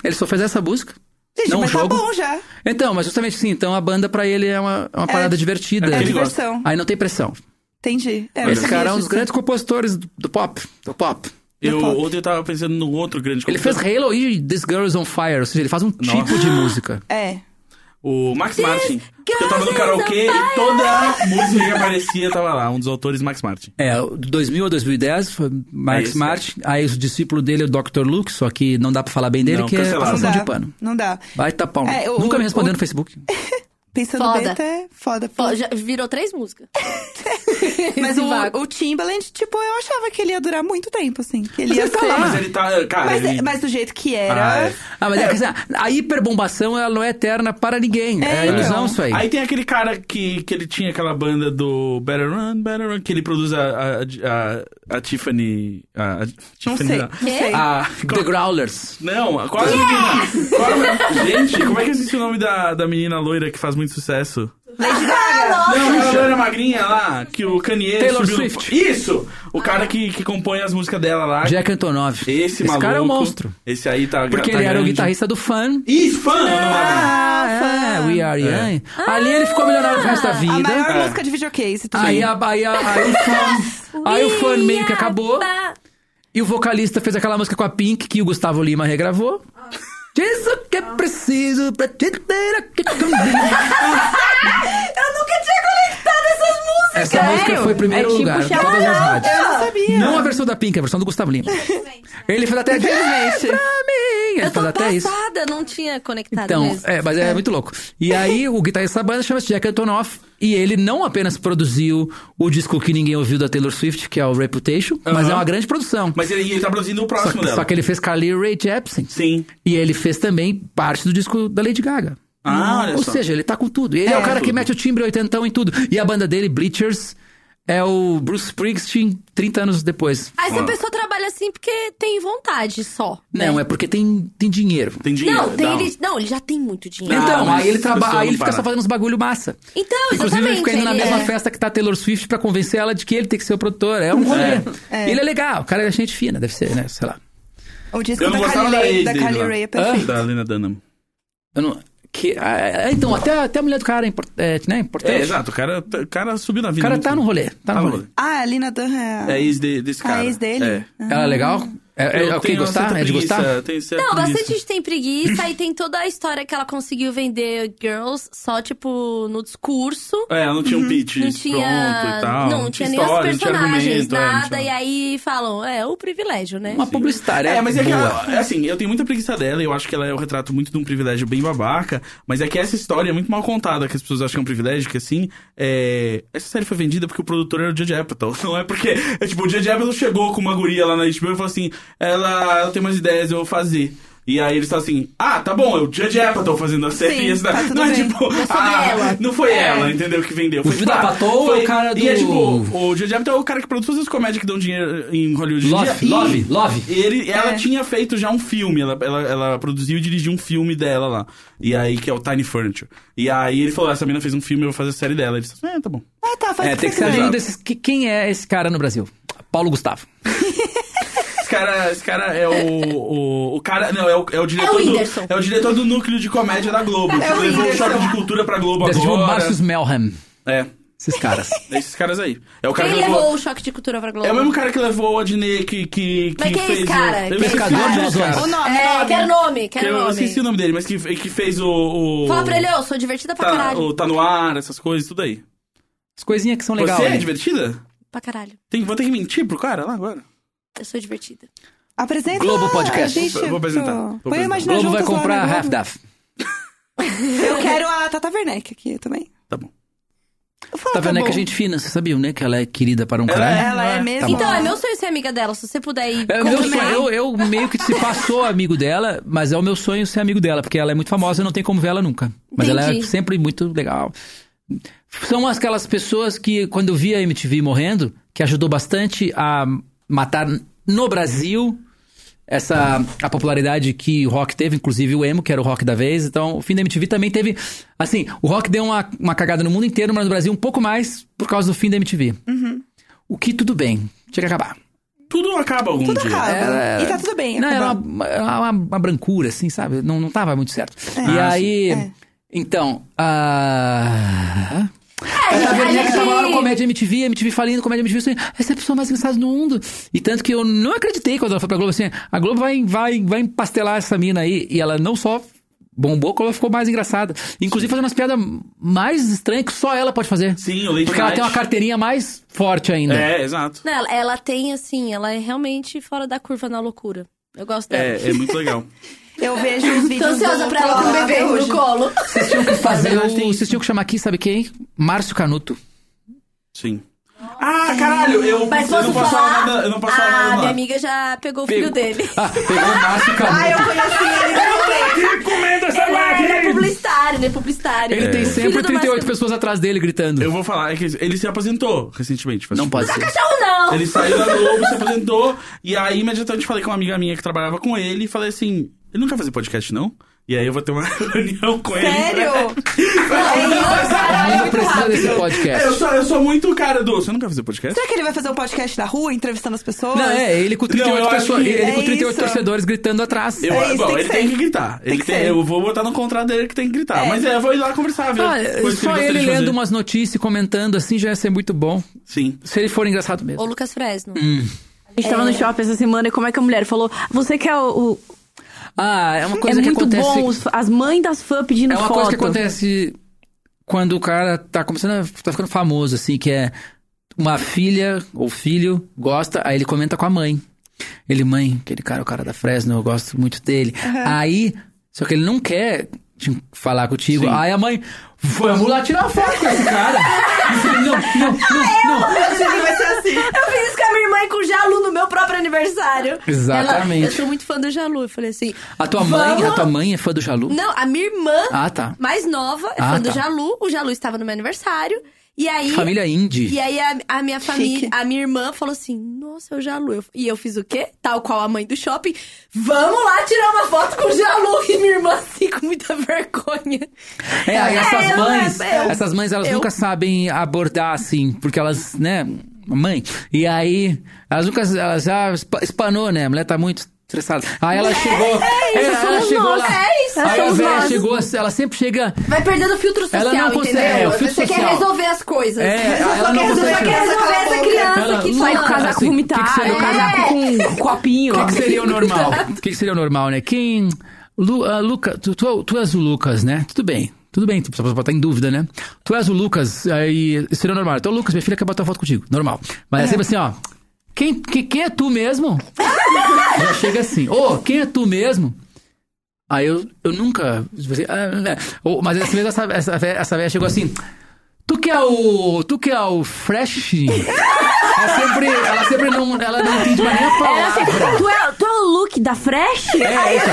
A: ele só fez essa música,
B: Gente,
A: não um
B: mas
A: jogo.
B: tá bom já.
A: Então, mas justamente assim, então a banda pra ele é uma, uma parada divertida.
C: É
B: É
C: Ele gosta.
B: diversão.
A: Aí não tem pressão.
B: Entendi. É,
A: Esse
B: eu
A: cara é um
B: sabia
A: dos
B: disso.
A: grandes compositores do do pop. Do pop.
C: Eu,
B: pop.
C: ontem eu tava pensando no outro grande
A: Ele fez Halo e This Girl Is On Fire, ou seja, ele faz um tipo de música.
B: É.
C: O Max Martin.
D: girl
C: Eu tava no
D: is
C: karaokê
D: on
C: e toda música que aparecia tava lá. Um dos autores, Max Martin.
A: É, de 2000 a 2010, foi Max
C: É isso.
A: Martin. Aí o discípulo dele é o Dr. Luke, só que não dá pra falar bem dele,
C: Não,
A: que é
C: cancelaram.
A: passação
B: dá.
A: de pano.
B: Não dá.
A: Vai tá tapão.
B: É, o-
A: Nunca me
B: o-
A: respondeu
B: o-
A: no Facebook.
B: Pensando
D: Foda.
B: bem até foda.
D: Pô, já virou três músicas.
B: Mas o,
D: Vago.
B: o Timbaland, tipo, eu achava que ele ia durar muito tempo, assim. Que ele
A: Mas
B: ia
A: ele tá
B: ser-
A: lá.
C: Mas ele tá. Cara,
B: Mas,
C: ele-
B: mas do jeito que era.
C: Ah, é.
A: Ah, mas é. que, assim, a hiperbombação ela não é eterna para ninguém. É,
B: É,
A: ilusão
B: então.
A: isso aí.
C: Aí tem aquele cara que, que ele tinha aquela banda do Better Run, Better Run, que ele produz a, a, a, a Tiffany. A, a
B: Não
C: Tiffany
B: sei,
C: não.
B: não sei.
C: A-
A: The Growlers.
C: não, quase. Gente, como é que eu esqueci o nome da, da menina loira que faz muito sucesso?
B: Lady Gaga.
C: Não, a loira magrinha lá, que o Kanye
A: Taylor
C: subiu no-
A: Swift.
C: Isso! O cara que, que compõe as músicas dela lá.
A: Jack Antonov.
C: Esse, maluco.
A: cara é um monstro.
C: Esse aí tá
A: Porque
C: tá
A: ele era o
C: grande.
A: guitarrista do Fun.
C: Ih, fã!
D: É,
A: Ah, We Are Young. Ah, Ali ele ficou milionário pro resto
D: Ah,
A: da
B: A
A: vida.
B: maior
C: É.
B: música de videocase também.
A: Aí, a, aí, a, aí, o fã,
D: <laughs>
A: aí o fã meio que acabou. E o vocalista fez aquela música com a Pink que o Gustavo Lima regravou.
D: Ah.
A: Diz o que é preciso pra te ter aqui comigo.
D: <laughs> Eu nunca tinha conectado essas músicas!
A: Essa música foi primeiro
E: É tipo
A: lugar em
E: Shallow
A: todas as
E: Now.
A: rádios.
B: Eu não sabia.
A: Não a versão da Pink, a versão do Gustavo Lima. Ele fez até. Diz pra mim. Ele
D: Eu tô
A: fez até isso.
D: passada, não tinha conectado
A: Então,
D: mesmo.
A: é, mas é muito louco. E aí, o guitarrista da banda chama-se Jack Antonoff. E ele não apenas produziu o disco que ninguém ouviu da Taylor Swift, que é o Reputation, mas
C: Aham.
A: é uma grande produção.
C: Mas ele, ele tá produzindo o
A: só,
C: próximo
A: que,
C: dela.
A: só que ele fez Carly Rae Jepsen.
C: Sim.
A: E ele fez também parte do disco da Lady Gaga.
C: Ah, olha
A: Ou
C: só.
A: seja, ele tá com tudo. Ele é, o cara que
C: tudo.
A: mete o timbre oitentão em tudo. E a banda dele, Bleachers, é o Bruce Springsteen 30 anos depois.
D: Aí se a
C: Ó.
D: pessoa trabalha assim porque tem vontade só. né?
A: Não, é porque tem, tem dinheiro.
C: Tem dinheiro.
D: Não, tem,
C: dá um-
D: ele, não, ele já tem muito dinheiro.
C: Não.
A: Então,
C: Ah, mas
A: aí ele
C: essa
A: trabalha,
C: pessoa
A: aí ele
C: não
A: fica
C: para.
A: só fazendo uns bagulho massa.
D: Então,
A: Inclusive, ele
D: exatamente.
A: fica indo na
D: ele
A: mesma
D: é-
A: festa que tá a Taylor Swift pra convencer ela de que ele tem que ser o produtor. É um rolê. Ele é legal, o cara é gente fina, deve ser, né? Sei lá.
B: O disco
C: Eu não
B: da
C: gostava
B: Kylie,
C: da Lady
B: Ray- da Kylie
C: lá.
B: Ray é perfeito.
C: Da Lena Dunham.
A: Eu não. Que, ah, então, até, até a mulher do cara é, import, é, né,
C: É,
A: importante.
C: exato. O cara, o cara subiu na
A: O
C: vida.
A: cara
C: muito.
A: tá no rolê. Tá
C: Tá
A: no
C: no
A: rolê.
B: Ah, a Lina Dunham é a-
C: É ex de- desse cara.
B: a ex dele?
C: É.
A: Ela é legal? É, é,
C: Eu
A: é o que
C: tenho uma
A: gostar?
C: certa
A: É de
C: preguiça,
A: gostar?
C: tenho certa
D: Não,
C: preguiça.
D: bastante gente tem preguiça e tem toda a história que ela conseguiu vender Girls só, tipo, no discurso.
C: É, ela não tinha um pitch
D: Uhum. Não
C: pronto
D: tinha,
C: e tal.
D: não, não tinha nem
C: história,
D: os
C: não tinha
D: personagens,
C: argumento, é, não
D: nada.
C: tinha-
D: E aí falam, é, o privilégio, né?
A: Uma publicitária.
C: É, mas é que
A: boa.
C: ela, é assim, eu tenho muita preguiça dela, eu acho que ela é o retrato muito de um privilégio bem babaca, mas é que essa história é muito mal contada, que as pessoas acham que é um privilégio, que assim, é... essa série foi vendida porque o produtor era o Judge Apatow, <laughs> não é porque, é tipo, o Judge Apatow chegou com uma guria lá na HBO e falou assim, ela, ela tem umas ideias, eu vou fazer. E aí eles falam assim, ah, tá bom, é o Judge Apatow fazendo a série.
B: Sim,
C: e essa
B: tá
C: daí-
B: tudo
C: não é
B: bem.
C: tipo,
D: Não foi
C: ah,
D: ela."
C: não foi
D: É.
C: ela, entendeu, que vendeu. Foi,
A: Judge
C: tipo, ah,
A: Apatow é o
C: foi-
A: cara
C: E é
A: do-
C: tipo, o Judge Apatow é o cara que produz todas as comédias que dão dinheiro em Hollywood. hoje em
A: Love,
C: dia. E-
A: love, love.
C: ele, ela
B: É.
C: tinha feito já um filme, ela, ela, ela produziu e dirigiu um filme dela lá. E aí, que é o Tiny Furniture. E aí ele falou: essa menina fez um filme, eu vou fazer a série dela. Ele disse: é, tá bom.
B: Ah, tá, faz
A: É,
B: o
A: tem que ser
B: você
A: ajuda
B: quiser.
A: desses. que- Quem é esse cara no Brasil? Paulo Gustavo.
C: Esse cara, esse cara é o, o. o cara. Não, é o, é o diretor.
D: Whindersson.
C: do, é o diretor do núcleo de comédia da Globo.
B: É o
C: que levou o
B: Whindersson.
C: choque de cultura pra Globo
A: Deve ser o
C: agora.
A: Marcius Melham.
C: É,
A: Esses
C: <laughs>
A: caras.
C: esses caras aí. É o cara
D: Quem
C: que
D: levou o choque de cultura pra Globo?
C: É o mesmo cara que levou o Adnet que. que, que
D: Mas quem é esse
C: fez o-
D: cara?
C: Eu
D: Quem é esse
C: esqueci
A: cara?
C: o nome desse cara.
B: O nome,
D: É,
B: nome.
D: quero nome, quero
C: Eu
D: nome.
C: esqueci o nome dele, mas que, que fez o. o...
D: Fala pra ele, eu sou divertida pra
C: tá,
D: caralho.
C: o tá no ar, essas coisas, tudo aí.
A: As coisinhas que são legais.
C: Você é
A: né?
C: divertida?
D: Pra caralho.
C: Tem, vou ter que mentir pro cara lá agora?
D: Eu sou divertida.
B: Apresenta.
A: Globo Podcast.
B: a gente-
C: Vou- vou apresentar. Vou
B: Põe o
C: apresentar.
B: Imagina
A: Globo vai
C: né?
B: Juntas lá
A: comprar
B: na
A: a
B: Globo.
A: Half Daff.
B: Eu quero a Tata Werneck aqui também.
C: Tá bom.
B: Eu falo,
A: Tá vendo é
B: bom.
A: que a gente fina, você sabia, né? Que ela é querida para um
C: Ela
A: caralho.
B: Ela é
C: Tá
B: mesmo.
A: bom. Um
D: Então, é meu sonho ser amiga dela, se você puder ir.
A: É o meu sonho.
D: combinar.
A: Eu, eu meio que se passou amigo dela, mas é o meu sonho ser amigo dela, porque ela é muito famosa e não tem como ver ela nunca. Mas ela é
D: Entendi.
A: sempre muito legal. São aquelas pessoas que, quando eu vi a MTV morrendo, que ajudou bastante a matar no Brasil essa a popularidade que o rock teve, inclusive o emo, que era o rock da vez. Então, o fim da MTV também teve, assim, o rock deu uma, uma cagada no mundo inteiro, mas no Brasil um pouco mais por causa do fim da MTV. O que tudo bem, tinha que acabar.
C: Tudo acaba algum
B: Tudo
C: dia.
B: acaba.
A: Ela- é-
B: E tá tudo bem.
A: Não, era
B: acabou.
A: uma, era uma- uma brancura, assim, sabe? Não, não tava muito certo. E
C: Ah,
A: aí.
B: sim. É.
A: Então. A.
D: É,
A: a
D: a
A: Werneck
D: gente-
A: tava lá no Comédia MTV, MTV falindo, Comédia MTV, assim, essa é a pessoa mais engraçada do mundo. E tanto que eu não acreditei quando ela foi pra Globo, assim, a Globo vai, vai, vai empastelar essa mina aí. E ela não só bombou, como ela ficou mais engraçada. Inclusive fazendo umas piadas mais estranhas que só ela pode fazer.
C: Sim, o Lady
A: Porque ela tem uma
C: Night.
A: carteirinha mais forte ainda.
C: É, exato.
D: Não, ela, ela tem, assim, ela é realmente fora da curva na loucura. Eu gosto dela.
C: É, é muito legal.
B: Eu vejo os vídeos
D: Tô ansiosa
B: do
D: pra ela com o
B: Coloca um
D: bebê
B: hoje.
D: no colo.
A: Vocês tinham que fazer.
C: Na verdade,
A: o-
C: tem isso.
A: Vocês tinham que chamar aqui, sabe quem? Márcio Canuto.
C: Sim. Ah, caralho, eu,
D: Mas
C: eu
D: posso
C: não posso falar,
D: falar?
C: nada. Eu não posso
D: ah,
C: falar nada. do
D: minha
C: lado.
D: amiga já pegou o filho
A: Pegou.
D: dele.
A: <laughs> Ah, pegou o Márcio Canuto.
B: Ah, eu conheci ele no rolê.
D: Ela- Ele é publicitário, ele é publicitário.
A: Ele tem
D: O
A: sempre
D: filho do
A: 38
D: Márcio-
A: pessoas atrás dele gritando.
C: Eu vou falar, é que ele se aposentou recentemente. faz
A: Não
C: tempo.
A: pode ser.
D: Cachorro não!
C: Ele saiu da Globo, se aposentou, e aí imediatamente falei com uma amiga minha que trabalhava com ele e falei assim: ele não quer fazer podcast, não? E aí eu vou ter uma <laughs> reunião com ele. né?
B: Sério?
A: O
B: Caralho,
A: mundo
B: é um muito
A: precisa
B: rápido.
A: desse
C: É, eu,
A: podcast.
C: sou, eu sou muito cara do. Você nunca fez podcast?
B: Será que ele vai fazer um podcast na rua, entrevistando as pessoas?
A: Não, é, ele com
C: Não,
A: 38,
C: eu acho
A: pessoas,
C: que-
A: ele
B: é
A: com 38
B: isso.
A: torcedores gritando atrás.
C: Eu,
B: É isso,
C: bom,
B: tem que
C: ele
B: ser.
C: tem que gritar. Ele
B: Tem que
C: tem-
B: ser.
C: eu vou botar no contrato dele que tem que gritar.
B: É.
C: Mas é, eu vou ir lá conversar, viu?
A: Ah,
C: Coisa que
A: só
C: gostaria
A: ele
C: de
A: lendo
C: fazer.
A: umas notícias e comentando assim já ia ser muito bom.
C: Sim.
A: Se ele for engraçado mesmo.
D: Ou Lucas Fresno.
C: Hum.
E: A gente tava no shopping essa semana e como é que a mulher falou: Você quer o. o-
A: Ah, é uma coisa
E: é
A: que
E: muito
A: acontece.
E: bom os- as mães das fãs pedindo
A: É uma
E: foto.
A: coisa que acontece quando o cara tá começando a tá ficando famoso, assim, que é uma filha ou filho gosta, aí ele comenta com a mãe. Ele, mãe, aquele cara, é o cara da Fresno, eu gosto muito dele. Aí, só que ele não quer te falar contigo.
C: Sim.
A: Aí a mãe, vamos lá tirar uma foto com esse cara. Eu falei, não, não, não, não.
B: Eu juro que vai ser
A: <laughs>
B: assim.
D: Eu fiz isso com a minha irmã e com o Jalu no meu próprio aniversário.
A: Exatamente.
D: Ela- eu sou muito fã do Jalu. Eu falei assim.
A: A tua mãe,
D: "Vamos?"
A: a tua mãe é fã do Jalu?
D: Não, a minha irmã
A: Ah, tá.
D: mais nova é
A: Ah,
D: fã do
A: tá.
D: Jalu. O Jalu estava no meu aniversário. E aí.
A: Família indie.
D: E aí a, a minha família,
B: Chique.
D: a minha irmã falou assim: "Nossa, é o Jalu". Eu- e eu fiz o quê? Tal qual a mãe do shopping. Vamos lá tirar uma foto com o Jalu e minha irmã assim com muita vergonha.
A: É, aí essas
D: É, eu-
A: mães,
D: eu-
A: essas mães, elas
D: eu-
A: nunca sabem abordar assim, porque elas, né, mãe. E aí, elas nunca, elas já espa- espanou, né? A mulher tá muito estressada. Aí ela chegou, ela, ela
E: somos
A: chegou
E: nós,
A: lá.
D: é isso,
A: aí a
D: somos
A: velha
D: nós.
A: chegou, ela sempre chega.
D: Vai perdendo o filtro social,
A: Ela não consegue-
D: entendeu?
A: é, o filtro
D: Você quer
A: social.
D: resolver as coisas.
A: É, ela não
D: quer resolver,
A: consegue-
D: quer resolver essa criança
A: Ela-
D: que tá
A: Não,
E: Sai com o
D: fala.
A: cara,
E: casaco
A: assim,
E: vomitado,
A: que que seria-
E: o casaco com com copinho.
A: O que, que seria o <laughs> normal? O que, que seria o normal, né? Quem. Lu, ah, Luca, tu, tu, tu és o Lucas, né? Tudo bem. Tudo bem, tu precisa botar em dúvida, né? Tu és o Lucas, aí seria o normal. Então, Lucas, minha filha quer botar foto contigo. Normal. Mas é sempre assim, ó. Quem, que, quem é tu <laughs> mesmo? Já chega assim. Ô, quem é tu mesmo? Aí eu, eu nunca. tipo assim, ah, né? Ô, mas essa vez essa, essa, vé- essa velha chegou assim. Tu que é o. Tu que é o <laughs> Fresh? Ela sempre, ela sempre não. Ela não entende mais nem a
E: Era assim,
A: palavra.
E: tu, é, tu é o look da Fresh?
A: É, isso.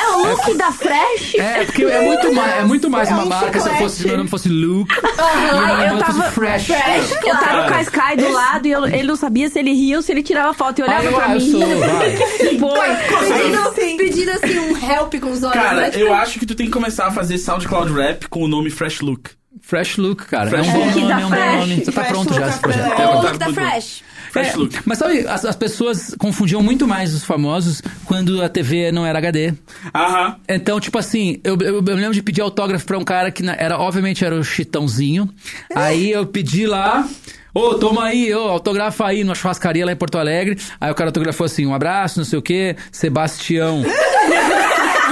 E: É o look da Fresh?
A: É, porque é muito mais, é muito mais
B: É
A: uma
B: um
A: marca se eu fosse, se meu nome fosse Luke.
E: Ai, eu tava.
A: Fresh.
E: Eu tava com a Sky do lado e eu- ele não sabia se ele ria ou se ele tirava foto e
A: Ah,
E: olhava
A: eu,
E: pra
A: ah, eu
E: mim.
A: sou, vai.
E: Pô,
D: Pedindo, pedindo, assim um help com os olhos.
C: Cara,
D: né? Tipo,
C: eu acho que tu tem que começar a fazer SoundCloud Rap com o nome Fresh Look.
A: Fresh Look, cara.
C: Fresh
A: é um bom
C: Look.
A: nome, é um bom
E: Fresh.
A: nome. Você tá
B: Fresh
A: pronto
B: Look
A: já esse projeto.
B: Fresh.
D: é o
C: tá
D: look da
C: muito-
D: Fresh.
C: Fresh
A: É,
C: Look.
A: Mas sabe, as, as pessoas confundiam muito mais os famosos quando a TV não era HD.
C: Aham.
A: Então, tipo assim, eu, eu, eu me lembro de pedir autógrafo pra um cara que na- era, obviamente era o Chitãozinho. Aí eu pedi lá, ô, toma aí, ô, autografa aí numa churrascaria lá em Porto Alegre. Aí o cara autografou assim, um abraço, não sei o quê,
C: <laughs>
A: Sebastião.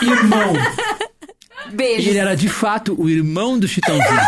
A: irmão. E
D: Beijo.
A: ele era de fato o irmão do Chitãozinho.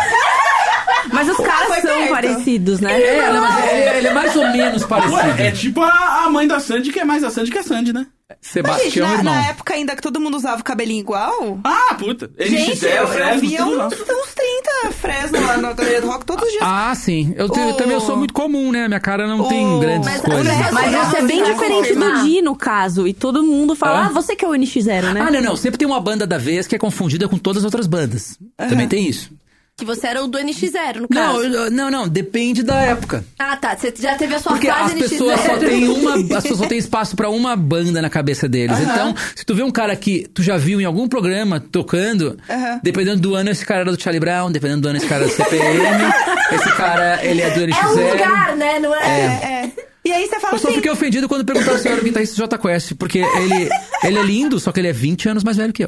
E: Mas os caras
B: foi
E: são
B: perto.
E: parecidos, né?
A: É, mas ele, ele é mais ou menos
C: Ué, é
A: parecido.
C: tipo a, a mãe da Sandy, que é mais a Sandy que a Sandy, né?
B: Mas, gente,
A: Sebastião,
B: na,
A: é irmão.
B: na época ainda que todo mundo usava o cabelinho igual...
C: Ah, puta. NX0,
B: Gente,
D: é
B: é um eu, eu
C: Fresno,
B: via
C: tudo lá.
B: uns, uns 30 Fresno lá na galeria do rock todos os dias.
A: Ah, sim. Eu, te- eu
B: O-
A: também eu sou muito comum, né? Minha cara não
B: O-
A: tem grandes
B: Mas-
A: coisas.
B: Mas-
E: Mas
B: Não,
E: você é
D: assim,
B: não,
E: bem
B: não,
E: diferente
D: não.
E: do Di, no caso. E todo mundo fala,
A: Hã?
E: ah, você que é o NX0, né?
A: Ah, não, não. Sempre tem uma banda da vez que é confundida com todas as outras bandas. Também tem isso.
D: Que você era o do NX0, no caso.
A: Não, eu- não, não. Depende da época.
D: Ah, tá. Você já teve a sua
A: Porque as
D: fase NX0.
A: pessoas só têm uma. As pessoas só têm espaço pra uma banda na cabeça deles. Então, se tu vê um cara que tu já viu em algum programa tocando,
B: Aham.
A: dependendo do ano, esse cara era do Charlie Brown, dependendo do ano, esse cara é do CPM, esse cara, ele é do NX0.
D: É um lugar, né? Não é?
B: É. E aí você fala
A: Eu só
B: assim...
A: fiquei ofendido quando perguntaram se eu era o guitarrista do Jota Quest, porque ele, ele é lindo, só que ele é 20 anos mais velho que eu.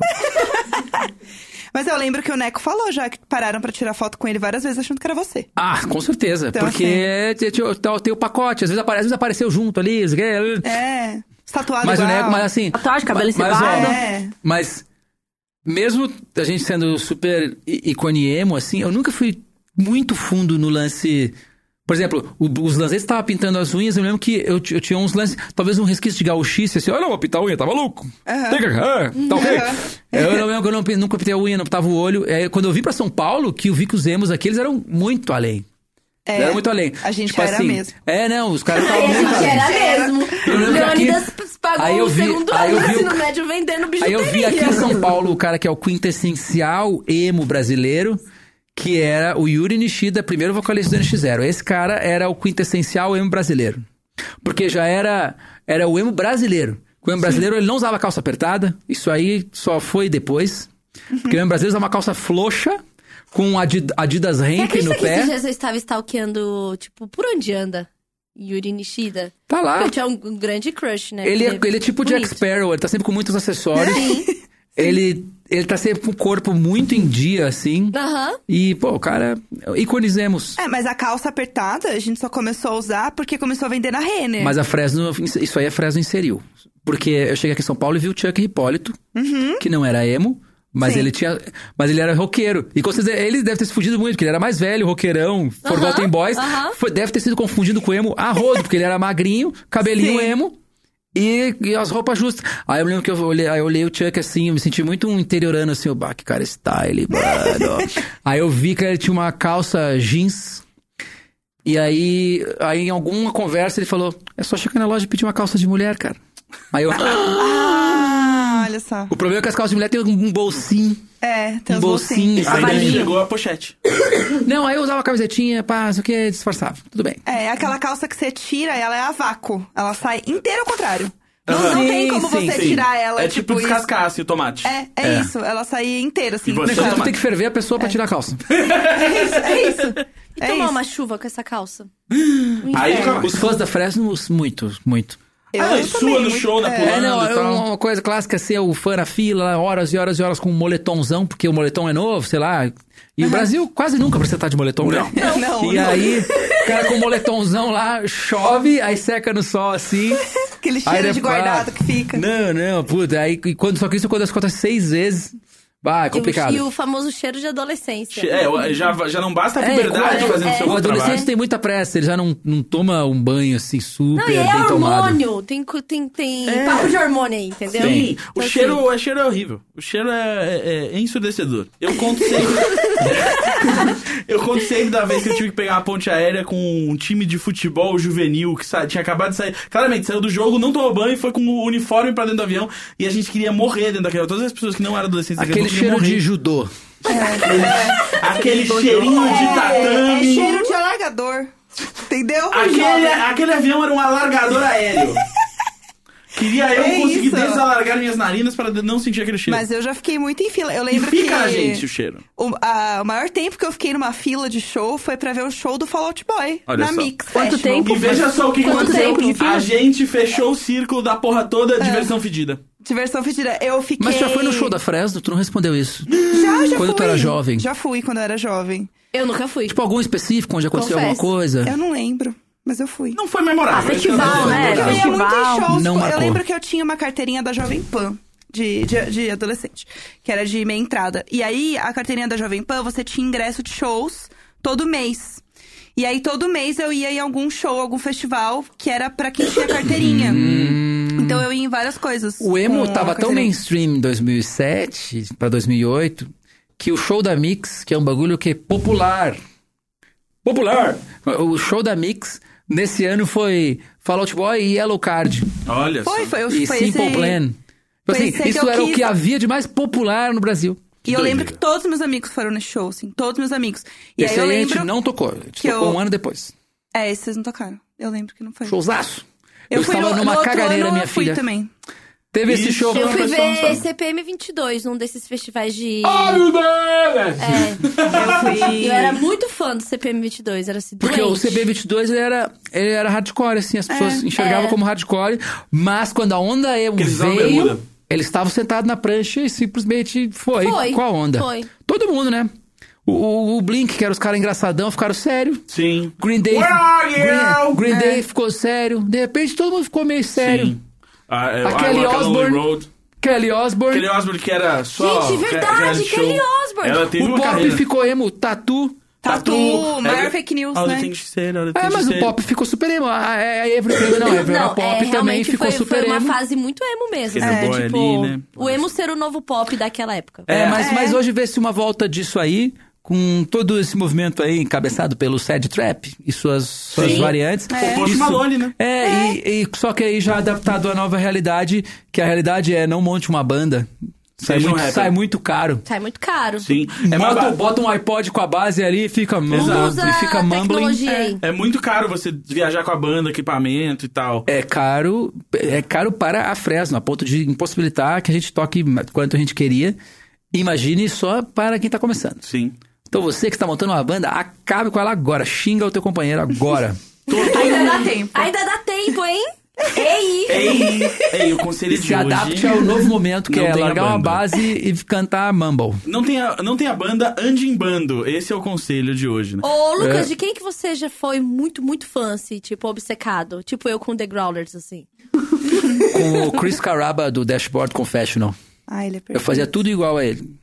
B: Mas eu lembro que o Neco falou já que pararam pra tirar foto com ele várias vezes achando que era você.
A: Ah, com certeza.
B: Então,
A: porque é, te- te- te- tá, tem o pacote, às vezes, apare- às vezes apareceu junto ali. isso aqui,
B: É. Estatuado
A: Mas o
B: igual.
A: Neco, mas assim.
E: Tatuagem, cabelo
A: ma- mas,
E: encebado.
A: ó,
B: É.
A: mas mesmo a gente sendo super i- iconiemo, assim, eu nunca fui muito fundo no lance. Por exemplo, o- os lances estavam pintando as unhas, eu lembro que eu, ti- eu tinha uns lances, talvez um resquício de gauchice, assim, olha, eu vou pintar a unha, tá maluco? Tem que- ah, tá ok?
B: Aham.
A: Eu não lembro que eu não, pin- nunca pintei a unha, não pintava o olho. É, quando eu vim pra São Paulo, que eu vi que os emos aqui, eles eram muito além.
B: É.
A: Eles eram muito além.
B: A gente
A: Tipo
B: era
A: assim,
B: mesmo.
A: É, não, os caras estavam
D: Aí <laughs> a
A: muito além.
D: gente era
B: Era.
D: mesmo. É
A: Eu lembro que
D: Leônidas
A: aqui-
D: pagou
A: aí eu vi-
D: o segundo
A: aí eu
D: ano assim, do
A: vi o-
D: ensino médio vendendo
A: Aí
D: bijuteria.
A: eu vi aqui em São Paulo o cara que é o quintessencial emo brasileiro, que era o Yuri Nishida, primeiro vocalista do NX0. Esse cara era o quintessencial emo brasileiro. Porque já era, era o emo brasileiro. O homem brasileiro, ele não usava calça apertada. Isso aí só foi depois.
B: Uhum.
A: Porque o homem brasileiro usava uma calça frouxa, com Adi- Adidas
D: Você
A: Henke
D: acredita
A: no
D: que esses
A: pé.
D: dias eu estava stalkeando, tipo, por onde anda Yuri Nishida?
A: Tá
D: Porque
A: lá.
D: eu tinha um um grande crush, né?
A: Ele é,
D: Porque
A: ele é tipo Jack
D: bonito.
A: Sparrow, ele tá sempre com muitos acessórios. <laughs> Ele, ele tá sempre com o corpo muito em dia, assim.
D: Aham.
A: E, pô, o cara, iconizemos.
B: É, mas a calça apertada a gente só começou a usar porque começou a vender na Renner.
A: Mas a Fresno, isso aí a Fresno inseriu. Porque eu cheguei aqui em São Paulo e vi o Chuck Hipólito, que não era emo, mas
B: Sim.
A: ele tinha. Mas ele era roqueiro. E com certeza, ele deve ter se fudido muito, porque ele era mais velho, roqueirão, Forgotten Boys.
D: aham.
A: Foi- deve ter sido confundido com emo a rodo, porque ele era magrinho, cabelinho
B: Sim.
A: emo. E, e as roupas justas. Aí eu lembro que eu olhei, aí eu olhei o Chuck assim, eu me senti muito um interiorano assim, o bah, que cara style, mano. aí eu vi que ele tinha uma calça jeans e aí, aí em alguma conversa ele falou: É só chegar na loja e pedir uma calça de mulher, cara. Aí eu.
B: Ah, olha só.
A: o problema é que as calças de mulher tem um bolsinho.
B: É, tem
A: um
B: os
A: bolsinho.
B: bolsinhos.
A: essa
C: Aí daí
A: varinha.
C: chegou a pochete.
A: Não, aí eu usava a camisetinha, pá, não sei o que, disfarçava. Tudo bem.
B: É, aquela calça que você tira, ela é a vácuo. Ela sai inteira ao contrário. Não,
C: Aham.
B: não tem
A: Sim,
B: como
A: sim,
B: você
C: Sim.
B: tirar ela.
C: É tipo,
B: isso.
C: descascar assim, o tomate.
B: É, é, isso. Ela sai inteira, assim.
C: E você
B: sabe?
A: Tu
C: Tomate.
A: tem que ferver a pessoa pra tirar a calça.
B: É isso, é isso.
D: E
B: É
D: tomar
B: isso.
D: uma chuva com essa calça?
C: Aí fica
A: Os fãs da Fresno, os- muito, muito.
B: Eu
C: Ah, e
B: também,
C: sua no
B: muito-
C: show, na
B: é.
A: É,
C: pulando
A: não,
C: e
A: é
C: tal.
A: uma, uma coisa clássica ser o fã na fila, horas e horas e horas com um moletomzão, porque o moletom é novo, sei lá. E o Brasil quase nunca precisa estar de moletom, né? <laughs>
B: Não, não,
A: E
B: não.
A: aí, o cara com o moletomzão lá, chove, aí seca no sol assim.
B: Aquele
A: Aí
B: cheiro de
A: depois- ah,
B: guardado que fica.
A: Não, não, puta. Aí, e quando, só que isso quando as contas seis vezes. Ah, é
D: E o-
A: complicado.
D: E o famoso cheiro de adolescência.
C: É, eu- já, já não basta a
A: É,
C: puberdade
A: o-
C: fazendo
A: é,
C: seu
A: o
C: bom
A: adolescente
C: trabalho.
A: tem muita pressa, ele já não, não toma um banho assim super
D: Não, e é
A: bem tomado.
D: hormônio. Tem, co- tem, tem papo de hormônio aí, entendeu?
C: Sim, o
D: Então, assim,
C: cheiro, o cheiro é horrível. O cheiro é, é- é ensurdecedor. Eu conto sempre. eu conto sempre da vez que eu tive que pegar uma ponte aérea com um time de futebol juvenil que sa- tinha acabado de sair. Claramente, saiu do jogo, não tomou banho, foi com o uniforme pra dentro do avião e a gente queria morrer dentro daquele avião. Todas as pessoas que não eram adolescentes daquele
A: Aquele
C: avião queriam
A: cheiro de
C: morrer.
A: judô.
C: <laughs> Aquele cheirinho de
B: É, é
C: tatame.
B: cheiro de alargador. Entendeu?
C: Aquele,
B: jovem?
C: aquele avião era um alargador
B: <laughs>
C: aéreo. Queria eu
B: É
C: conseguir
B: isso.
C: desalargar minhas narinas para não sentir aquele cheiro.
B: Mas eu já fiquei muito em fila. Eu
C: e
B: lembro
C: fica
B: que.
C: na gente o cheiro.
B: O, a- o maior tempo que eu fiquei numa fila de show foi pra ver o show do Fall Out Boy.
C: Olha só.
B: na Mix.
E: Quanto
B: Festival.
E: tempo?
C: E veja só o que
E: Quanto
C: aconteceu.
E: tempo de filme?
C: a gente fechou o círculo da porra toda, diversão fedida.
B: Diversão fedida. Eu fiquei.
A: Mas tu já foi no show da Fresno, tu não respondeu
B: <gasps>
A: isso.
B: Já, já
A: Quando
B: fui.
A: tu era jovem?
B: Já fui quando eu era jovem.
D: Eu nunca fui.
A: Tipo, algum específico onde aconteceu
D: Confesso.
A: alguma coisa.
B: Eu não lembro, mas eu fui.
C: Não foi memorável.
E: Ah, festival, né?
B: Porque eu ia muito em
E: Festival.
B: shows.
A: Não
B: eu
A: marcou.
B: lembro que eu tinha uma carteirinha da Jovem Pan. De, de, de adolescente, que era de meia entrada. E aí, a carteirinha da Jovem Pan, você tinha ingresso de shows todo mês. E aí, todo mês eu ia em algum show, algum festival, que era pra quem tinha carteirinha. então eu ia em várias coisas.
A: Hum. O emo
B: com a
A: tava tão
B: carteirinha.
A: mainstream em 2007 pra 2008 que o show da Mix, que é um bagulho que é popular. Popular! O show da Mix nesse ano foi Fallout Boy e Yellow Card.
C: Olha
B: Foi,
C: só.
B: foi, eu
A: e
B: foi
A: Simple
B: esse-
A: Plan. Tipo
B: foi
A: assim,
B: esse aí que
A: isso
B: eu
A: era o
B: quis.
A: que havia de mais popular no Brasil.
B: E eu
C: Doideira.
B: lembro que todos meus amigos foram nesse show, assim, todos meus amigos. E
A: Esse
B: aí eu
A: aí a gente
B: lembro.
A: não tocou. A gente
B: que
A: tocou
B: eu-
A: um ano depois.
B: É, esse vocês não tocaram. Eu lembro que não foi.
A: Showzaço. Eu,
B: Eu, fui
A: estava
B: no,
A: numa
B: no outro
A: caganeira,
B: ano,
A: minha
B: eu fui
A: filha.
B: também.
A: Teve esse
C: Ixi,
A: show.
D: Eu
C: Uma
D: fui
C: pessoa não
D: ver
C: sabe.
D: CPM 22, num desses festivais de...
A: É.
D: É.
B: Eu fui.
D: Eu era muito fã do CPM 22, era assim,
A: Porque o
D: doente.
A: CB22 ele era, ele era hardcore, assim, as pessoas enxergavam
D: É.
A: como hardcore, mas quando a onda emo
C: eles usavam
A: veio,
C: bermuda.
A: eles estavam sentados na prancha e simplesmente foi,
D: Foi,
A: com a onda.
D: foi.
A: Todo mundo, né? O, o- o Blink, que era os caras engraçadão, ficaram sério.
C: Sim.
A: Green Day,
C: Where are
A: Green,
C: you? É.
A: Green Day ficou sério. De repente todo mundo ficou meio sério.
C: Sim. Ah, é,
A: Aquele
C: I Walk a Lonely
A: Osborne.
C: Road.
A: Kelly Osbourne,
C: Kelly Osborne que era só...
D: Gente,
C: que-
D: verdade,
C: reality show.
D: Kelly Osbourne.
C: Ela teve
A: o
C: uma
A: pop
C: carreira.
A: ficou emo, tatu.
B: Tatu, maior
C: É,
B: fake news,
C: all the
B: né?
C: things she said, all the
A: É,
C: things
A: mas
C: she
A: o
C: said.
A: pop ficou super emo. A, a, a Every, não, a Every
D: Não,
A: Pop
D: é,
A: também
D: realmente
A: ficou
D: foi,
A: super
D: foi uma
A: emo.
D: fase muito emo mesmo.
C: Aquele
D: assim,
C: boy
D: tipo,
C: ali, né?
D: o emo ser o novo pop daquela época.
A: É, mas,
B: É.
A: mas hoje vê-se uma volta disso aí, com todo esse movimento aí encabeçado pelo Sad Trap e suas, suas
C: Sim.
A: variantes.
C: O Post
A: Isso-
C: Malone, né?
A: É, E, e só que aí já adaptado à nova realidade, que a realidade é não monte uma banda. Sai
C: Seja um
A: muito,
C: rapper.
A: sai muito caro.
D: Sai muito caro.
C: Sim. É, mais
A: bota,
C: barato.
A: bota um iPod com a base ali e fica
D: Não
A: mumbling,
D: usa
A: e fica mumbling.
D: tecnologia aí.
C: é muito caro você viajar com a banda, equipamento e tal.
A: É caro, é caro para a Fresno, a ponto de impossibilitar que a gente toque quanto a gente queria. Imagine só para quem tá começando.
C: Sim.
A: Então você que está montando uma banda, acabe com ela agora. Xinga o teu companheiro
C: <laughs>
A: agora.
B: Ainda dá tempo.
D: Ainda dá tempo,
E: <laughs>
D: hein? Ei!
C: Ei, ei, o conselho de
A: Se adapte
C: hoje...
A: ao novo momento que
C: Não
A: é
C: tem a
A: largar uma
C: banda.
A: base e cantar mumble.
C: Não tem, a, não tem a banda, ande em bando. Esse é o conselho de hoje, né?
D: Ô,
A: É.
D: Lucas, de quem que você já foi muito, muito fã, assim, tipo, obcecado? Tipo eu com The Growlers, assim.
A: Com o Chris Caraba do Dashboard Confessional.
B: Ah, ele é perfeito.
A: Eu fazia tudo igual a ele.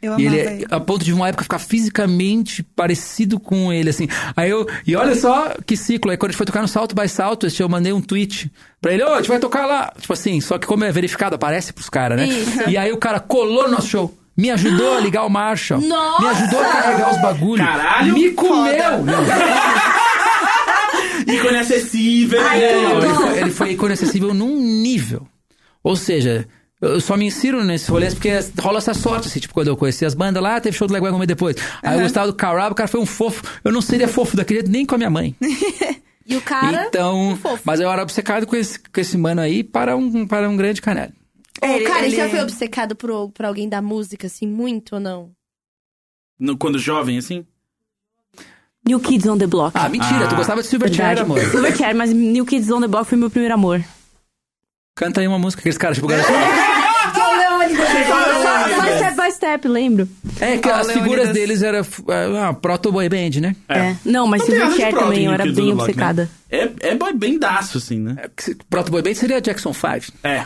B: Eu
A: E
B: amava
A: ele
B: ele.
A: é, a ponto de uma época ficar fisicamente parecido com ele, assim. Aí eu. E olha só que ciclo. Aí quando a gente foi tocar no Salto by Salto, eu mandei um tweet pra ele, ô, a gente vai tocar lá. Tipo assim, só que como é verificado, aparece pros caras, né?
D: Isso.
A: E aí o cara colou no nosso show. Me ajudou a ligar o Marshall.
D: Nossa!
A: Me ajudou a carregar os bagulhos.
C: Caralho,
A: Me comeu! Não,
C: Ícone acessível!
D: É
A: Não, É, ele, foi, ele foi ícone acessível num nível. Ou seja, eu só me insiro nesse rolê porque rola essa sorte, assim, tipo, quando eu conheci as bandas lá, teve show do Legué Gourmet depois. Aí eu gostava do Caraba, o cara foi um fofo. Eu não seria fofo daquele jeito nem com a minha mãe.
D: E o cara. um
A: então,
D: fofo.
A: mas eu era obcecado com esse, com esse mano aí para um, para um grande canal.
D: Ô,
B: Ele-
D: cara,
B: ele-
D: É,
A: é
D: já foi obcecado por, por alguém da música, assim, muito ou não?
C: No- quando jovem, assim?
E: New Kids on the Block.
A: Ah, mentira,
C: Ah,
A: tu gostava de Silverchair, amor.
E: Silverchair, mas New Kids on the Block foi meu primeiro amor.
A: Canta aí uma música que esse cara, tipo, o garoto-
D: Ah,
E: By Step by Step, lembro.
A: É que
B: Ah, o
A: as
B: Leônidas.
A: figuras deles eram ah, proto boy band, né?
E: É. Não, mas
C: tem nada de
E: Silverchair
C: próprio,
E: também, eu
C: né,
E: era
C: Kids on
E: bem
C: the Block,
E: obcecada.
C: né? É, é boy bem daço, assim, né?
A: Proto boy band seria Jackson 5.
C: É.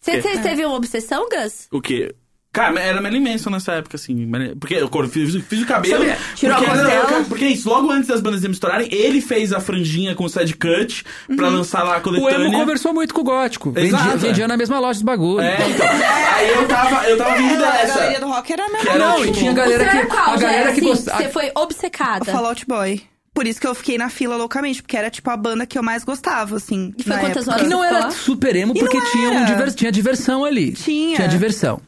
D: Você
A: É.
D: você teve uma obsessão, Gus?
C: O quê? Cara, era Marilyn Manson nessa época, assim. Marilyn- Porque eu cor- fiz, fiz o cabelo.
A: Sabe,
E: tirou
C: porque,
E: a costela.
C: não, eu- porque é isso, logo antes das bandas estourarem, ele fez a franjinha com o side cut pra lançar lá a
A: O Emo
C: coletânea.
A: conversou muito com o Gótico. Vendia,
C: Exato,
A: vendia
C: é.
A: na mesma loja dos bagulho.
C: É, então. Aí eu tava, eu tava vindo
B: Ela, a galeria
C: dessa.
B: do rock era a
C: Que
B: mesma.
C: era,
A: Não, e
C: tipo,
A: tinha galera
D: Você
A: que.
D: era qual,
A: A
D: já?
A: galera que
D: Assim,
A: gostava.
D: Você foi
B: O
D: obcecada.
B: Fallout Boy. Por isso que eu fiquei na fila loucamente, porque era tipo a banda que eu mais gostava, assim.
D: E foi
B: na
D: quantas
B: época.
A: Que
D: horas?
A: não era super emo,
B: E
A: porque
B: não
A: tinha, um
B: era.
A: diver- tinha diversão ali.
B: Tinha.
A: Tinha diversão.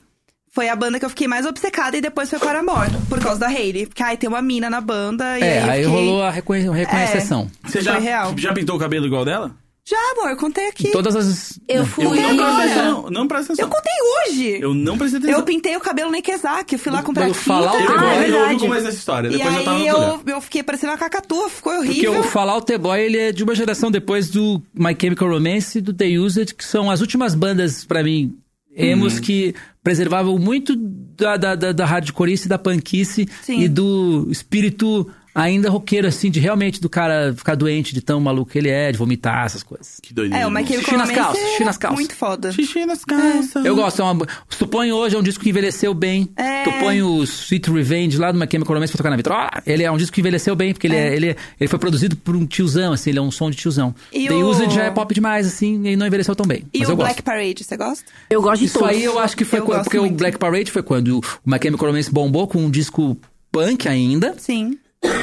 B: Foi a banda que eu fiquei mais obcecada e depois foi para a morte, por causa da Hailey. Porque, ai, tem uma mina na banda e
A: É,
B: eu
A: aí
B: fiquei... É.
A: rolou a reconhe reconheceção.
C: Você já,
B: Foi real.
C: já pintou o cabelo igual dela?
B: Já, amor, contei aqui.
A: Todas as.
D: Eu fui.
C: não presta atenção. Não presta
B: Eu
C: atenção.
B: contei hoje!
C: Eu não prestei
B: Eu
C: atenção.
B: pintei o cabelo na Ikezaki, eu fui lá comprar
A: Quando
B: fita.
A: falar o
C: Eu,
E: Ah, é
C: eu, ouvi
E: verdade.
C: o começo dessa história.
B: E
C: Depois eu tava no
B: aí
C: outro
B: eu,
C: lugar.
B: eu fiquei parecendo uma cacatua, ficou
A: Porque
B: horrível.
A: o Fallout The Boy, ele é de uma geração depois do My Chemical Romance e do The Used, que são as últimas bandas, pra mim, emos,
B: Uhum.
A: que preservavam muito da, da, da, da hardcoreice, da punkice
B: Sim.
A: e do espírito ainda roqueiro, assim, de realmente do cara ficar doente, de tão maluco que ele é, de vomitar, essas coisas.
C: Que doideira.
B: É, o Michael
A: Xixi nas
B: Romance
A: calças, xixi
B: é
A: nas calças.
B: Muito foda.
C: Xixi nas calças.
A: Eu gosto, é uma... Suponho hoje é um disco que envelheceu bem.
B: É.
A: Tu põe o Sweet Revenge lá do My Chemical Romance pra tocar na vitrola. Ele é um disco que envelheceu bem, porque ele, é- ele, é- ele foi produzido por um tiozão, assim, ele é um som de tiozão.
B: E
A: The
B: o-
A: Used já é pop demais, assim, e não envelheceu tão bem.
B: E
A: mas
B: o
A: eu gosto.
B: Black Parade, você gosta?
E: Eu gosto de
A: Isso
E: todos.
A: aí eu acho que foi
B: Eu
A: quando,
B: gosto
A: porque o
B: muito.
A: Black Parade foi quando o My Chemical Romance bombou com um disco punk ainda.
B: Sim.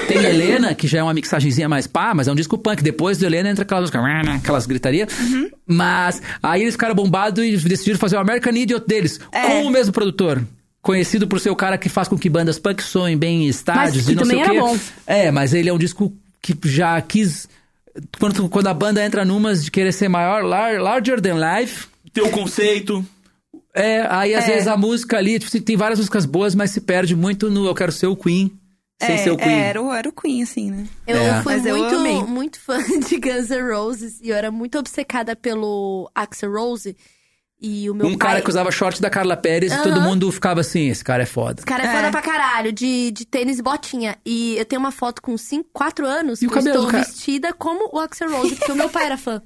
A: Tem Helena, que já é uma mixagenzinha mais pá, mas é um disco punk. Depois do Helena entra aquelas, aquelas gritarias.
E: Uhum.
A: Mas aí eles ficaram bombados e decidiram fazer o American Idiot deles,
E: É.
A: com o mesmo produtor. Conhecido por ser o cara que faz com que bandas punk soem bem em estádios
E: que
A: e não
E: também
A: sei o
E: era
A: quê.
E: bom.
A: É, mas ele é um disco que já quis. Quando, tu- quando a banda entra numas de querer ser maior, lar- larger than life.
C: Teu conceito.
A: É, aí às
B: É.
A: vezes a música ali, tipo, assim, tem várias músicas boas, mas se perde muito no Eu Quero Ser o Queen. Sem
B: é,
A: ser o Queen.
B: é, era, o- era o Queen, assim, né?
D: Eu
A: É.
D: fui
B: Mas eu
D: muito,
B: amei.
D: muito fã <laughs> de Guns N' Roses e eu era muito obcecada pelo Axel Rose. E o meu
A: um
D: pai...
A: cara que usava short da Carla Pérez e
D: Aham.
A: todo mundo ficava assim, esse cara é foda.
D: Esse cara é,
B: É.
D: foda pra caralho, de, de tênis e botinha. E eu tenho uma foto com 5, 4 anos
A: E o
D: que
A: cabelo
D: eu
A: do
D: estou
A: cara?
D: vestida como o Axel Rose, porque o meu pai era fã.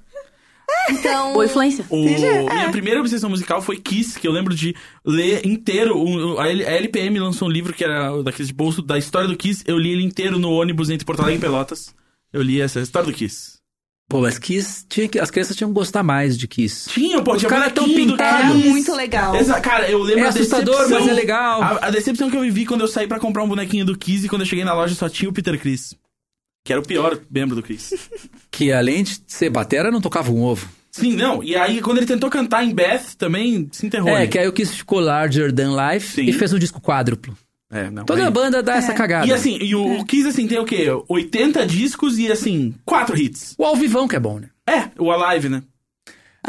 A: É.
D: Então.
E: Boa influência.
C: O-
B: é.
C: Minha primeira obsessão musical foi Kiss, que eu lembro de ler inteiro. O- o- a, L- a LPM lançou um livro que era daqueles de bolso da história do Kiss. Eu li ele inteiro no ônibus entre Porto Alegre e Pelotas. Eu li essa história do Kiss.
A: Pô, mas Kiss, tinha que, as crianças tinham que gostar mais de Kiss.
C: Tinha, pô,
A: Os
C: tinha
A: caras tão
C: bonequinho do
A: pintados.
B: Era
A: Isso.
C: Kiss.
B: muito legal.
C: Exa- cara, eu lembro
A: É
C: a
A: assustador,
C: decepção-
A: mas é legal.
C: A, a decepção que eu vivi quando eu saí pra comprar um bonequinho do Kiss e quando eu cheguei na loja só tinha o Peter
A: <laughs>
C: Chris. Que era o pior membro do Kiss.
A: Que além de ser batera, não tocava um ovo.
C: Sim, não. E aí, quando ele tentou cantar em Beth, também se enterrou.
A: É,
C: né?
A: que aí eu quis escolar Jordan Life
C: Sim.
A: e fez um disco quádruplo.
C: É, não.
A: Toda
C: aí-
A: banda dá essa cagada.
C: E assim, e o, o Kiss, assim, tem o quê? 80 discos e, assim, 4 hits.
A: O ao vivão que é bom, né?
C: É, o
A: <laughs>
C: Alive, né?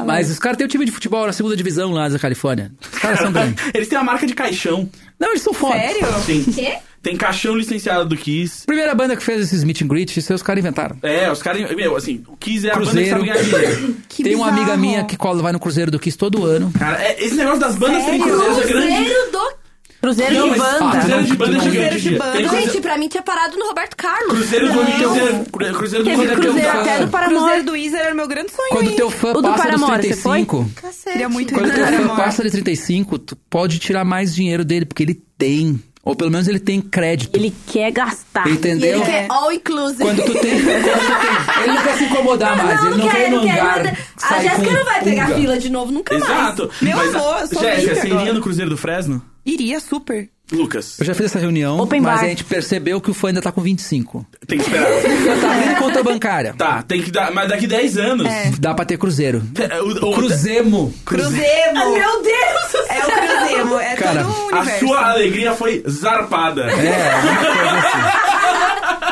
A: Mas os caras têm o time de futebol na segunda divisão lá da Califórnia. Os caras são <laughs> grandes.
C: Eles têm a marca de caixão.
A: Não, eles são foda.
B: Sério? <laughs>
C: Sim.
D: Quê?
C: Tem caixão licenciado do Kiss.
A: Primeira banda que fez esses meet and greet, isso aí os caras inventaram.
C: É, os caras. Meu, assim, o Kiss é a
A: Cruzeiro.
C: banda que
A: <laughs>
C: sabe ganhar dinheiro.
B: Que
A: Tem uma
B: bizarro.
A: amiga minha que cola, vai no Cruzeiro do Kiss todo ano.
C: Cara, é- esse negócio das bandas tem cruzeiros é grande.
D: um Cruzeiro do...
E: Cruzeiro
C: Não,
E: de
C: mas
A: Ah,
E: banda.
C: Cruzeiro de banda é
A: Cruzeiro
C: gigante.
B: de banda.
C: Tem
D: Gente,
C: cruzeiro-
D: pra mim tinha parado no Roberto Carlos.
C: Cruzeiro do Cruzeiro- cru- Cruzeiro do
E: Teve
C: Cruzeiro.
E: cruzeiro
A: Cruzeiro.
E: até do
B: Cruzeiro
E: Paramore.
B: do Weezer era meu grande sonho,
A: Quando
B: hein?
A: teu fã
E: O do
A: passa dos
E: Paramore, você
A: 35,
B: Queria muito
A: quando
B: ir no
A: teu fã
B: Paramore.
A: passa de 35, tu pode tirar mais dinheiro dele, porque ele tem. Ou pelo menos ele tem crédito.
E: Ele tá. quer gastar.
D: E ele
A: Entendeu?
D: quer all inclusive.
A: Quando tu tem. Quando tu tem ele não quer se incomodar mais. ele não quer ir no
D: ele
A: hangar.
D: manda- A Jéssica não vai pegar fila de novo nunca mais.
C: Exato.
B: Meu amor, eu sou
C: Jéssica,
B: hater
C: você iria
B: agora.
C: no Cruzeiro do Fresno?
B: Iria super.
C: Lucas,
A: Eu já fiz essa reunião,
E: Open
A: mas
E: bar.
A: a gente percebeu que o fã ainda tá com 25.
C: tem que esperar.
A: Já tá nem conta bancária.
C: <laughs> tá, tem que dar. Mas daqui 10 anos.
B: É.
C: É,
A: Dá pra ter cruzeiro.
C: O, o-
A: Cruzemo.
B: Cruzeiro!
D: Ah, meu Deus do
B: É o
D: céu.
B: Cruzeiro, é
A: Cara,
B: todo um
C: a
B: universo.
C: sua alegria foi
B: <laughs>
C: zarpada.
A: É, uma coisa assim.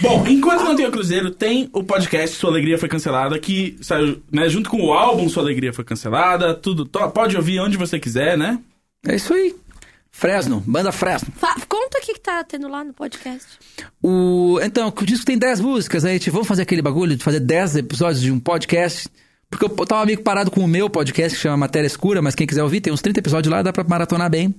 C: Bom, enquanto não tem o Cruzeiro, tem o podcast Sua Alegria Foi Cancelada, que saiu, né, junto com o álbum Sua Alegria Foi Cancelada, tudo. to- pode ouvir onde você quiser, né?
A: É isso aí. Fresno, banda Fresno.
D: Fa- Conta o que que tá tendo lá no podcast.
A: O... Então, o disco tem 10 músicas, aí a gente, vamos fazer aquele bagulho de fazer 10 episódios de um podcast. Porque eu tava meio que parado com o meu podcast, que chama Matéria Escura, mas quem quiser ouvir, tem uns 30 episódios lá, dá pra maratonar bem.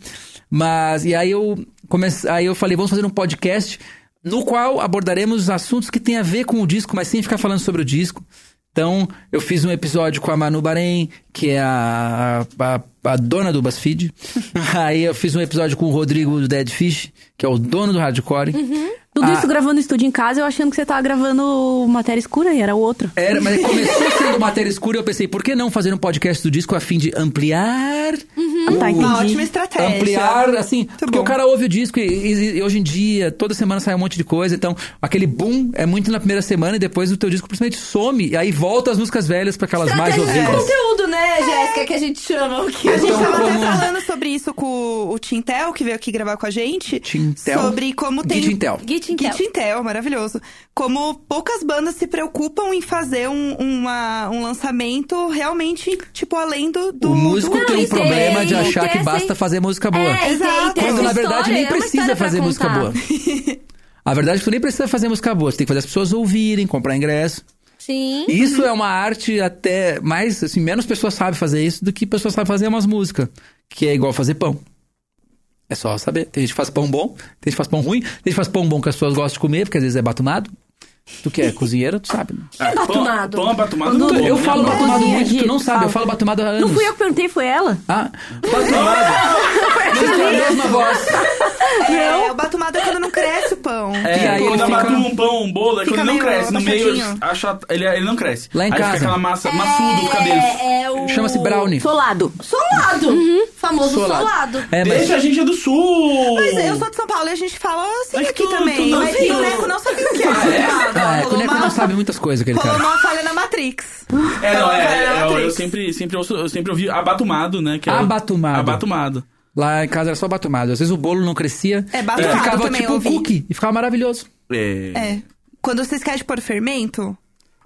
A: Mas, e aí eu comecei, aí eu falei, vamos fazer um podcast no qual abordaremos os assuntos que tem a ver com o disco, mas sem ficar falando sobre o disco. Então, eu fiz um episódio com a Manu Bahrein, que é a, a, a dona do BuzzFeed. Aí eu fiz um episódio com o Rodrigo do Dead Fish, que é o dono do Hardcore. Ah.
E: Tudo isso gravando estúdio em casa, eu achando que você tava gravando matéria escura e era o outro.
C: É
A: Era,
D: <laughs>
A: mas começou sendo matéria escura e eu pensei, por que não fazer um podcast do disco a fim de ampliar?
D: Uhum. Ah,
A: o-
E: Tá, entendi.
B: Uma ótima estratégia.
A: Ampliar, assim, porque
B: bom.
A: o cara ouve o disco e, e- e hoje em dia, toda semana sai um monte de coisa, então aquele boom é muito na primeira semana e depois o teu disco simplesmente some, e aí volta as músicas velhas pra aquelas mais
D: Estratégia de
A: ouvidas.
D: conteúdo, né, Jéssica, que a gente chama aqui.
B: A gente
A: Então,
B: tava
A: como-
B: até falando sobre isso com o Tintel, que veio aqui gravar com a gente.
A: Tintel.
B: Sobre como
A: Gui
B: tem.
A: Tintel.
D: Gui Tintel.
B: Gui Tintel, maravilhoso. Como poucas bandas se preocupam em fazer um, uma- um lançamento realmente, tipo, além do. do
A: O músico
D: Não,
A: tem um
D: e tem-
A: problema de achar que
D: tem-
A: basta fazer música boa.
D: É, e tem, tem
A: Quando
D: uma
A: na verdade
D: história,
A: nem
D: é uma
A: precisa
D: história pra
A: fazer música
D: contar.
A: boa.
D: <laughs>
A: A verdade é que tu nem precisa fazer música boa, você tem que fazer as pessoas ouvirem, comprar ingresso.
D: Sim.
A: Isso é uma arte até mais, assim, menos pessoas sabem fazer isso do que pessoas sabem fazer umas músicas, que é igual fazer pão. É só saber. Tem gente que faz pão bom, tem gente que faz pão ruim, tem gente que faz pão bom que as pessoas gostam de comer, porque às vezes é batumado. Tu que é cozinheiro, tu sabe. né?
C: Ah, pão-
D: batumado?
C: Pão, batumado.
E: Quando
C: não tem.
A: Eu falo
E: Não,
A: batumado
E: cozinha,
A: muito, tu
E: Gito,
A: não sabe, eu
E: fala.
A: falo batumado há anos.
E: Não fui eu que perguntei, foi ela.
A: Ah, batumado. Não tem a mesma voz.
B: É, o batumado é quando não cresce o pão.
A: É,
C: E
A: aí
C: quando
A: ele
C: eu
A: fica-
C: bato um pão, um bolo, é
B: fica
C: quando não
B: meio
C: cresce. No meio,
B: abaixadinho.
C: acha, ele, é, ele não cresce.
A: Lá em
C: Aí
A: casa.
C: fica aquela massa maçuda, fica dentro.
D: É, é o...
A: Chama-se brownie.
E: Solado. Uhum.
D: Solado. Famoso solado.
A: É, mas-
C: Deixa a gente é do sul!
B: Mas eu sou de São Paulo e a gente fala assim
C: Mas
B: aqui
C: tudo,
B: também.
C: tudo,
B: mas
C: tudo.
B: o Neco não sabia o que
C: Ah, é?
B: era.
A: Ah, é,
B: Rolou
A: Cuneco não
B: uma-
A: sabe muitas coisas, aquele
B: Rolou
A: cara.
B: uma falha na Matrix.
C: É, não, é, é,
B: Era
C: eu, eu
B: atriz.
C: sempre, sempre, ouço- eu sempre ouvi abatumado, né? Que é o-
A: Abatumado.
C: Abatumado.
A: Lá em casa era só batumado. Às vezes o bolo não crescia.
B: É, batumado
A: E ficava
B: também,
A: tipo
B: eu
A: um
B: ouvi.
A: cookie. E ficava maravilhoso.
C: É.
B: É. Quando vocês querem pôr fermento,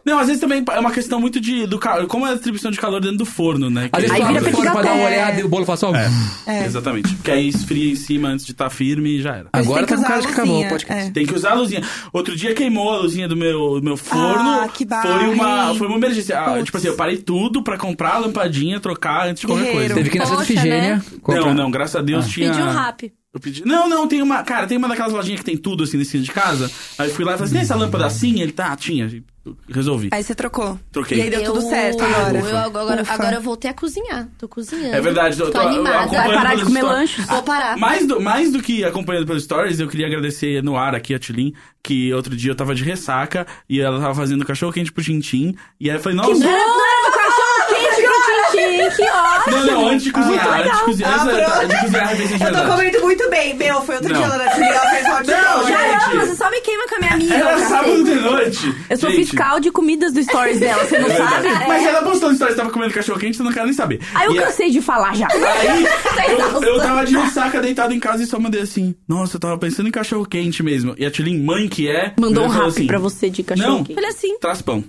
C: Não, às vezes também é uma questão muito de do calor. Como é a distribuição de calor dentro do forno, né?
A: Às vezes
E: Aí
A: tu
E: vira
A: abre o forno pra dar uma
B: frigideira.
A: olhada e o bolo faz só... um.
C: É. Exatamente. Porque aí esfria em cima antes de estar firme e já era.
B: Mas
A: Agora tá
B: tem que
A: com cara de
B: usar
A: que
B: a
A: acabou o
B: luzinha,
A: podcast.
B: é.
C: Tem que usar a luzinha. Outro dia queimou a luzinha do meu, meu forno.
B: Ah, que
C: foi uma
B: barre.
C: Foi uma emergência. Ah,
B: Putz.
C: tipo assim, eu parei tudo pra comprar a lampadinha, trocar antes de qualquer
B: Guerreiro.
C: coisa.
A: Teve que ir na Santa
D: Poxa,
A: Figênia.
D: né?
A: comprar.
C: Não, não, graças a Deus tinha.
D: Pediu um rap.
C: Eu pedi. Não, não, tem uma. Cara, tem uma daquelas lojinhas que tem tudo assim dentro de casa. Aí eu fui lá e falei assim: tem essa lâmpada assim? Ele tá, tinha. Resolvi.
B: aí você trocou.
C: Troquei.
B: E aí deu Tá tudo certo agora.
D: Eu, agora,
B: Ufa.
D: agora eu voltei a cozinhar. Tô cozinhando.
C: É verdade, eu
D: Tô,
C: tô, eu
D: animada.
C: acompanho
E: Vai parar de
C: pelas
E: comer
C: stories. Ah,
E: lanches?
D: Vou parar.
C: Mais do, mais do que acompanhando pelos stories, eu queria agradecer no ar aqui a Tilin, que outro dia eu tava de ressaca e ela tava fazendo cachorro quente pro Tintim. E aí eu falei, nossa,
D: <laughs>
E: um Não era do cachorro quente, que eu tinha Gente, que ótimo!
C: Não, não, antes de cozinhar,
E: Muito
C: antes de
E: Ah, legal.
C: cozinhar, antes da- antes
B: Ah, pronto.
C: de cozinhar é a receita de
B: Eu tô
C: verdade.
B: comendo muito bem. Meu, foi outro
C: Não.
B: dia lá na Julia, ela fez um hot
C: Não,
B: dog.
E: Caramba,
C: Gente.
E: você só me queima com a minha amiga.
C: Era
E: cacete.
C: É sábado de noite.
E: Eu sou
C: Gente,
E: fiscal de comidas
C: <laughs>
E: do stories dela, você não
C: é
E: sabe?
C: verdade. Mas ela postou no stories que tava comendo cachorro quente, então eu não quero nem saber.
E: Aí eu
C: E a-
E: cansei de falar já. <laughs>
C: Aí, eu,
E: exausta.
C: eu tava de ressaca deitado em casa e só mandei assim: Nossa, eu tava pensando em cachorro quente mesmo. E a Tilin, mãe que é.
E: Mandou um
C: falou
E: rap
C: assim,
E: pra você de
C: Não,
E: cachorro quente. é
D: Olha assim.
C: Traz pão.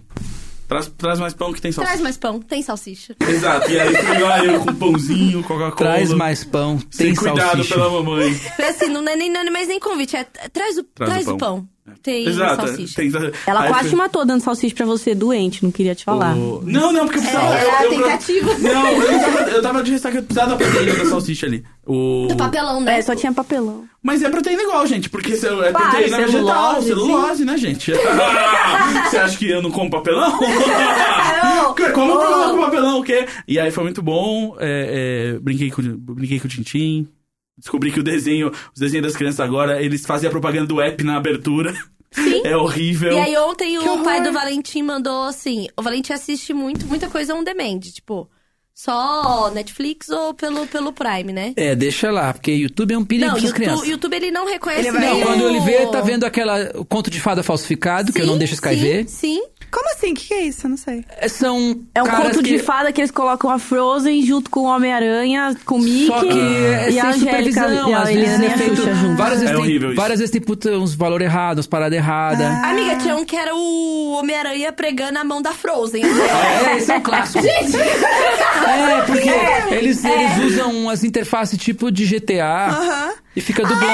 C: Traz, traz mais pão que tem salsicha.
D: Traz mais pão, tem salsicha.
C: Exato. E aí pegou eu com pãozinho, Coca-Cola.
A: Traz mais pão,
C: Sem
A: tem
C: cuidado
A: salsicha.
C: pela mamãe.
D: Foi assim, não é nem, não é mais nem convite, é é, traz o, traz o pão. Tem
C: Exato.
D: salsicha.
C: Tem,
E: Ela
C: aí
E: quase
C: foi-
E: te matou dando salsicha pra você, doente, não queria te falar.
C: O- Não, não, porque eu precisava.
D: É,
C: eu,
D: a
C: eu-
D: tentativa.
C: Não,
D: <laughs>
C: eu tava, eu tava de ressaca, eu precisava da proteína da salsicha ali. O...
D: Do papelão, né?
E: É, só tinha papelão.
C: Mas é proteína igual, gente, porque se- é
E: Claro,
C: proteína
E: celulose,
C: vegetal,
E: sim.
C: celulose, né, gente? <laughs> Você acha que eu não como
D: <laughs>
C: papelão? Que- <laughs> como eu
D: Oh.
C: não como papelão, o quê? E aí foi muito bom, é, é, brinquei, com, brinquei com o Tintim. Descobri que o desenho, os desenhos das crianças agora, eles fazem a propaganda do app na abertura.
D: Sim.
C: <laughs> É horrível.
D: E aí ontem
B: Que
D: o
B: horror.
D: pai do Valentim mandou assim, o Valentim assiste muito, muita coisa on demand, tipo, só Netflix ou pelo, pelo Prime, né?
A: É, deixa lá, porque YouTube é um perigo
D: não,
A: pras crianças.
D: YouTube, YouTube ele não reconhece
B: Ele vai-
D: nem
B: Não,
A: Quando
D: o-
A: ele vê, tá vendo aquela o conto de fada falsificado, que eu não
D: Sim,
A: deixo Sky
D: sim,
A: ver.
D: Sim,
B: Como assim? O que, que é isso? Eu não sei.
A: É, São
E: É um
A: caras
E: conto
A: que...
E: de fada que eles colocam a Frozen junto com o Homem-Aranha, com o Mickey.
A: Só que é
E: e a
A: sem
E: Angélica
A: supervisão,
E: e a
A: às vezes
E: Eliana e
A: é
E: a
A: feito...
E: Xuxa junto.
A: Várias vezes,
C: É horrível
A: tem,
C: isso.
A: várias vezes tem puta, uns valores errados, paradas erradas.
E: Ah,
D: Amiga, tinha um que era o Homem-Aranha pregando a mão da Frozen.
B: <laughs>
A: É, esse é um clássico. É, porque eles, eles usam umas interfaces tipo de GTA
B: Aham.
A: e fica dublando.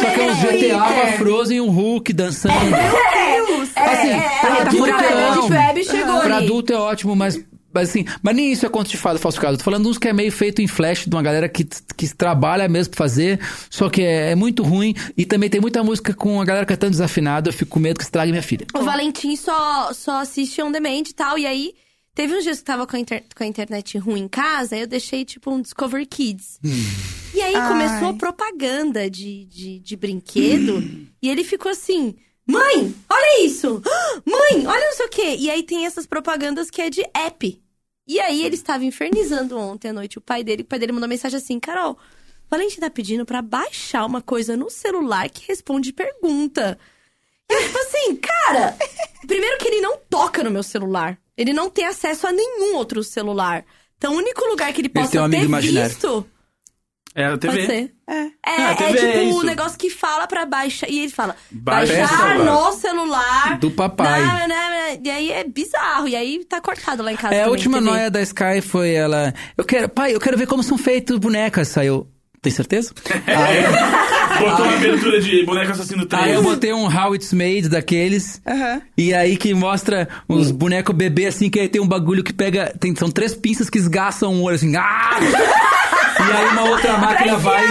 A: Só que é uns
D: é,
A: GTA,
D: é.
A: uma Frozen e um Hulk dançando.
B: Deus!
A: Assim, pra
E: é,
A: adulto
E: tá
A: não.
D: A Deep Web chegou
A: Pra
D: ali.
A: adulto é ótimo, mas. Mas assim, mas nem isso é conto de fada falsificado. Tô falando uns que é meio feito em flash, de uma galera que, que trabalha mesmo pra fazer, só que é, é muito ruim. E também tem muita música com a galera cantando desafinado, eu fico com medo que estrague minha filha.
D: O Valentim só, só assiste on demand e tal. E aí, teve uns dias que tava com a, inter- com a internet ruim em casa, aí eu deixei tipo um Discover Kids. E aí
B: Ai.
D: começou a propaganda de, de, de brinquedo. e ele ficou assim: Mãe, olha isso! <gasps> Ah, Mãe, olha não sei o quê. E aí tem essas propagandas que é de app. E aí ele estava infernizando ontem à noite o pai dele. O pai dele mandou mensagem assim: Carol, o Valentim tá pedindo pra baixar uma coisa no celular que responde pergunta. E eu, tipo assim, cara, primeiro que ele não toca no meu celular. Ele não tem acesso a nenhum outro celular. Então, o único lugar que ele possa
A: tem um amigo
D: ter
A: imaginário.
D: visto
C: É a TV.
D: pode ser.
B: É.
D: É,
C: Ah,
D: é
C: TV é
D: tipo
C: isso.
D: um negócio que fala pra baixar. E ele fala:
C: Baixa
D: baixar
C: o celular.
D: no celular.
A: Do papai.
D: Não, não, não. E aí é bizarro. E aí tá cortado lá em casa.
A: É, a
D: também,
A: última
D: TV.
A: noia da Sky foi ela. Eu quero, pai, eu quero ver como são feitas bonecas. Saiu. Tem certeza?
C: Botou uma abertura de boneco assassino
D: Ah,
C: 3.
A: Aí eu botei um How It's Made daqueles.
B: Aham.
A: E aí que mostra uns bonecos bebê assim, que aí tem um bagulho que pega. Tem, são três pinças que esgaçam o olho assim. Ah! e aí uma outra máquina vai.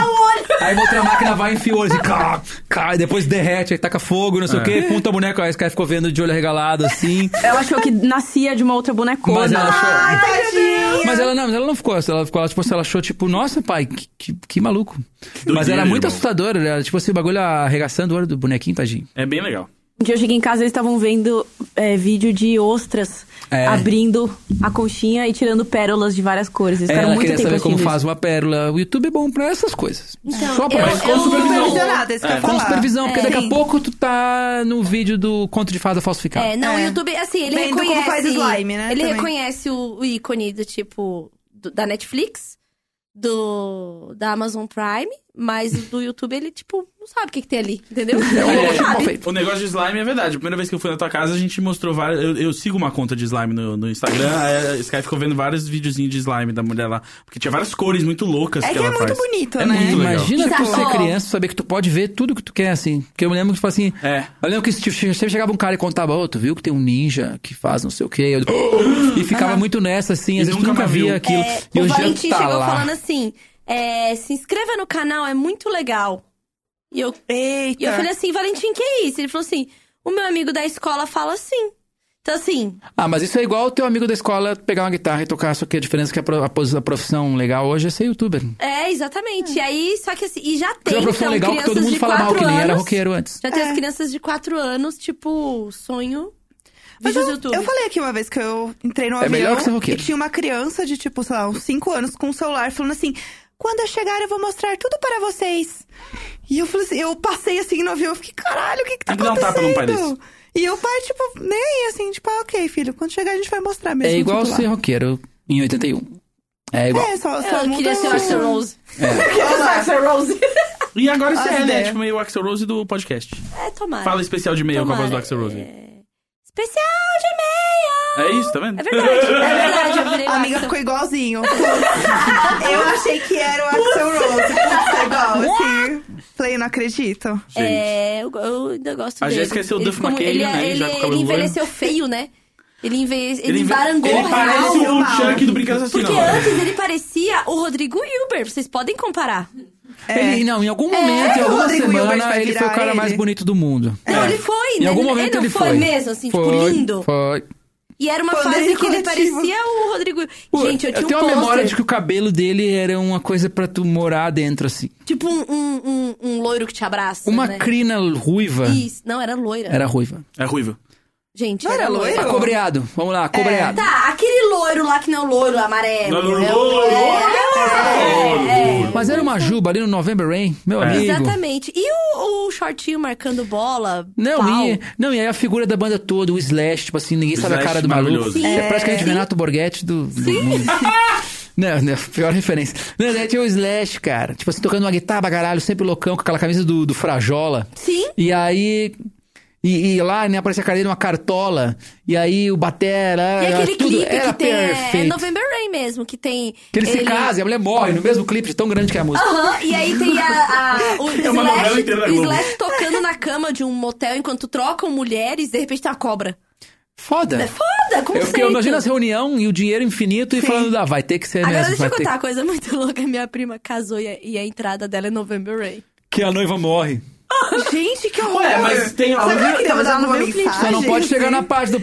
A: Aí uma outra máquina vai e enfia o olho assim. Cá, cá, e depois derrete, aí taca fogo, não sei o quê, punta o boneco. Aí a Sky ficou vendo de olho regalado assim.
E: Ela achou que nascia de uma outra bonecona.
A: Mas ela achou-
B: Ai, tadinha!
A: Mas ela não, mas ela não ficou, ela ficou, ela, tipo, assim, ela achou, tipo, nossa, pai, que, que, que maluco. mas
C: doideira,
A: era muito
C: irmão.
A: assustador, era, tipo assim, o bagulho arregaçando o olho do bonequinho, tadinho.
C: É bem legal.
E: Um dia eu cheguei em casa e eles estavam vendo é, vídeo de ostras
A: É.
E: abrindo a conchinha e tirando pérolas de várias cores. Eles ficaram
A: É, ela
E: muito
A: queria
E: tempo
A: saber como
E: assistindo
A: faz uma pérola. O YouTube é bom pra essas coisas.
B: Então,
A: Só pra
D: eu-
A: isso.
D: eu-
A: Com supervisão.
B: Supervisionado, é isso que eu ia
A: Com
B: falar.
A: supervisão, porque
B: É.
A: daqui a
B: Sim.
A: pouco tu tá no vídeo do conto de fada falsificado.
D: É, não,
B: É.
D: o YouTube, assim, ele
B: Vendo como
D: reconhece.
B: faz slime, né,
D: Ele
B: também.
D: reconhece o, o ícone do tipo. do- da Netflix, do. da Amazon Prime, mas o do YouTube ele, tipo, não sabe o que, que tem ali,
A: <laughs>
D: entendeu?
A: Olha, tipo, mal
D: sabe.
A: feito.
C: O negócio de slime é verdade. A primeira vez que eu fui na tua casa, a gente mostrou várias. Eu, eu sigo uma conta de slime no, no Instagram. A Sky ficou vendo vários videozinhos de slime da mulher lá. Porque tinha várias cores muito loucas.
B: É
C: que,
B: que é
C: ela
B: muito
C: faz.
B: bonito,
C: é
B: né?
C: Muito legal.
A: Imagina
D: legal.
A: tu ser
D: Bizarro.
A: criança e saber que tu pode ver tudo que tu quer, assim. Porque eu me lembro que, tipo assim...
C: É.
A: Eu lembro que se che- sempre chegava um cara e contava, ô, tu viu que tem um ninja que faz não sei o quê. Eu- <gasps> e ficava muito nessa, assim. Às vezes tu
C: nunca
A: nunca
C: mais viu.
A: via aquilo.
D: É,
A: e hoje em
D: o
A: dia
D: Valentim
A: tá
D: chegou
A: lá.
D: falando assim: é, se inscreva no canal, é muito legal. E eu,
B: Eita!
D: e eu falei assim, Valentim, que é isso? Ele falou assim: o meu amigo da escola fala assim. Então, assim,
A: Ah, mas isso é igual o teu amigo da escola pegar uma guitarra e tocar, só que a diferença é que a, pro- a pos- a profissão legal hoje é ser youtuber.
D: é, exatamente. E aí, só que assim, e já
A: Tem
D: tem.
A: é uma profissão legal
D: então,
A: que
D: crianças
A: todo mundo
D: de
A: fala mal,
D: quatro
B: É.
A: que nem era
D: anos-
A: roqueiro antes.
D: Já tem as crianças de 4 anos, tipo, sonho.
B: Mas
D: Vídeos do
B: eu-
D: YouTube.
B: Eu falei aqui uma vez que eu entrei no
A: É
B: avião
A: melhor que ser
B: e
A: roqueiro.
B: tinha uma criança de, tipo, sei lá, uns 5 anos com um celular falando assim. Quando eu chegar, eu vou mostrar tudo para vocês. E eu falei assim, eu passei assim no avião, eu fiquei, caralho, o que que tá
C: Tem que dar um tapa num pai
B: acontecendo? e o pai, tipo, nem aí, assim, tipo, ah, ok, filho, quando chegar a gente vai mostrar mesmo.
A: É igual
B: tipo, lá.
A: ser roqueiro em 81. É igual.
B: É, só, só
D: Eu
B: muda
D: queria ser um
B: o-
D: o Axel
B: <laughs>
D: Rose. Eu queria ser o Axel Rose.
C: E agora você
B: Ah,
C: é, né?
B: ideia.
C: Tipo meio o Axel Rose do podcast.
D: É, tomara.
C: Fala especial de e-mail com a voz do
D: Tomara.
C: Axel Rose.
D: É. Especial de
C: É
D: e-mail!
C: isso, tá vendo?
D: É verdade, é verdade. Eu virei o
B: A amiga
D: Axel. <laughs>
B: ficou igualzinho. eu achei que era o Axel Rose. Putz, é igual, assim. Falei, não acredito.
C: Gente.
D: É, eu, eu ainda gosto
C: A
D: dele.
C: Jéssica é seu
D: Ele
C: Duff
D: ficou mu-
C: McKagan,
D: ele,
C: né? Ele
D: Ele,
C: já com o cabelo
D: ele envelheceu feio, né? Ele, envelhe... ele,
C: enve-
D: embarangou
C: Ele parece um
D: real.
C: o
B: Mal.
C: Chuck do Brincando Assassino.
D: Porque
C: agora.
D: antes ele parecia o Rodrigo Hilbert. Vocês podem comparar. É,
A: Ele, não, em algum momento, em
B: o
A: alguma
B: Rodrigo Hilbert
A: semana,
B: vai
A: ele foi o
B: virar
A: cara mais
B: ele.
A: bonito do mundo.
D: Não,
C: É.
D: ele foi,
A: Em
D: né?
A: algum
D: Ele-
A: momento
D: ele não
A: ele
D: foi mesmo, assim, tipo,
A: Foi,
D: lindo.
A: Foi.
D: E era uma
B: Poder
D: fase que ele
B: coletivo.
D: parecia o Rodrigo.
A: Pô,
D: Gente, eu tinha
A: tenho
D: um
A: a memória
D: pôster,
A: de que o cabelo dele era uma coisa pra tu morar dentro, assim.
D: tipo um, um, um- um loiro que te abraça.
A: Uma
D: né?
A: crina ruiva.
D: Isso. Não, era loira.
A: Era ruiva.
C: É ruivo.
D: Gente,
B: Não
D: era,
B: era
D: loira.
B: loiro? Eu-
A: Cobreado. Vamos lá, cobreado.
D: Tá, aquele loiro lá que não é o loiro amarelo.
C: Não, não,
D: é o
C: loiro,
D: é,
C: loiro,
D: é,
C: loiro.
D: é.
A: Mas era uma juba ali no November Rain, meu
C: É.
A: amigo.
D: Exatamente. E o, o shortinho marcando bola?
A: Não
D: pau?
A: e, não, e aí a figura da banda toda, o Slash, tipo assim, ninguém
C: O
A: sabe a
C: Slash
A: cara do maluco.
C: maravilhoso. Sim.
A: É praticamente o Renato Borghetti do, do mundo. <laughs> Não, não, pior referência. Não, daí tinha o Slash, cara. Tipo assim, tocando uma guitarra pra caralho, sempre loucão, com aquela camisa do, do Frajola.
D: Sim.
A: E aí. E, e lá, né, aparecia a cara dele uma cartola. E aí o Batera. era
D: E aquele
A: Ah, tudo,
D: clipe
A: era
D: que tem. é- É
A: perfeito.
D: November Rain mesmo, que tem.
A: que ele, se casa e a mulher morre no mesmo clipe, de tão grande que é a música.
D: Aham, e aí tem a, a-
C: <laughs>
D: o
C: É uma novela
D: Slash,
C: inteira da
D: o
C: Globo.
D: Slash tocando na cama de um motel enquanto trocam mulheres, de repente tem uma cobra.
A: Foda.
D: É foda,
A: Eu,
D: conceito.
A: fiquei, assim, eu imagino as reunião e o dinheiro infinito e falando, ah, vai ter que ser
D: Agora
A: mesmo.
D: deixa eu
A: vai ter
D: contar uma coisa muito louca. Minha prima casou e a, e a entrada dela é November Rain.
A: que a noiva morre.
B: Gente, que horror.
C: Ué, mas tem
B: Será que eu queria mandar uma mensagem?
A: Só não pode
B: assim?
A: chegar na parte do.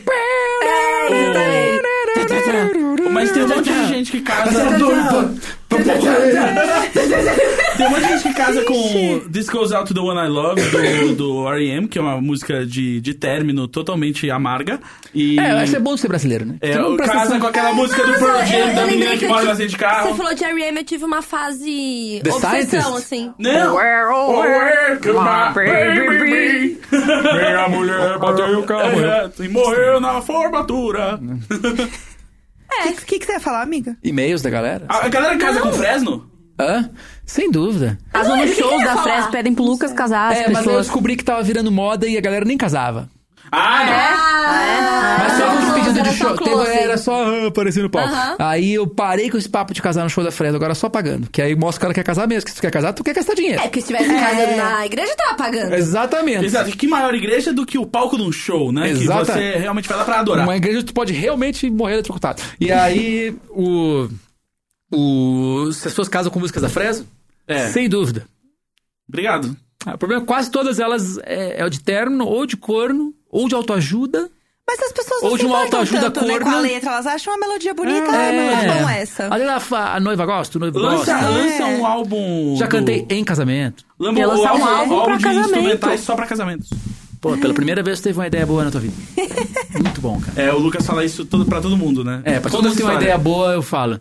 C: Mas tem um monte de gente que casa. Tem um monte de gente que casa com This Goes Out to the One I Love, do, do R.E.M., que é uma música de, de término totalmente amarga. E
A: É, eu acho que é bom ser brasileiro, né?
C: é,
A: Todo mundo presta
C: casa
A: atenção.
C: com aquela música do Pearl
D: Nossa,
C: Jam, da
D: lembrei
C: menina que
D: é, eu
C: mora
D: tive-
C: na de carro.
D: Você falou de R.E.M., eu tive uma fase
A: The
D: obsessão,
A: Scientist?
D: assim.
C: Não! Oh, é, que uma baby me.
F: Minha
C: <laughs>
F: mulher bateu o carro.
C: É, e morreu na formatura.
B: É, o que, que, que você ia falar, amiga?
A: E-mails da galera?
C: A, a galera casa com Fresno?
A: Hã? Sem dúvida.
E: As
D: Não, mas o que que
E: donas
D: eu
E: shows
D: ia
E: da
D: falar?
E: Fresno pedem pro Lucas casar as
A: É, mas eu
E: pessoas.
A: descobri que tava virando moda e a galera nem casava.
C: Ah,
D: É?
C: não.
D: Ah,
A: Mas só com os
D: close,
A: pedidos de
D: era só
A: show. Teve
D: close.
A: galera só ah, aparecendo no palco.
D: Aham.
A: Aí eu parei com esse papo de casar no show da Fresno, agora só pagando. Que aí mostra que o cara quer casar mesmo. Que se tu quer casar, tu quer gastar dinheiro.
D: É, porque se tivesse casando na igreja, eu tava pagando.
A: Exatamente.
C: Exato, que maior igreja do que o palco de um show, né?
A: É. Exata.
C: Que você realmente vai lá pra adorar.
A: Uma igreja que tu pode realmente morrer eletrocutado. E aí, o. o se as pessoas casam com músicas da Fresno?
C: É.
A: Sem dúvida.
C: Obrigado.
A: Ah, o problema é que quase todas elas é, é o de terno, ou de corno, ou de autoajuda.
B: Mas as pessoas
A: Ou
B: não
A: de
B: se
A: uma
B: importam
A: autoajuda
B: tanto, né, com a
A: corna. É.
B: letra. Elas acham uma melodia bonita, ah, mas não essa.
A: Olha lá, fa- a noiva gosta, o noivo
C: Lança,
A: gosta.
C: lança um álbum.
A: É. Já
C: do-
A: cantei em casamento.
C: Lamba,
E: Ia lançar
C: o
E: um álbum pra
C: de
E: casamento.
C: instrumentais só pra casamentos.
A: Pô, pela primeira vez tu teve uma ideia boa na tua
C: <laughs>
A: vida. Muito bom, cara.
C: É, o Lucas fala isso todo, pra todo mundo, né?
A: É, pra todo
C: Toda
A: mundo ter uma
C: história.
A: ideia boa, eu falo.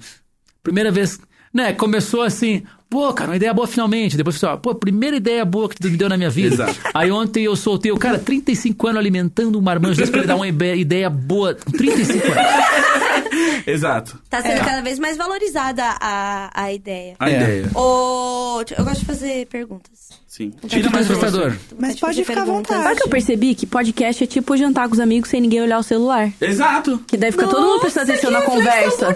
A: Primeira vez, né, começou assim, pô, cara, uma ideia boa finalmente. Depois pessoal, pô, primeira ideia boa que tu me deu na minha vida.
C: Exato.
A: Aí ontem eu soltei o cara, 35 anos alimentando um marmanjo desse pra ele dar uma ibe- ideia boa. 35
C: <laughs>
A: anos.
C: Exato.
D: Tá sendo cada vez mais valorizada a, a ideia.
C: A
A: É.
C: ideia.
D: Ô, eu gosto de fazer perguntas.
C: Sim.
A: É
C: Tira É mais pra você.
A: Assustador.
B: Mas
D: Tipo,
B: pode
D: de
B: ficar à
D: perguntas.
B: vontade.
E: Sabe o que eu percebi? Que podcast é tipo jantar com os amigos sem ninguém olhar o celular.
C: Exato.
E: Que daí fica todo mundo prestando atenção na conversa.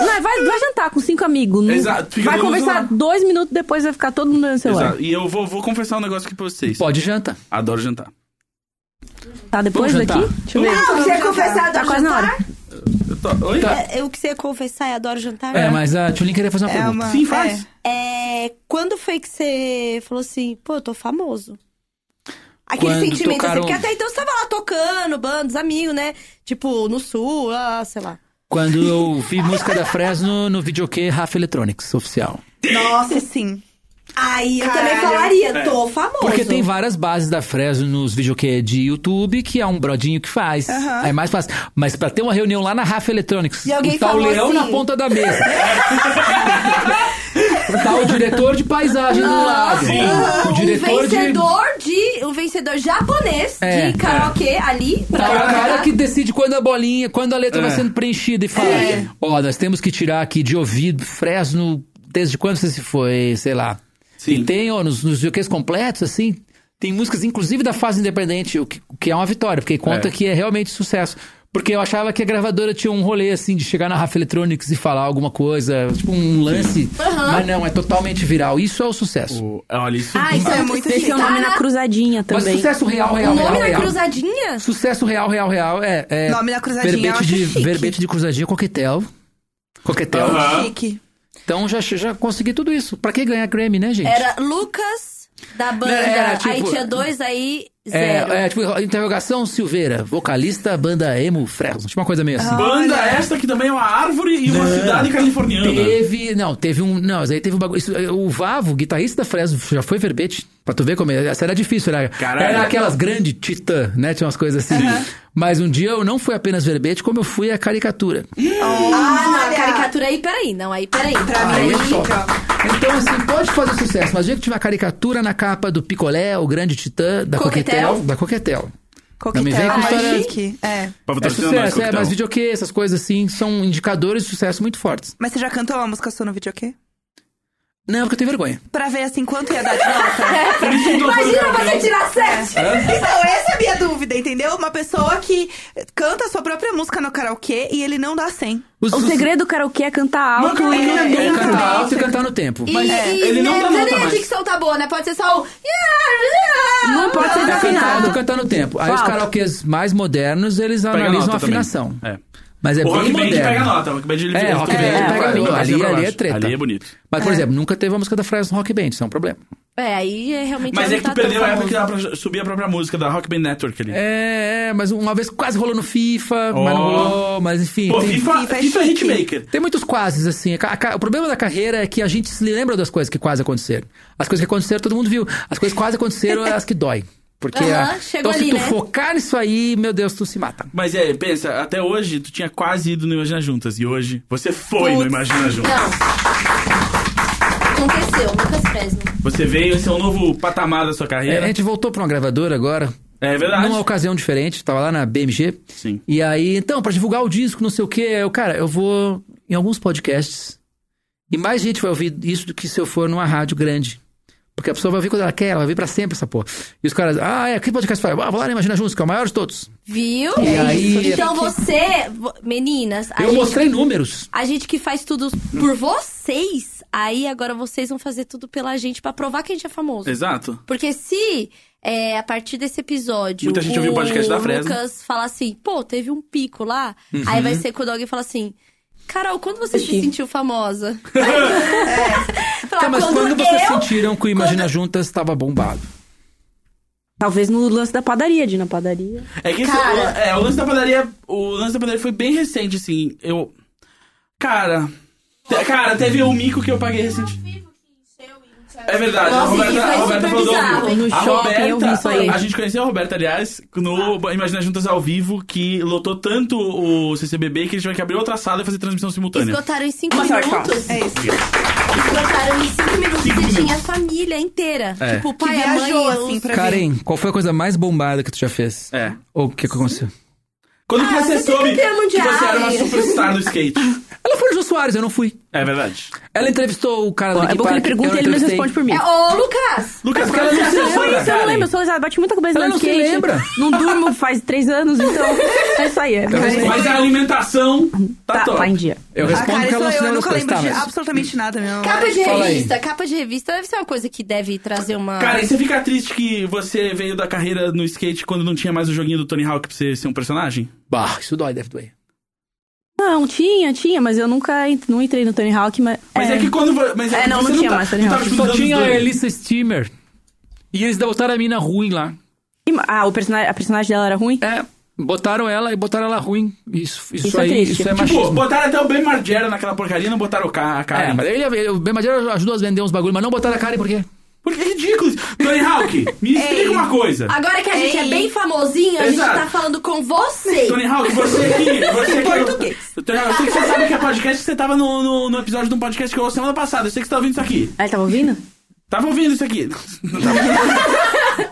E: Não, vai, vai jantar com cinco amigos. não-
C: Exato, fica
E: Vai
C: todo mundo
E: conversar dois minutos depois, vai ficar todo mundo olhando o celular.
C: Exato. E eu vou, vou confessar um negócio aqui pra vocês.
A: Pode janta.
C: Adoro jantar.
E: Tá depois
A: Vamos
E: daqui?
A: jantar.
E: Deixa eu ver.
D: O que é confessar,
E: Tá quase na hora.
C: Eu tô- Oi?
A: Tá.
D: É, O que você ia confessar e adoro jantar?
A: É, mas a Tchulin queria fazer uma
B: É
A: pergunta.
B: uma...
C: Sim, faz.
B: É.
D: É, quando foi que você falou assim, pô, eu tô famoso? Aquele
A: Quando
D: sentimento
A: tocaram-
D: assim, porque até então você tava lá tocando, bandos, amigos, né? Tipo, no sul, ah, sei lá.
A: Quando eu vi música da Fresno no videokê Rafa Electronics, oficial.
B: Nossa, sim.
D: Aí eu também
B: Caralho.
D: falaria, tô famoso.
A: Porque tem várias bases da Fresno nos videoquê de YouTube, que é um brodinho que faz. É mais fácil. Mas pra ter uma reunião lá na Rafa Electronics,
D: E alguém
A: tá o
D: falou
A: leão
D: assim-
A: na ponta da mesa. <laughs> tá o diretor de paisagem do lado.
D: Ah,
A: O
D: um
A: diretor de...
D: vencedor de... Um vencedor japonês
A: É.
D: de karaokê ali.
A: Tá o cara que decide quando a bolinha, quando a letra vai sendo preenchida e fala:
D: É.
A: Ó, nós temos que tirar aqui de ouvido Fresno desde quando você se foi, sei lá.
C: Sim.
A: E tem, ó, nos, nos VQs completos, assim, tem músicas, inclusive da fase independente, o que, o que é uma vitória, porque conta
C: É.
A: que é realmente sucesso. Porque eu achava que a gravadora tinha um rolê, assim, de chegar na Rafa Electronics e falar alguma coisa, tipo um lance. Mas não, é totalmente viral. Isso é o sucesso.
C: O- Olha, isso.
D: Ah, isso é
B: Mas
D: muito
E: Esse é o
D: chique.
E: nome na cruzadinha
A: Mas
E: também.
A: sucesso real,
D: O
A: real, real,
D: nome na
A: real.
D: cruzadinha?
A: Sucesso real, real, real. É. é
B: Nome da cruzadinha, eu
A: verbete
B: acho
A: de,
B: chique.
A: verbete de cruzadinha, coquetel. Coquetel.
C: Aham. Ah.
B: Chique.
A: Então já, já consegui tudo isso. Pra que ganhar Grammy, né, gente?
D: Era Lucas da banda.
A: era, tipo-
D: aí tinha dois, aí zero.
A: é, é, tipo, interrogação Silveira, vocalista, banda emo, Fresno. Tipo uma coisa meio
B: Ah.
A: assim.
C: Banda esta que também é uma árvore e
A: Né.
C: uma cidade californiana.
A: Teve, não, teve um, não, mas aí teve um bagulho, isso, eh, o Vavo, guitarrista da Fresno, já foi verbete, pra tu ver como é, essa era difícil, era,
C: Caralho.
A: era aquelas grandes titã, né, tinha umas coisas assim, mas um dia eu não fui apenas verbete, como eu fui a caricatura.
D: Ah, não,
A: é
D: a
B: Olha.
D: caricatura aí, peraí. Não, aí, peraí.
B: Pra
A: Aí
B: mim,
A: é top.
B: então.
A: Então, assim, pode fazer sucesso, mas o dia que tiver caricatura na capa do Picolé, o grande titã, da
D: Coquetel.
A: Coquetel, da Coquetel. Não
B: Coquetel.
A: me vem com
B: Ah,
A: história-
B: chique. É.
A: É
C: Pra votar no
A: sucesso, é,
C: coquetel.
A: mas videokê, essas coisas assim, são indicadores de sucesso muito fortes.
B: Mas você já cantou uma música sua no videokê?
A: Não, porque eu tenho vergonha.
B: Pra ver, assim, quanto ia dar de <laughs> nota.
C: Ele estudou
A: é
D: Imagina
C: coreografia.
D: você tirar um sete!
B: então, essa é a minha dúvida, entendeu? Uma pessoa que canta a sua própria música no karaokê e ele não dá 100.
A: Os-
E: O
A: os-
E: segredo do karaokê é cantar alto
C: Não,
E: e...
C: não, não,
A: é
C: não.
A: cantar alto e cantar no tempo.
D: E,
A: Mas
D: e
C: ele não
D: né,
C: dá
D: precisa
C: nota
D: nem a
C: mais.
D: dicção tá boa, né? Pode ser só o... Yeah, yeah.
E: Não pode
A: é
E: ser
A: cantar alto e
E: desafinado.
A: cantar no tempo. Aí os
E: Falta.
A: karaokês mais modernos, eles
C: Pega
A: analisam a
C: nota também.
A: afinação.
C: É.
A: Mas é
C: o
A: bem
C: Rock Band
A: moderno.
C: pega nota. O Rock Band ele
A: É,
C: ele-
A: Rock Band pega
C: ele
A: nota.
C: pra
A: Ali-
C: cima, pra
A: ali é
C: baixo.
A: treta.
C: Ali é bonito.
A: Mas, por exemplo, nunca teve uma música da Fresno Rock Band, isso é um problema.
D: É, aí é realmente
C: Mas
D: não
C: é que
D: tá
C: tu perdeu
D: tão
C: a época que
D: famoso.
C: dava pra subir a própria música da Rock Band Network ali.
A: É, é, mas uma vez quase rolou no FIFA, mas não
C: Ó.
A: rolou, mas enfim.
C: Pô,
A: tem-
C: FIFA,
B: FIFA é
C: FIFA é
B: chique.
C: hitmaker.
A: Tem muitos quases, assim. A ca- a ca- O problema da carreira é que a gente se lembra das coisas que quase aconteceram. As coisas que aconteceram, todo mundo viu. As coisas que quase aconteceram é as que dói. Porque
D: Aham,
A: a-
D: chegou
A: então, se
D: ali,
A: tu
D: né?
A: focar nisso aí, meu Deus, tu se mata.
C: Mas é, pensa, até hoje tu tinha quase ido no Imagina Juntas. E hoje você foi no
D: Putz.
C: Imagina Juntas.
D: Não. Aconteceu, Lucas Fresno.
C: Você veio, esse é um novo patamar da sua
A: É, a
C: carreira.
A: gente voltou pra uma gravadora agora.
C: É verdade.
A: Numa ocasião diferente, tava lá na BMG.
C: Sim.
A: E aí, então, pra divulgar o disco, não sei o quê, eu, cara, eu vou em alguns podcasts. E mais gente vai ouvir isso do que se eu for numa rádio grande. Porque a pessoa vai ouvir quando ela quer, ela vai ouvir pra sempre essa porra. E os caras, ah, é, que podcast faz? Ah, vou lá na Imagina Juntos, que é o maior de todos.
D: Viu?
A: E
D: É
A: aí-
D: isso. Então você, vo- meninas, a
A: eu
D: gente,
A: mostrei números.
D: a gente que faz tudo por vocês, aí agora vocês vão fazer tudo pela gente pra provar que a gente é famoso.
C: Exato.
D: Porque se é, a partir desse episódio
C: Muita gente ouviu o podcast da Fresno. Uhum.
D: Lucas falar assim, pô, teve um pico lá, aí vai ser quando alguém fala assim. Carol, quando você se
C: <laughs>
D: sentiu famosa? Falar,
C: É.
A: Tá, mas quando,
D: eu...
A: vocês sentiram que o Imagina Juntas tava bombado?
E: Talvez no lance da padaria, de ir na padaria.
C: É que
D: Cara.
C: esse, é, o lance da padaria. O lance da padaria foi bem recente, assim. Eu. Cara. te- cara, teve um mico que eu paguei recente. É verdade, a
D: Nossa,
C: Roberta,
D: isso é
C: a Roberta
D: super
C: falou do
D: bizarro,
C: ao
D: hein?
C: vivo.
E: No
C: a
E: shopping,
C: Roberta,
E: eu vi isso aí.
C: A gente conheceu a Roberta, aliás, no Imagina Juntas ao vivo, que lotou tanto o CCBB que eles tiveram que abrir outra sala e fazer transmissão simultânea.
D: Esgotaram em cinco
C: Uma salva de
D: minutos.
B: É isso.
D: Esgotaram em cinco minutos
C: Cinco
D: e tinha a
C: minutos.
D: família inteira.
C: É.
D: Tipo, o
B: Que
D: pai, a mãe,
B: viajou,
D: os-
B: assim, pra ver.
A: Karen, qual foi a coisa mais bombada que tu já fez?
C: É.
A: Ou o que, que aconteceu?
C: Quando que
D: Ah,
C: você
D: você tem
C: soube
D: que ter um
C: que você era uma
D: diário.
C: superstar do skate?
A: Ela foi no Jô Soares, eu não fui.
C: É verdade.
A: Ela entrevistou o cara do
E: é
A: Linkin
E: bom que ele
A: Park, eu
E: pergunta
A: não
E: e ele mesmo
A: entrevistei.
E: responde por mim.
D: É, ô, Lucas!
C: Lucas, é
A: porque ela não se
E: Foi
A: lembra,
E: isso, eu não lembro. Eu sou lesada, bate muita cabeça
A: Ela
E: no
A: não se
E: skate.
A: lembra.
E: Não durmo faz três anos, então... É isso aí. É.
C: Mas a alimentação tá,
E: Tá,
C: top.
E: tá em dia.
A: Eu
B: A
A: respondo
B: Ah, cara,
A: que
B: isso
A: ela não se
B: eu, eu
A: lembra das
B: nunca
A: coisas.
B: lembro
A: Tá,
B: de
A: mas-
B: absolutamente nada, meu.
D: Capa de
A: Fala aí.
D: revista, capa de revista deve ser uma coisa que deve trazer
E: Ah.
D: uma.
C: Cara, e você fica triste que você veio da carreira no skate quando não tinha mais o joguinho do Tony Hawk pra você ser um personagem?
A: Bah, isso dói, deve doer.
E: Não, tinha, tinha, mas eu nunca ent- não entrei no Tony Hawk, mas...
C: Mas é, que quando. vo- Mas
E: É,
C: que
E: não,
C: você
E: não tinha mais Tony
C: não
E: Hawk.
C: tipo,
A: Só
C: nos
A: tinha
C: anos
A: a
C: dois.
A: Elissa Steamer. E eles botaram a mina ruim lá.
E: E- Ah, o personagem, a personagem dela era ruim?
A: É. Botaram ela e botaram ela ruim. Isso, isso,
E: Isso é
A: aí,
E: triste.
A: isso é machismo.
C: Pô, Tipo, botaram até o Ben Margera naquela porcaria e não botaram o Ka- a
A: É,
C: Karen.
A: mas ele, ele- o Ben Madeira ajudou a vender uns bagulho, mas não botaram a Karen por quê?
C: Porque é ridículo isso. Tony Hawk,
E: <laughs>
C: me
E: É
C: explica uma coisa.
D: Agora que a gente
B: Ei.
D: é bem famosinho, a gente
C: Exato.
D: tá falando com você.
C: Tony Hawk, você aqui.
E: <laughs>
C: Você aqui
B: Português.
C: Tony Hawk, eu sei que você sabe que é podcast, que você tava no, no, no episódio de um podcast que eu ouvi semana passada. Eu sei que você tá ouvindo isso aqui.
E: Aí, Ah, tava ouvindo?
C: Tava ouvindo isso aqui. <laughs> Não tava
E: <laughs>
C: ouvindo.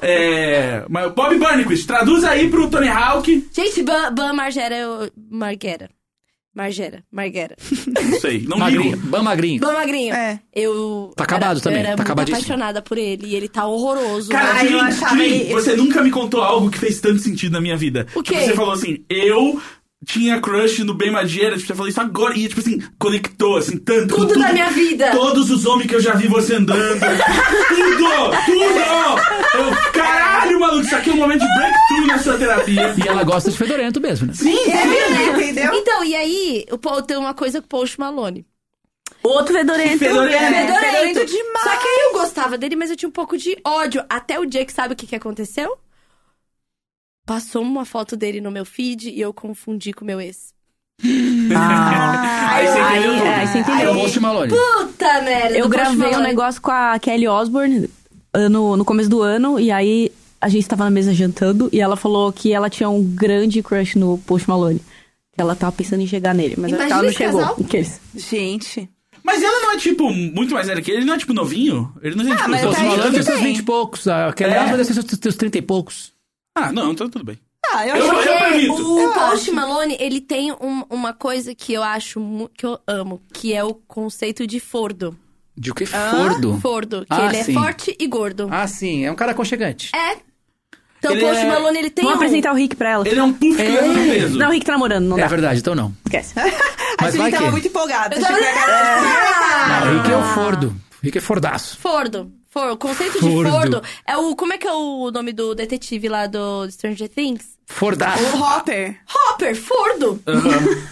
C: é, mas Bob Burnquist, traduz aí pro Tony Hawk.
D: Gente, Ban, Ban Margera, eu- Marguera. Margera, Marguera.
C: Não sei, não
A: Magrinho.
C: ligo.
A: Ban magrinho.
D: Ban Magrinho.
B: É.
D: Eu.
A: Tá acabado
D: era,
A: também,
D: Eu era
A: tá
D: muito
A: acabadíssimo.
D: apaixonada por ele e ele tá horroroso.
C: Cara,
B: Ai, eu
C: Dream,
B: achava
C: Dream,
B: ele-
C: você nunca me contou algo que fez tanto sentido na minha vida.
D: O quê?
C: Tipo, você falou assim, eu tinha crush no Ben Madeira, tipo, você falou isso agora, e tipo assim, conectou, assim, tanto. com
D: Tudo da minha vida.
C: Todos os homens que eu já vi você andando. tudo! Tudo! Eu, caralho, maluco, isso aqui é um momento de breakthrough na sua terapia.
A: E ela gosta de fedorento mesmo, né?
B: Sim, é, entendeu?
D: Então, e aí, o Paul tem uma coisa com o Post Malone.
E: Outro fedorento.
C: Fedorento.
B: É,
D: tá
B: fedorento demais.
D: Só que aí eu gostava dele, mas eu tinha um pouco de ódio. Até o dia que sabe o que, que aconteceu? Passou uma foto dele no meu feed e eu confundi com o meu ex.
E: Ah,
C: Aí você entendeu
E: aí,
C: tudo.
E: é, aí você
A: É
E: entendeu.
A: o Post Malone.
D: Puta merda!
E: Eu
D: do Post
E: gravei um
D: Malone.
E: negócio com a Kelly Osbourne ah, no, no começo do ano, e aí a gente tava na mesa jantando, e ela falou que ela tinha um grande crush no Post Malone. Que ela tava pensando em chegar nele, mas
D: Imagina
E: ela não
D: esse
E: chegou.
D: casal.
E: Que eles-
B: Gente.
C: Mas ela não é, tipo, muito mais velha que ele, ele não é, tipo, novinho? Ele não tem, tipo,
B: mas
A: O Post
B: tá aí,
A: Malone
B: tudo
A: tem seus
B: bem.
A: 20 e poucos. A Kelly
C: É.
A: Osbourne deve ter seus, seus 30 e poucos.
C: Ah, não, então tudo bem.
B: Ah, eu
C: Eu-
B: acho
D: Porque
B: que...
C: permito.
D: o
B: Eu
D: Post
B: acho.
D: Malone, ele tem um- uma coisa que eu acho mu- que eu amo, que é o conceito de fordo.
A: De o que?
E: Ah,
A: Fordo.
D: Fordo, que
A: Ah,
D: ele
A: sim.
D: é forte e gordo.
A: Ah, sim. É um cara aconchegante.
D: É. Então
C: Ele
D: o Post
C: é-
D: Malone, ele tem
E: Vamos
D: um...
E: apresentar o Rick pra ela.
C: Ele é um puff que leva no peso.
E: Não, o Rick tá namorando, não
A: É,
E: dá.
A: verdade, então não.
E: Esquece.
B: A
A: Mas vai
B: gente
A: que...
B: tava muito empolgada.
D: Eu
B: tipo,
D: tava-
B: Achei que era-
A: Ah, o Rick é o Fordo. O Rick é Fordaço.
D: Fordo. For, o conceito
A: Fordo.
D: de Fordo é o... Como é que é o nome do detetive lá do Stranger Things?
A: Fordaço.
B: é
E: Oh.
B: O Hopper.
D: Hopper, Fordo.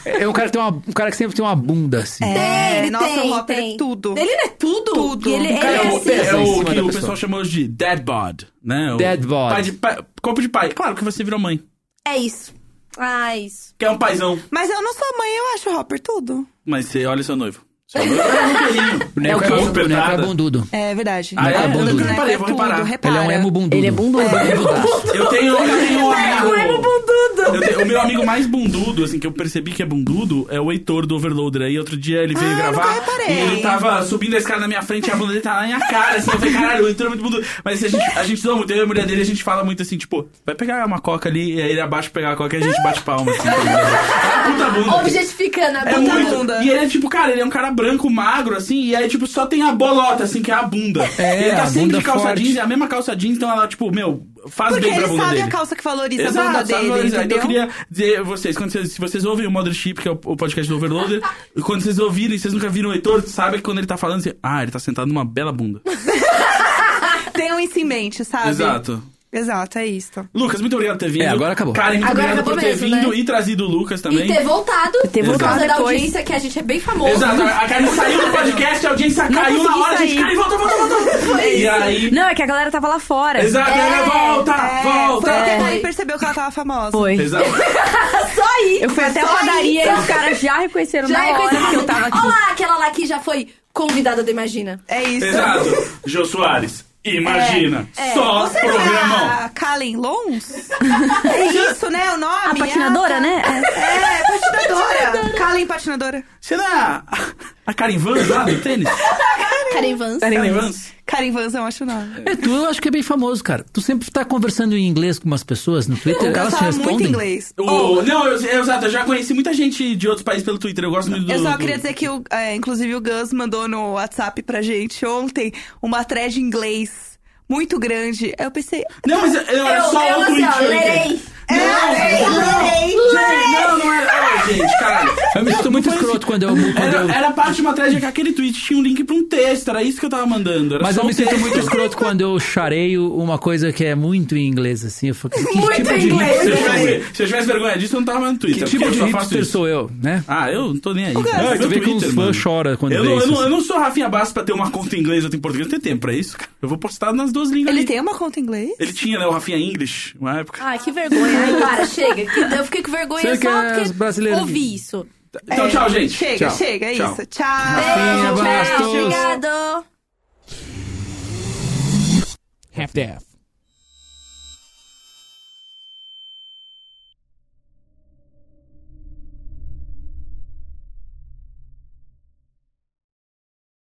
A: É um cara, que tem uma, um cara que sempre tem uma bunda, assim.
B: É,
D: Ele
B: nossa,
D: tem,
B: o Hopper
D: tem.
B: é tudo.
D: Ele não é tudo?
B: Tudo.
D: E Ele,
A: O cara
D: ele
A: é
D: é
A: um
D: assim.
A: pé.
C: É
A: Em
C: o
A: cima
C: que
A: da
C: o
A: pessoa.
C: pessoal chamou de dead bod, né? O
A: Dead bod.
C: Pai de pai, corpo de pai. Claro que você virou mãe.
D: É isso. Ah, isso.
C: Que é um paizão.
B: Mas eu não sou mãe, eu acho o Hopper tudo.
C: Mas você olha seu noivo. Seu noivo é
A: <laughs>
C: um querinho.
A: O Neco é,
C: Todo
A: o Neco é
C: apertado.
A: bundudo.
B: É verdade.
C: Ah,
A: é? Eu nunca
B: Boneco
C: reparei, vou
B: tudo,
A: Ele é
C: reparar.
A: um
B: repara.
A: emo bundudo.
E: Ele é bundudo.
A: Ele é bundaço.
C: Eu tenho, eu tenho um amigo...
D: bundudo.
C: Eu tenho- o meu amigo mais bundudo, assim, que eu percebi que é bundudo, é o Heitor do Overloader. Aí outro dia ele veio
B: Ah,
C: gravar
B: nunca
C: e
B: reparei.
C: ele tava subindo a escada na minha frente e a bunda dele tava na minha cara, assim. Eu falei, caralho, o Heitor é muito bundudo. Mas a gente, a gente zoa muito, eu e a mulher dele, a gente fala muito assim, tipo, vai pegar uma coca ali, e aí ele abaixa pra pegar a coca e a gente bate palma,
B: <laughs>
C: assim. tá ligado? É uma puta bunda.
D: Objetificando a
C: É
D: bunda.
C: muito.
B: bunda.
C: E ele é tipo, cara, ele é um cara branco, magro, assim, e aí, tipo, só tem a bolota, assim, que é a bunda.
A: É,
C: ele tá
A: a
C: sempre
A: bunda
C: de calça
A: forte.
C: jeans, é a mesma calça jeans, então ela, tipo, meu, faz
B: Porque
C: bem pra
B: ele
C: bunda
B: sabe
C: dele.
B: a calça que valoriza
C: Exato,
B: a bunda
C: sabe
B: dele,
C: valorizar. Então
B: entendeu?
C: eu queria dizer a vocês, quando vocês, se vocês ouvem o Mothership, que é o, o podcast do
B: <laughs>
C: Overloader, e quando vocês ouvirem, vocês nunca viram o Heitor, sabe que quando ele tá falando, você, ah, ele tá sentado numa bela bunda.
B: Tenham isso em mente, sabe?
C: Exato.
B: Exato, é isso.
C: Lucas, muito obrigado por ter vindo.
A: É, agora acabou.
C: Karen, muito
D: Agora
C: obrigado
D: acabou
C: por ter
D: mesmo,
C: vindo
D: né?
C: e trazido o Lucas também.
D: E ter voltado.
E: ter
D: Por
E: voltado
D: causa da
E: depois.
D: audiência, que a gente é bem famoso.
C: Exato, a Karen saiu do podcast, a audiência
E: Não
C: caiu na
E: consegui
C: hora, a gente,
E: sair.
C: Karen, volta, volta, volta. E aí...
E: Não, é que a galera tava lá fora.
C: Exato,
D: É,
C: volta,
B: É,
C: Ah, volta.
B: Foi até
E: É.
B: que ele percebeu que ela tava famosa.
E: Foi.
C: Exato.
D: <laughs> Só aí.
E: Eu fui até a
D: Só aí.
E: padaria e os caras já reconheceram
D: Já
E: na
D: reconheceu.
E: hora que eu tava tipo, aqui.
D: Olha lá, aquela lá que já foi convidada do Imagina.
B: É isso.
C: Exato. Jô Soares, imagina,
D: É, é.
C: só
B: Você não
C: programão.
B: é a Kalen Lons? é isso, né? O nome?
E: A patinadora, né?
B: É, patinadora. Kalen patinadora.
C: Você não é a- a Karen Vans lá do tênis?
D: Karen Vance.
C: Karen Vans?
B: Karen Vans, eu acho o nome.
A: É, tu eu acho que é bem famoso, cara. Tu sempre tá conversando em inglês com umas pessoas no Twitter,
B: Eu
A: elas te
B: falo
A: respondem.
B: muito inglês. Oh,
C: O-
B: Ou,
C: Não, eu, eu, exato, eu já conheci muita gente de outros países pelo Twitter. Eu gosto muito do.
B: Eu só
C: do-
B: queria dizer que, o- é, inclusive, o Gus mandou no WhatsApp pra gente ontem uma thread em inglês muito grande. Aí eu pensei,
C: Não, mas eu, eu era
D: Eu-
C: só
D: eu
C: um
D: assim,
C: tweet.
D: ó,
C: eu
D: lerei.
C: entendi.
B: É,
C: Não, não, gente, não, não era. Ai, gente, caralho.
A: Eu me sinto muito escroto quando eu. Quando
C: Era,
A: eu...
C: era parte de uma thread que aquele tweet tinha um link pra um texto, era isso que eu tava mandando. Era
A: Mas
C: só
A: eu me
C: um
A: sinto
C: texto.
A: muito escroto quando eu chareio uma coisa que é muito em inglês, assim. Eu falo, que
D: Muito
A: tipo
D: em
A: de
D: inglês,
C: Se eu,
A: hipster sou eu?
C: tivesse, se eu tivesse vergonha disso, eu não tava mais no
A: Que
C: Twitter. porque
A: tipo de
C: Então, eu só faço
A: hipster
C: isso.
A: sou eu, né?
C: Ah, eu não tô nem aí.
A: É,
C: Meu
A: tu vê que uns
C: Twitter,
A: fãs
C: mano.
A: choram quando
C: Eu
A: vê
C: não, eu,
A: isso.
C: não, eu não sou Rafinha Bastos pra ter uma conta em inglês, eu tenho português, não tenho tempo é pra isso, cara. Eu vou postar nas duas línguas.
B: ele
C: ali.
B: tem uma conta em inglês?
C: Ele tinha, né, o Rafinha English, uma época.
D: Ai, que vergonha, Ai, para, chega. Que-
E: <laughs>
D: Eu fiquei com vergonha
A: Você que
D: só
A: é
D: porque
A: brasileiro.
D: ouvi isso.
C: Então, tchau, gente.
B: É, Chega,
C: Tchau.
B: chega, é
C: Tchau.
B: isso. Tchau.
A: Rafinha
D: Beijo,
A: Bastos.
D: tchau, obrigado.
G: Half-Death.